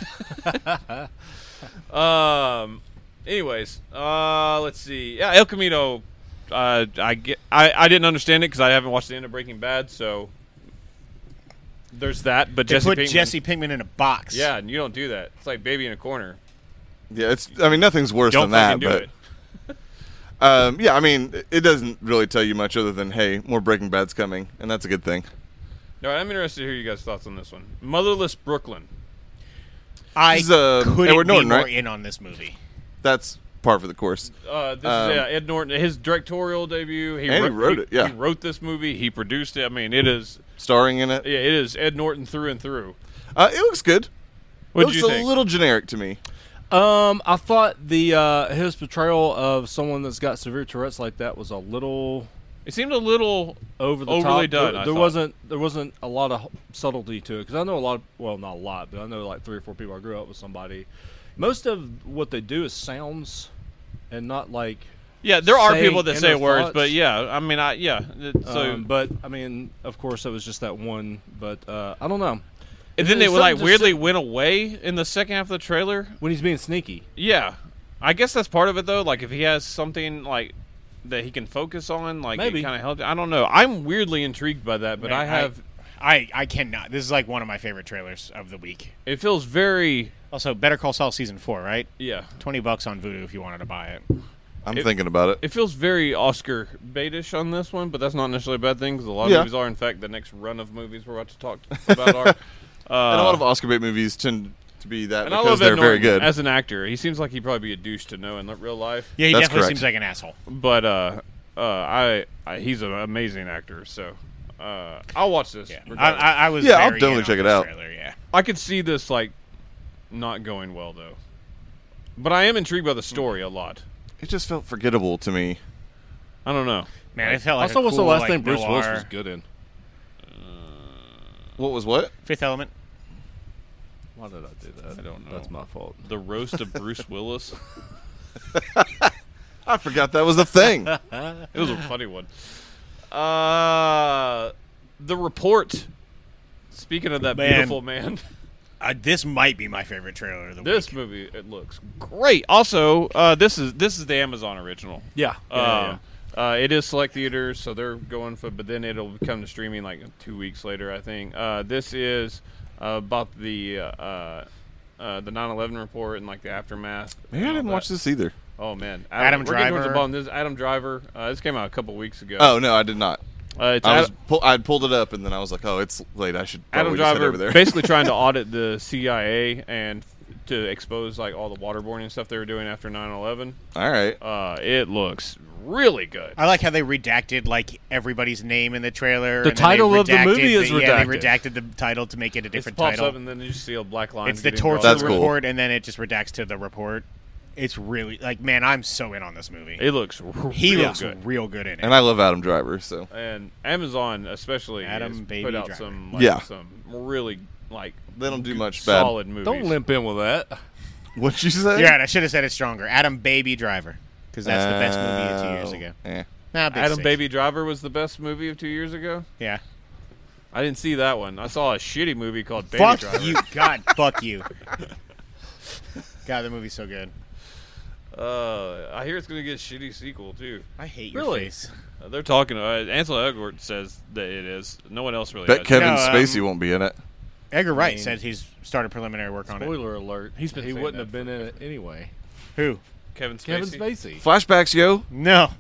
[SPEAKER 1] um. Anyways, uh, let's see. Yeah, El Camino. Uh, I get. I, I didn't understand it because I haven't watched the end of Breaking Bad, so there's that. But
[SPEAKER 2] They
[SPEAKER 1] Jesse
[SPEAKER 2] put
[SPEAKER 1] Pinkman-
[SPEAKER 2] Jesse Pinkman in a box.
[SPEAKER 1] Yeah, and you don't do that. It's like baby in a corner.
[SPEAKER 3] yeah, it's. I mean, nothing's worse
[SPEAKER 1] Don't
[SPEAKER 3] than that.
[SPEAKER 1] fucking do
[SPEAKER 3] but
[SPEAKER 1] it.
[SPEAKER 3] Um, yeah, I mean, it doesn't really tell you much other than hey, more Breaking Bad's coming, and that's a good thing.
[SPEAKER 1] All right, I'm interested to hear you guys' thoughts on this one. Motherless Brooklyn.
[SPEAKER 2] I
[SPEAKER 3] This is, uh,
[SPEAKER 2] couldn't
[SPEAKER 3] Edward Norton,
[SPEAKER 2] be more
[SPEAKER 3] right?
[SPEAKER 2] in on this movie.
[SPEAKER 3] That's par for the course.
[SPEAKER 1] Uh, this
[SPEAKER 3] Um,
[SPEAKER 1] is yeah, Ed Norton, his directorial debut. He
[SPEAKER 3] And he wrote it, yeah.
[SPEAKER 1] he wrote this movie. He produced it. I mean, it is.
[SPEAKER 3] Starring in it,
[SPEAKER 1] Yeah, it is Ed Norton through and through.
[SPEAKER 3] uh, it looks good.
[SPEAKER 1] What
[SPEAKER 3] it
[SPEAKER 1] do
[SPEAKER 3] looks
[SPEAKER 1] you
[SPEAKER 3] a
[SPEAKER 1] think?
[SPEAKER 3] little generic to me.
[SPEAKER 4] Um, I thought the uh, his portrayal of someone that's got severe Tourette's like that was a little
[SPEAKER 1] it seemed a little.
[SPEAKER 4] over the
[SPEAKER 1] Overly
[SPEAKER 4] top.
[SPEAKER 1] done,
[SPEAKER 4] There,
[SPEAKER 1] I
[SPEAKER 4] there
[SPEAKER 1] thought.
[SPEAKER 4] wasn't there wasn't a lot of subtlety to it because I know a lot. Of, well, not a lot, but I know like three or four people. I grew up with somebody. Most of what they do is sounds, and not like.
[SPEAKER 1] Yeah, there are
[SPEAKER 4] Saying
[SPEAKER 1] people that say
[SPEAKER 4] inner
[SPEAKER 1] words,
[SPEAKER 4] thoughts.
[SPEAKER 1] but yeah, I mean, I yeah. it- So
[SPEAKER 4] um, but I mean, of course, it was just that one. But uh, I don't know.
[SPEAKER 1] and then they
[SPEAKER 4] it's
[SPEAKER 1] were like
[SPEAKER 4] something to
[SPEAKER 1] weirdly went away in the second half of the trailer.
[SPEAKER 4] When he's being sneaky,
[SPEAKER 1] Yeah, I guess that's part of it though. Like if he has something like that he can focus on, like
[SPEAKER 4] Maybe.
[SPEAKER 1] it kind of helped. I don't know. I'm weirdly intrigued by that, but
[SPEAKER 2] Man,
[SPEAKER 1] I have.
[SPEAKER 2] I, I cannot. This is like one of my favorite trailers of the week.
[SPEAKER 1] It feels very
[SPEAKER 2] Also, Better Call Saul season four, right?
[SPEAKER 1] yeah.
[SPEAKER 2] Twenty bucks on Voodoo if you wanted to buy it.
[SPEAKER 3] I'm
[SPEAKER 1] It-
[SPEAKER 3] thinking about it.
[SPEAKER 1] It feels very Oscar baitish on this one, but that's not necessarily a bad thing because a lot of
[SPEAKER 3] Yeah.
[SPEAKER 1] movies are. In fact, the next run of movies we're about to talk about are.
[SPEAKER 3] and a
[SPEAKER 1] Uh,
[SPEAKER 3] lot of Oscar bait movies tend to be that
[SPEAKER 1] and I
[SPEAKER 3] because
[SPEAKER 1] love Ed
[SPEAKER 3] they're very
[SPEAKER 1] Norton
[SPEAKER 3] good.
[SPEAKER 1] as an actor. He seems like he'd probably be a douche to know in li- real life, uh,
[SPEAKER 2] Yeah, he
[SPEAKER 3] That's
[SPEAKER 2] definitely
[SPEAKER 3] correct.
[SPEAKER 2] seems like an asshole.
[SPEAKER 1] but uh, uh, I, I he's an amazing actor. So uh, I'll watch this.
[SPEAKER 2] Yeah, I,
[SPEAKER 1] regardless.
[SPEAKER 2] I, I was.
[SPEAKER 3] Yeah, I'll
[SPEAKER 2] very
[SPEAKER 3] definitely
[SPEAKER 2] in
[SPEAKER 3] check
[SPEAKER 2] on
[SPEAKER 3] it
[SPEAKER 2] this
[SPEAKER 3] out.
[SPEAKER 2] Trailer, yeah,
[SPEAKER 1] I could see this like not going well though. But I am intrigued by the story a lot.
[SPEAKER 3] It just felt forgettable to me.
[SPEAKER 1] I don't know.
[SPEAKER 2] man, it felt like.
[SPEAKER 4] also,
[SPEAKER 2] a
[SPEAKER 4] what's the
[SPEAKER 2] cool,
[SPEAKER 4] last
[SPEAKER 2] like,
[SPEAKER 4] thing Bruce Willis
[SPEAKER 2] noir-
[SPEAKER 4] was good in?
[SPEAKER 3] What was what?
[SPEAKER 2] Fifth Element.
[SPEAKER 4] Why did I do that?
[SPEAKER 1] I don't know.
[SPEAKER 4] That's my fault.
[SPEAKER 1] The roast of Bruce Willis.
[SPEAKER 3] I forgot that was the thing.
[SPEAKER 1] It was a funny one. Uh, the report. Speaking of that
[SPEAKER 2] Man.
[SPEAKER 1] beautiful man,
[SPEAKER 2] Uh, this might be my favorite trailer of the
[SPEAKER 1] this
[SPEAKER 2] week.
[SPEAKER 1] movie it looks great. Also, uh, this is this is the Amazon original.
[SPEAKER 4] Yeah.
[SPEAKER 1] Um, Uh, it is select theaters, so they're going for, but then it'll come to streaming like two weeks later, I think. Uh, this is uh, about the uh, uh, uh, the 9/11 report and like the aftermath.
[SPEAKER 3] Maybe
[SPEAKER 1] and
[SPEAKER 3] I
[SPEAKER 1] all
[SPEAKER 3] didn't
[SPEAKER 1] that.
[SPEAKER 3] watch this either.
[SPEAKER 1] Oh man,
[SPEAKER 2] Adam
[SPEAKER 1] we're getting towards
[SPEAKER 2] Driver.
[SPEAKER 1] the bottom. This is Adam Driver. Uh, this came out a couple weeks ago.
[SPEAKER 3] Oh no, I did not.
[SPEAKER 1] uh, it's
[SPEAKER 3] I
[SPEAKER 1] Ad-
[SPEAKER 3] was pull, I'd pulled it up and then I was like, oh, it's late. I should
[SPEAKER 1] Adam
[SPEAKER 3] probably just head
[SPEAKER 1] Driver
[SPEAKER 3] over there.
[SPEAKER 1] basically trying to audit the CIA and to expose like all the waterboarding and stuff they were doing after 9/11.
[SPEAKER 3] All right.
[SPEAKER 1] Uh, it looks really good.
[SPEAKER 2] I like how they redacted like everybody's name in the trailer.
[SPEAKER 4] The
[SPEAKER 2] and then they
[SPEAKER 4] title of the
[SPEAKER 2] redacted
[SPEAKER 4] movie is
[SPEAKER 2] the- Yeah, they
[SPEAKER 4] redacted.
[SPEAKER 2] redacted the title to make it a
[SPEAKER 1] It
[SPEAKER 2] different
[SPEAKER 1] pops
[SPEAKER 2] title.
[SPEAKER 1] up and then you just see a black line.
[SPEAKER 2] it's the
[SPEAKER 1] getting
[SPEAKER 2] torture
[SPEAKER 1] drawn.
[SPEAKER 3] That's cool.
[SPEAKER 2] report, and then it just redacts to the report. It's really like, man, I'm so in on this movie.
[SPEAKER 1] It looks
[SPEAKER 2] he
[SPEAKER 1] real
[SPEAKER 2] looks
[SPEAKER 1] good.
[SPEAKER 2] real good in it.
[SPEAKER 3] And I love Adam Driver, so
[SPEAKER 1] And Amazon especially
[SPEAKER 2] Adam
[SPEAKER 1] has
[SPEAKER 2] Baby
[SPEAKER 1] put out
[SPEAKER 2] Driver.
[SPEAKER 1] some like,
[SPEAKER 3] Yeah.
[SPEAKER 1] some really like
[SPEAKER 3] they don't do much bad.
[SPEAKER 1] solid movies.
[SPEAKER 4] Don't limp in with that.
[SPEAKER 3] What you say?
[SPEAKER 2] You're right. I should have said it stronger. Adam Baby Driver, because that's the best movie of two years
[SPEAKER 3] Oh,
[SPEAKER 2] ago.
[SPEAKER 3] eh.
[SPEAKER 2] Nah, big
[SPEAKER 1] Adam
[SPEAKER 2] six.
[SPEAKER 1] Baby Driver was the best movie of two years ago.
[SPEAKER 2] Yeah.
[SPEAKER 1] I didn't see that one. I saw a shitty movie called Baby
[SPEAKER 2] fuck
[SPEAKER 1] Driver.
[SPEAKER 2] you, God. Fuck you. God, the movie's so good.
[SPEAKER 1] Uh, I hear it's gonna get a shitty sequel too.
[SPEAKER 2] I hate your
[SPEAKER 1] Really?
[SPEAKER 2] face.
[SPEAKER 1] Uh, they're talking. Uh, Ansel Elgort says that it is. No one else really.
[SPEAKER 3] Bet
[SPEAKER 1] has.
[SPEAKER 3] Kevin
[SPEAKER 2] No, um,
[SPEAKER 3] Spacey won't be in it.
[SPEAKER 2] Edgar Wright
[SPEAKER 4] mean-
[SPEAKER 2] said he's started preliminary work on it.
[SPEAKER 4] Spoiler alert. He's
[SPEAKER 1] been
[SPEAKER 4] he
[SPEAKER 1] saying
[SPEAKER 4] wouldn't
[SPEAKER 1] that
[SPEAKER 4] have been in it anyway.
[SPEAKER 2] Who?
[SPEAKER 1] Kevin Spacey.
[SPEAKER 4] Kevin Spacey.
[SPEAKER 3] Flashbacks, yo.
[SPEAKER 2] No.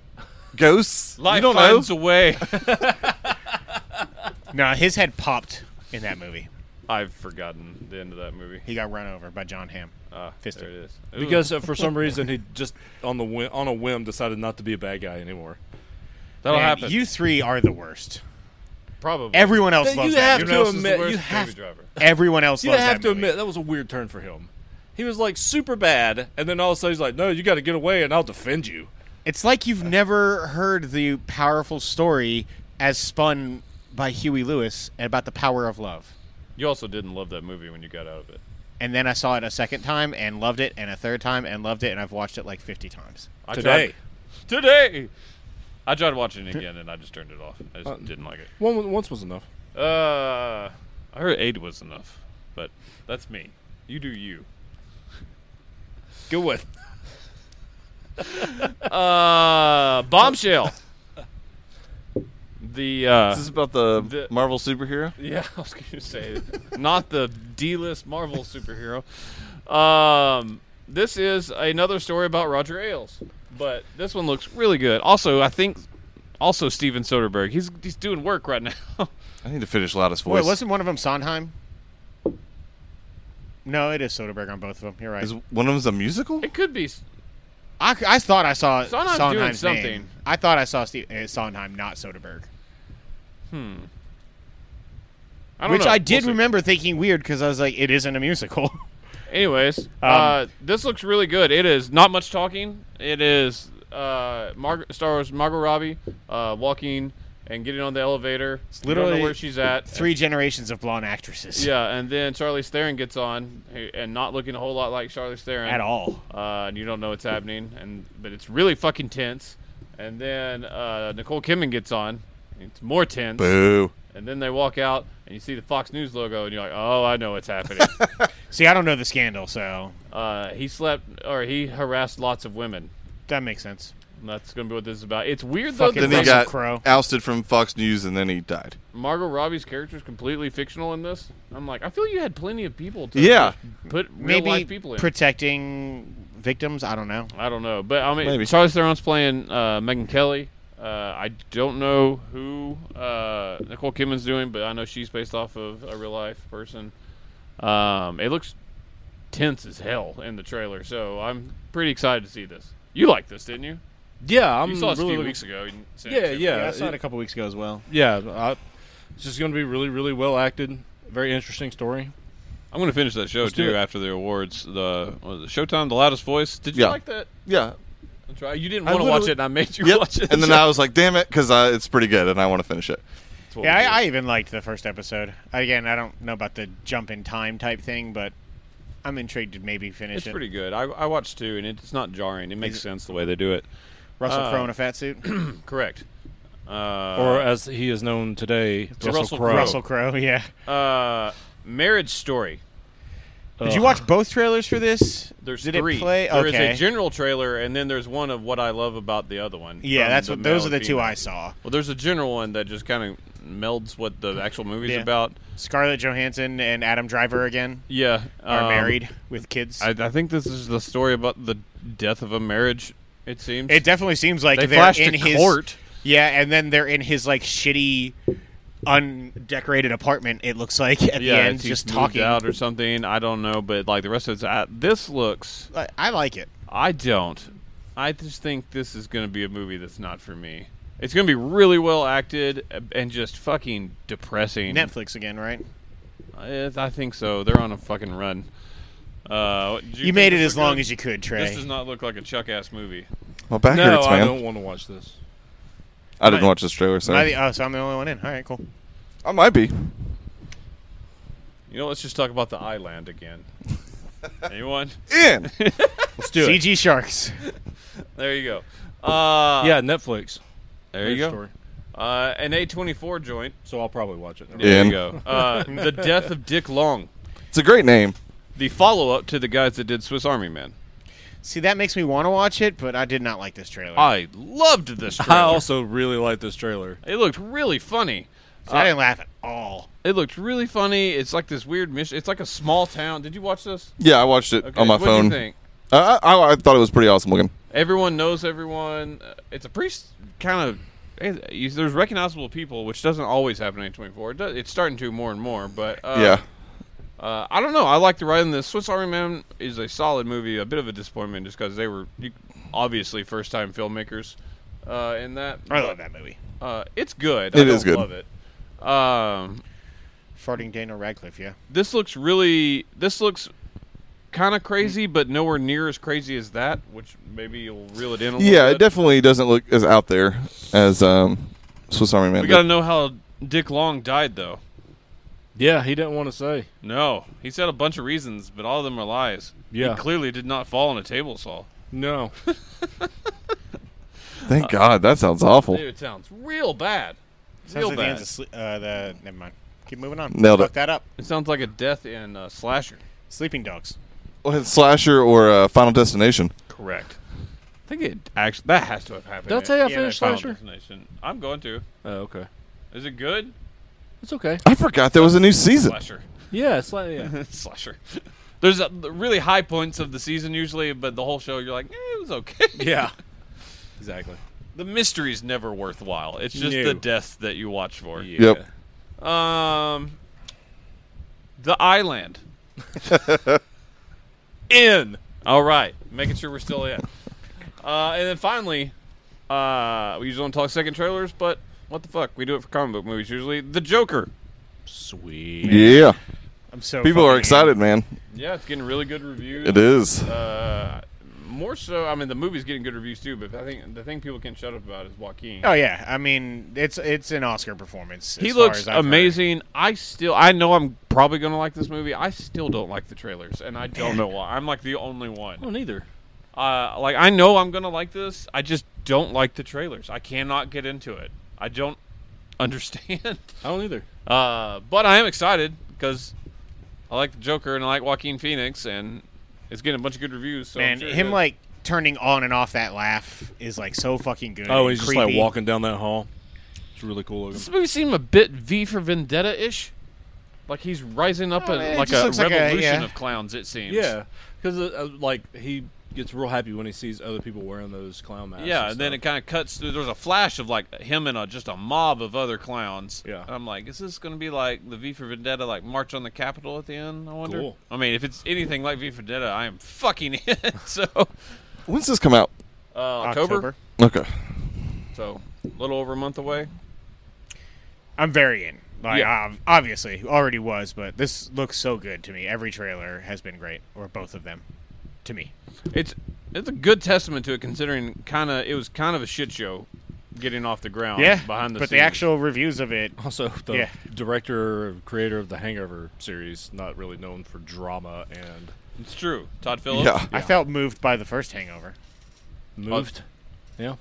[SPEAKER 3] Ghosts.
[SPEAKER 1] Life
[SPEAKER 3] you don't
[SPEAKER 1] finds
[SPEAKER 3] know.
[SPEAKER 1] a way.
[SPEAKER 2] No, his head popped in that movie.
[SPEAKER 1] I've forgotten the end of that movie.
[SPEAKER 2] He got run over by John Hamm.
[SPEAKER 1] Uh,
[SPEAKER 2] Fist
[SPEAKER 1] there
[SPEAKER 2] it.
[SPEAKER 1] it is. Ooh.
[SPEAKER 4] Because uh, for some reason he just on the whim, on a whim decided not to be a bad guy anymore.
[SPEAKER 1] that'll
[SPEAKER 2] Man,
[SPEAKER 1] happen.
[SPEAKER 2] You three are the worst.
[SPEAKER 1] probably
[SPEAKER 2] Everyone else
[SPEAKER 4] Then
[SPEAKER 2] loves
[SPEAKER 4] you
[SPEAKER 2] that
[SPEAKER 4] have
[SPEAKER 1] Everyone
[SPEAKER 2] movie.
[SPEAKER 1] else is the
[SPEAKER 4] to admit-
[SPEAKER 1] worst
[SPEAKER 4] you
[SPEAKER 1] Baby
[SPEAKER 4] have-
[SPEAKER 1] Driver.
[SPEAKER 2] Everyone else
[SPEAKER 4] You
[SPEAKER 2] loves
[SPEAKER 4] have
[SPEAKER 2] that
[SPEAKER 4] to
[SPEAKER 2] movie.
[SPEAKER 4] admit that was a weird turn for him. He was like super bad, and then all of a sudden he's like, "No, you got to get away, and I'll defend you."
[SPEAKER 2] It's like you've never heard the powerful story as spun by Huey Lewis about the power of love.
[SPEAKER 1] You also didn't love that movie when you got out of it.
[SPEAKER 2] And then I saw it a second time and loved it, and a third time and loved it, and I've watched it like 50 times.
[SPEAKER 1] I
[SPEAKER 4] Today.
[SPEAKER 1] tried- today. I tried watching it again and I just turned it off. I just didn't like it.
[SPEAKER 4] One wa- once was enough.
[SPEAKER 1] Uh, I heard eight was enough, but that's me. You do you.
[SPEAKER 4] Good with.
[SPEAKER 1] Uh, bombshell. the uh,
[SPEAKER 3] This is about the,
[SPEAKER 1] The-
[SPEAKER 3] Marvel superhero.
[SPEAKER 1] yeah, I was gonna say not the D-list Marvel superhero. Um, this is another story about Roger Ailes, but this one looks really good. Also, I think also Steven Soderbergh. He's he's doing work right now.
[SPEAKER 3] I need to finish loudest voice.
[SPEAKER 2] Wait, wasn't one of them Sondheim? No, it is Soderbergh on both of them. You're right.
[SPEAKER 3] Is one of them's a musical?
[SPEAKER 1] it could be. s-
[SPEAKER 2] I, I thought I saw
[SPEAKER 1] Sondheim's
[SPEAKER 2] Sondheim's,
[SPEAKER 1] doing
[SPEAKER 2] name.
[SPEAKER 1] something.
[SPEAKER 2] I thought I saw Steve, uh, Sondheim, not Soderbergh.
[SPEAKER 1] I don't
[SPEAKER 2] Which
[SPEAKER 1] know.
[SPEAKER 2] I did
[SPEAKER 1] We'll see.
[SPEAKER 2] remember thinking weird because I was like, it isn't a musical.
[SPEAKER 1] Anyways,
[SPEAKER 2] Um,
[SPEAKER 1] uh, this looks really good. It is not much talking. It is uh, Mar- stars Margot Robbie uh, walking and getting on the elevator. You don't
[SPEAKER 2] literally
[SPEAKER 1] know where she's at.
[SPEAKER 2] Three generations of blonde actresses.
[SPEAKER 1] Yeah, and then Charlie Theron gets on eh, and not looking a whole lot like Charlie Theron
[SPEAKER 2] At all.
[SPEAKER 1] Uh, and you don't know what's happening, and but it's really fucking tense. And then uh, Nicole Kidman gets on. and It's more tense.
[SPEAKER 3] Boo.
[SPEAKER 1] And then they walk out, and you see the Fox News logo, and you're like, "Oh, I know what's happening."
[SPEAKER 2] See, I don't know the scandal, so
[SPEAKER 1] uh, he slept, or he harassed lots of women.
[SPEAKER 2] that makes sense.
[SPEAKER 1] And That's gonna be what this is about. It's weird though.
[SPEAKER 2] Fucking
[SPEAKER 1] That
[SPEAKER 3] Then he
[SPEAKER 2] Russell
[SPEAKER 3] got
[SPEAKER 2] Crowe.
[SPEAKER 3] ousted from Fox News, and then he died.
[SPEAKER 1] Margot Robbie's character is completely fictional in this. I'm like, I feel you had plenty of people to
[SPEAKER 3] Yeah.
[SPEAKER 1] put real
[SPEAKER 2] Maybe
[SPEAKER 1] life people in.
[SPEAKER 2] protecting victims. I don't know.
[SPEAKER 1] I don't know, but I mean,
[SPEAKER 3] Maybe.
[SPEAKER 1] Charlize Theron's playing uh, Megan Kelly. Uh, I don't know who uh, Nicole Kidman's doing, but I know she's based off of a real life person. Um, it looks tense as hell in the trailer, so I'm pretty excited to see this. You liked this, didn't you?
[SPEAKER 4] Yeah, I'm
[SPEAKER 1] you saw this a
[SPEAKER 4] really
[SPEAKER 1] few
[SPEAKER 4] looking-
[SPEAKER 1] weeks ago. You sent it
[SPEAKER 4] Yeah,
[SPEAKER 1] to me.
[SPEAKER 4] yeah, Yeah, I saw it a
[SPEAKER 2] couple weeks ago as well.
[SPEAKER 4] Yeah, I, It's just going to be really, really well acted. Very interesting story.
[SPEAKER 1] I'm going to finish that show
[SPEAKER 4] Let's do
[SPEAKER 1] too
[SPEAKER 4] it.
[SPEAKER 1] after the awards. The what was it, Showtime, the loudest voice. Did you
[SPEAKER 3] Yeah.
[SPEAKER 1] like that?
[SPEAKER 3] Yeah.
[SPEAKER 1] That's right. You didn't
[SPEAKER 4] I
[SPEAKER 1] want to watch
[SPEAKER 4] literally-
[SPEAKER 1] it, and I made you
[SPEAKER 3] Yep.
[SPEAKER 1] watch it.
[SPEAKER 3] And then I was like, damn it, because it's pretty good and I want to finish it.
[SPEAKER 1] That's what
[SPEAKER 2] Yeah,
[SPEAKER 1] we did.
[SPEAKER 2] I, I even liked the first episode. Again, I don't know about the jump in time type thing, but I'm intrigued to maybe finish
[SPEAKER 1] it's
[SPEAKER 2] it.
[SPEAKER 1] pretty good. I, I watched two, and it's not jarring. It makes
[SPEAKER 2] Is it-
[SPEAKER 1] sense the way they do it.
[SPEAKER 2] Russell
[SPEAKER 1] Uh,
[SPEAKER 2] Crowe in a fat suit.
[SPEAKER 1] Correct. Uh,
[SPEAKER 4] or as he is known today, Russell,
[SPEAKER 1] Russell
[SPEAKER 4] Crowe.
[SPEAKER 1] Crowe.
[SPEAKER 2] Russell Crowe, yeah.
[SPEAKER 1] uh, Marriage Story.
[SPEAKER 4] Uh,
[SPEAKER 2] Did you watch both trailers for this?
[SPEAKER 1] There's
[SPEAKER 2] Did
[SPEAKER 1] three.
[SPEAKER 2] it play?
[SPEAKER 1] There
[SPEAKER 2] Okay.
[SPEAKER 1] is a general trailer, and then there's one of what I love about the other one.
[SPEAKER 2] yeah,
[SPEAKER 1] from
[SPEAKER 2] that's
[SPEAKER 1] the
[SPEAKER 2] what.
[SPEAKER 1] male
[SPEAKER 2] Those are
[SPEAKER 1] and
[SPEAKER 2] the two
[SPEAKER 1] female.
[SPEAKER 2] I saw.
[SPEAKER 1] Well, there's a general one that just kind of melds what the actual movie's
[SPEAKER 2] Yeah.
[SPEAKER 1] about.
[SPEAKER 2] Scarlett Johansson and Adam Driver again
[SPEAKER 1] Yeah,
[SPEAKER 2] are
[SPEAKER 1] um,
[SPEAKER 2] married with kids.
[SPEAKER 1] I, I think this is the story about the death of a marriage. It seems
[SPEAKER 2] it definitely seems like
[SPEAKER 1] they
[SPEAKER 2] are
[SPEAKER 1] flashed
[SPEAKER 2] in
[SPEAKER 1] to
[SPEAKER 2] his
[SPEAKER 1] court.
[SPEAKER 2] Yeah, and then they're in his like shitty, undecorated apartment. It looks like
[SPEAKER 1] Yeah,
[SPEAKER 2] at the
[SPEAKER 1] it's-
[SPEAKER 2] end,
[SPEAKER 1] he's
[SPEAKER 2] just
[SPEAKER 1] moved
[SPEAKER 2] talking.
[SPEAKER 1] out or something. I don't know, but like the rest of it's. I, this looks.
[SPEAKER 2] I- I like it.
[SPEAKER 1] I don't. I just think this is going to be a movie that's not for me. It's going to be really well acted uh, and just fucking depressing.
[SPEAKER 2] Netflix again, right?
[SPEAKER 1] I, I think so. They're on a fucking run. Uh, what- did
[SPEAKER 2] You,
[SPEAKER 1] think
[SPEAKER 2] made it
[SPEAKER 1] this
[SPEAKER 2] as
[SPEAKER 1] looked
[SPEAKER 2] long
[SPEAKER 1] good?
[SPEAKER 2] as you eh? could, Trey.
[SPEAKER 1] This does not look like a Chuck ass movie.
[SPEAKER 3] Well, back
[SPEAKER 4] No,
[SPEAKER 3] hurts,
[SPEAKER 4] I
[SPEAKER 3] man.
[SPEAKER 4] don't want to watch this.
[SPEAKER 3] I didn't watch this trailer,
[SPEAKER 2] Am I
[SPEAKER 1] e-
[SPEAKER 3] sorry.
[SPEAKER 2] the- oh, so I'm the only one in. All right, cool.
[SPEAKER 3] I might be.
[SPEAKER 1] You know, let's just talk about the island again. Anyone?
[SPEAKER 3] In.
[SPEAKER 4] Let's do it.
[SPEAKER 2] CG Sharks.
[SPEAKER 1] There you go. Uh,
[SPEAKER 4] Yeah, Netflix.
[SPEAKER 1] there you
[SPEAKER 4] Great
[SPEAKER 1] go. Uh, an A24 joint.
[SPEAKER 4] So I'll probably watch it.
[SPEAKER 1] There
[SPEAKER 3] In.
[SPEAKER 1] you go. Uh, the death of Dick Long.
[SPEAKER 3] It's a great name.
[SPEAKER 1] The follow up to the guys that did Swiss Army Man.
[SPEAKER 2] See, that makes me want to watch it, but I did not like this trailer.
[SPEAKER 1] I loved this trailer.
[SPEAKER 4] I also really like this trailer.
[SPEAKER 1] It looked really funny. Uh,
[SPEAKER 2] So I didn't laugh at all.
[SPEAKER 1] It looked really funny. It's like this weird mission. It's like a small town. Did you watch this?
[SPEAKER 3] Yeah, I watched it
[SPEAKER 1] Okay,
[SPEAKER 3] on my
[SPEAKER 1] what
[SPEAKER 3] phone.
[SPEAKER 1] do you think?
[SPEAKER 3] Uh, I, I, I thought it was pretty awesome looking.
[SPEAKER 1] Everyone knows everyone. Uh, It's a pretty s- kind of eh, you- there's recognizable people, which doesn't always happen in 24. It does, it's starting to more and more, but uh,
[SPEAKER 3] yeah.
[SPEAKER 1] uh, I don't know. I like the writing. The Swiss Army Man is a solid movie. A bit of a disappointment just because they were you, obviously first time filmmakers uh, in that.
[SPEAKER 2] I love that movie.
[SPEAKER 1] Uh, it's good. I
[SPEAKER 3] It
[SPEAKER 1] don't
[SPEAKER 3] is good.
[SPEAKER 1] Love it. Um,
[SPEAKER 2] Farting Daniel Radcliffe, yeah.
[SPEAKER 1] this looks really this looks kind of crazy but nowhere near as crazy as that which maybe you'll reel it in a little
[SPEAKER 3] Yeah,
[SPEAKER 1] bit.
[SPEAKER 3] it definitely doesn't look as out there as um, Swiss Army Man.
[SPEAKER 1] we
[SPEAKER 3] did.
[SPEAKER 1] gotta know how dick long died though
[SPEAKER 4] Yeah, he didn't want to say.
[SPEAKER 1] no he said a bunch of reasons but all of them are lies
[SPEAKER 4] Yeah.
[SPEAKER 1] he clearly did not fall on a table saw
[SPEAKER 4] No.
[SPEAKER 3] Thank God. That sounds awful.
[SPEAKER 1] dude it sounds real bad
[SPEAKER 2] Sounds
[SPEAKER 1] real
[SPEAKER 2] like the
[SPEAKER 1] bad
[SPEAKER 2] end's a sle- uh, the never mind. Keep moving on.
[SPEAKER 3] Nailed it.
[SPEAKER 2] Fuck that up.
[SPEAKER 1] it sounds like a death in uh, slasher
[SPEAKER 2] Sleeping Dogs.
[SPEAKER 3] Well, it's Slasher or uh, Final Destination.
[SPEAKER 1] correct I think it actually that has to have happened.
[SPEAKER 4] Did I tell you I
[SPEAKER 1] in that
[SPEAKER 4] finished
[SPEAKER 1] Final
[SPEAKER 4] Slasher?
[SPEAKER 1] Destination. I'm going to.
[SPEAKER 4] oh, okay.
[SPEAKER 1] Is it good?
[SPEAKER 4] It's okay.
[SPEAKER 3] I forgot there was a new season.
[SPEAKER 1] Slasher.
[SPEAKER 4] Yeah, it's like yeah.
[SPEAKER 1] slasher. There's a, the really high points of the season usually, but the whole show you're like, eh, it was okay.
[SPEAKER 4] yeah. Exactly.
[SPEAKER 1] the mystery's never worthwhile. It's just
[SPEAKER 4] No.
[SPEAKER 1] the deaths that you watch for.
[SPEAKER 4] Yeah.
[SPEAKER 3] Yep.
[SPEAKER 1] Um, the island.
[SPEAKER 4] In.
[SPEAKER 1] All right, making sure we're still in. Uh, and then finally, uh, we usually don't talk second trailers, but what the fuck? We do it for comic book movies usually. The Joker.
[SPEAKER 4] Sweet.
[SPEAKER 3] Yeah.
[SPEAKER 2] I'm so
[SPEAKER 3] People
[SPEAKER 2] fucking
[SPEAKER 3] are excited, man.
[SPEAKER 1] Yeah, it's getting really good reviews.
[SPEAKER 3] It is.
[SPEAKER 1] Uh, more so, I mean, the movie's getting good reviews too, but I think the thing people can't shut up about is Joaquin.
[SPEAKER 2] Oh yeah, I mean it's it's an Oscar performance.
[SPEAKER 1] He
[SPEAKER 2] as far
[SPEAKER 1] looks
[SPEAKER 2] as I've heard.
[SPEAKER 1] amazing. I still, I know I'm probably going to like this movie. I still don't like the trailers, and I don't know why. I'm like the only
[SPEAKER 4] Oh,
[SPEAKER 1] one.
[SPEAKER 4] neither.
[SPEAKER 1] Uh, like I know I'm going to like this. I just don't like the trailers. I cannot get into it. I don't understand.
[SPEAKER 4] I don't either.
[SPEAKER 1] Uh, but I am excited because I like the Joker and I like Joaquin Phoenix, and it's getting a bunch of good reviews. So I'm
[SPEAKER 2] Man,
[SPEAKER 1] sure
[SPEAKER 2] him
[SPEAKER 1] that-
[SPEAKER 2] like turning on and off that laugh is like so fucking good.
[SPEAKER 4] Oh,
[SPEAKER 2] and
[SPEAKER 4] he's just
[SPEAKER 2] creepy.
[SPEAKER 4] like walking down that hall. It's really cool
[SPEAKER 1] This
[SPEAKER 4] looking.
[SPEAKER 1] movie seemed a bit V for Vendetta ish. Like he's rising up
[SPEAKER 2] Oh,
[SPEAKER 1] a,
[SPEAKER 2] it
[SPEAKER 1] like
[SPEAKER 2] just
[SPEAKER 1] a
[SPEAKER 2] looks like a-
[SPEAKER 1] revolution
[SPEAKER 2] yeah.
[SPEAKER 1] of clowns. It seems.
[SPEAKER 4] Yeah, because uh, like he gets real happy when he sees other people wearing those clown masks.
[SPEAKER 1] Yeah, and then it kind of cuts through. There's a flash of like him and a, just a mob of other clowns.
[SPEAKER 4] Yeah.
[SPEAKER 1] and I'm like, is this going to be like the V for Vendetta, like March on the Capitol at the end? I wonder.
[SPEAKER 4] Cool.
[SPEAKER 1] I mean, if it's anything like V for Vendetta, I am fucking in. so uh,
[SPEAKER 3] When's this come out?
[SPEAKER 1] October,
[SPEAKER 2] October.
[SPEAKER 3] Okay.
[SPEAKER 1] so a little over a month away.
[SPEAKER 2] I'm very in. Like,
[SPEAKER 1] Yeah.
[SPEAKER 2] ob- obviously, already was, but this looks so good to me. Every trailer has been great, or both of them, to me.
[SPEAKER 1] It's it's a good testament to it, considering kind of it was kind of a shit show getting off the ground.
[SPEAKER 2] yeah,
[SPEAKER 1] behind the
[SPEAKER 2] Um, but
[SPEAKER 1] scenes.
[SPEAKER 2] the actual reviews of it.
[SPEAKER 4] Also, the
[SPEAKER 2] Yeah.
[SPEAKER 4] director, creator of the Hangover series, not really known for drama and
[SPEAKER 1] it's true. Todd Phillips.
[SPEAKER 3] Yeah.
[SPEAKER 2] I felt moved by the first Hangover.
[SPEAKER 4] moved. yeah,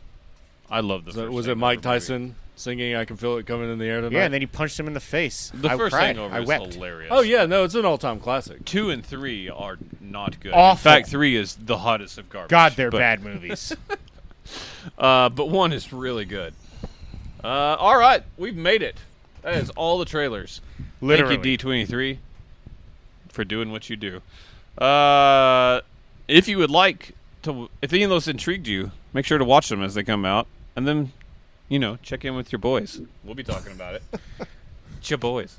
[SPEAKER 1] I love the.
[SPEAKER 4] So
[SPEAKER 1] first
[SPEAKER 4] was it
[SPEAKER 1] Hangover
[SPEAKER 4] Mike
[SPEAKER 1] movie.
[SPEAKER 4] Tyson singing "I Can Feel It Coming in the Air Tonight"?
[SPEAKER 2] Yeah, and then he punched him in the face.
[SPEAKER 1] The
[SPEAKER 2] I
[SPEAKER 1] first
[SPEAKER 2] cried.
[SPEAKER 1] Hangover
[SPEAKER 2] I
[SPEAKER 1] is
[SPEAKER 2] wept.
[SPEAKER 1] hilarious.
[SPEAKER 4] oh yeah, no, it's an all-time classic.
[SPEAKER 1] Two and three are not good. In
[SPEAKER 2] Awful.
[SPEAKER 1] fact, three is the hottest of garbage.
[SPEAKER 2] God, they're
[SPEAKER 1] but,
[SPEAKER 2] bad movies.
[SPEAKER 1] Uh, but one is really good. Uh, all right, we've made it. That is all the trailers.
[SPEAKER 2] Literally.
[SPEAKER 1] Thank you, D23, for doing what you do. Uh, if you would like to, if any of those intrigued you, make sure to watch them as they come out, and then, you know, check in with your boys. We'll be talking about it. It's your boys.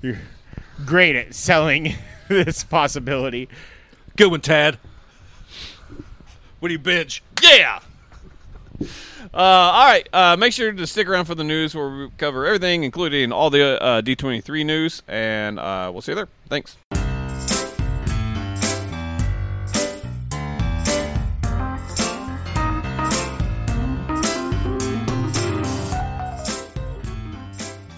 [SPEAKER 2] Great at selling this possibility.
[SPEAKER 4] Good one, Tad. What do you bitch?
[SPEAKER 1] Yeah. Uh, all right. Uh, make sure to stick around for the news where we cover everything, including all the uh, D23 news, and uh, we'll see you there. Thanks.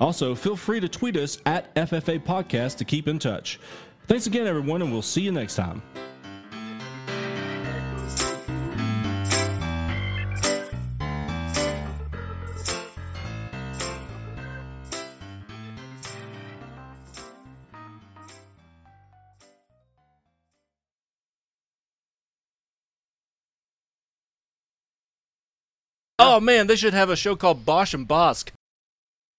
[SPEAKER 5] Also, feel free to tweet us at FFA Podcast to keep in touch. Thanks again, everyone, and we'll see you next time.
[SPEAKER 4] Oh man, they should have a show called Bosch and Bosk.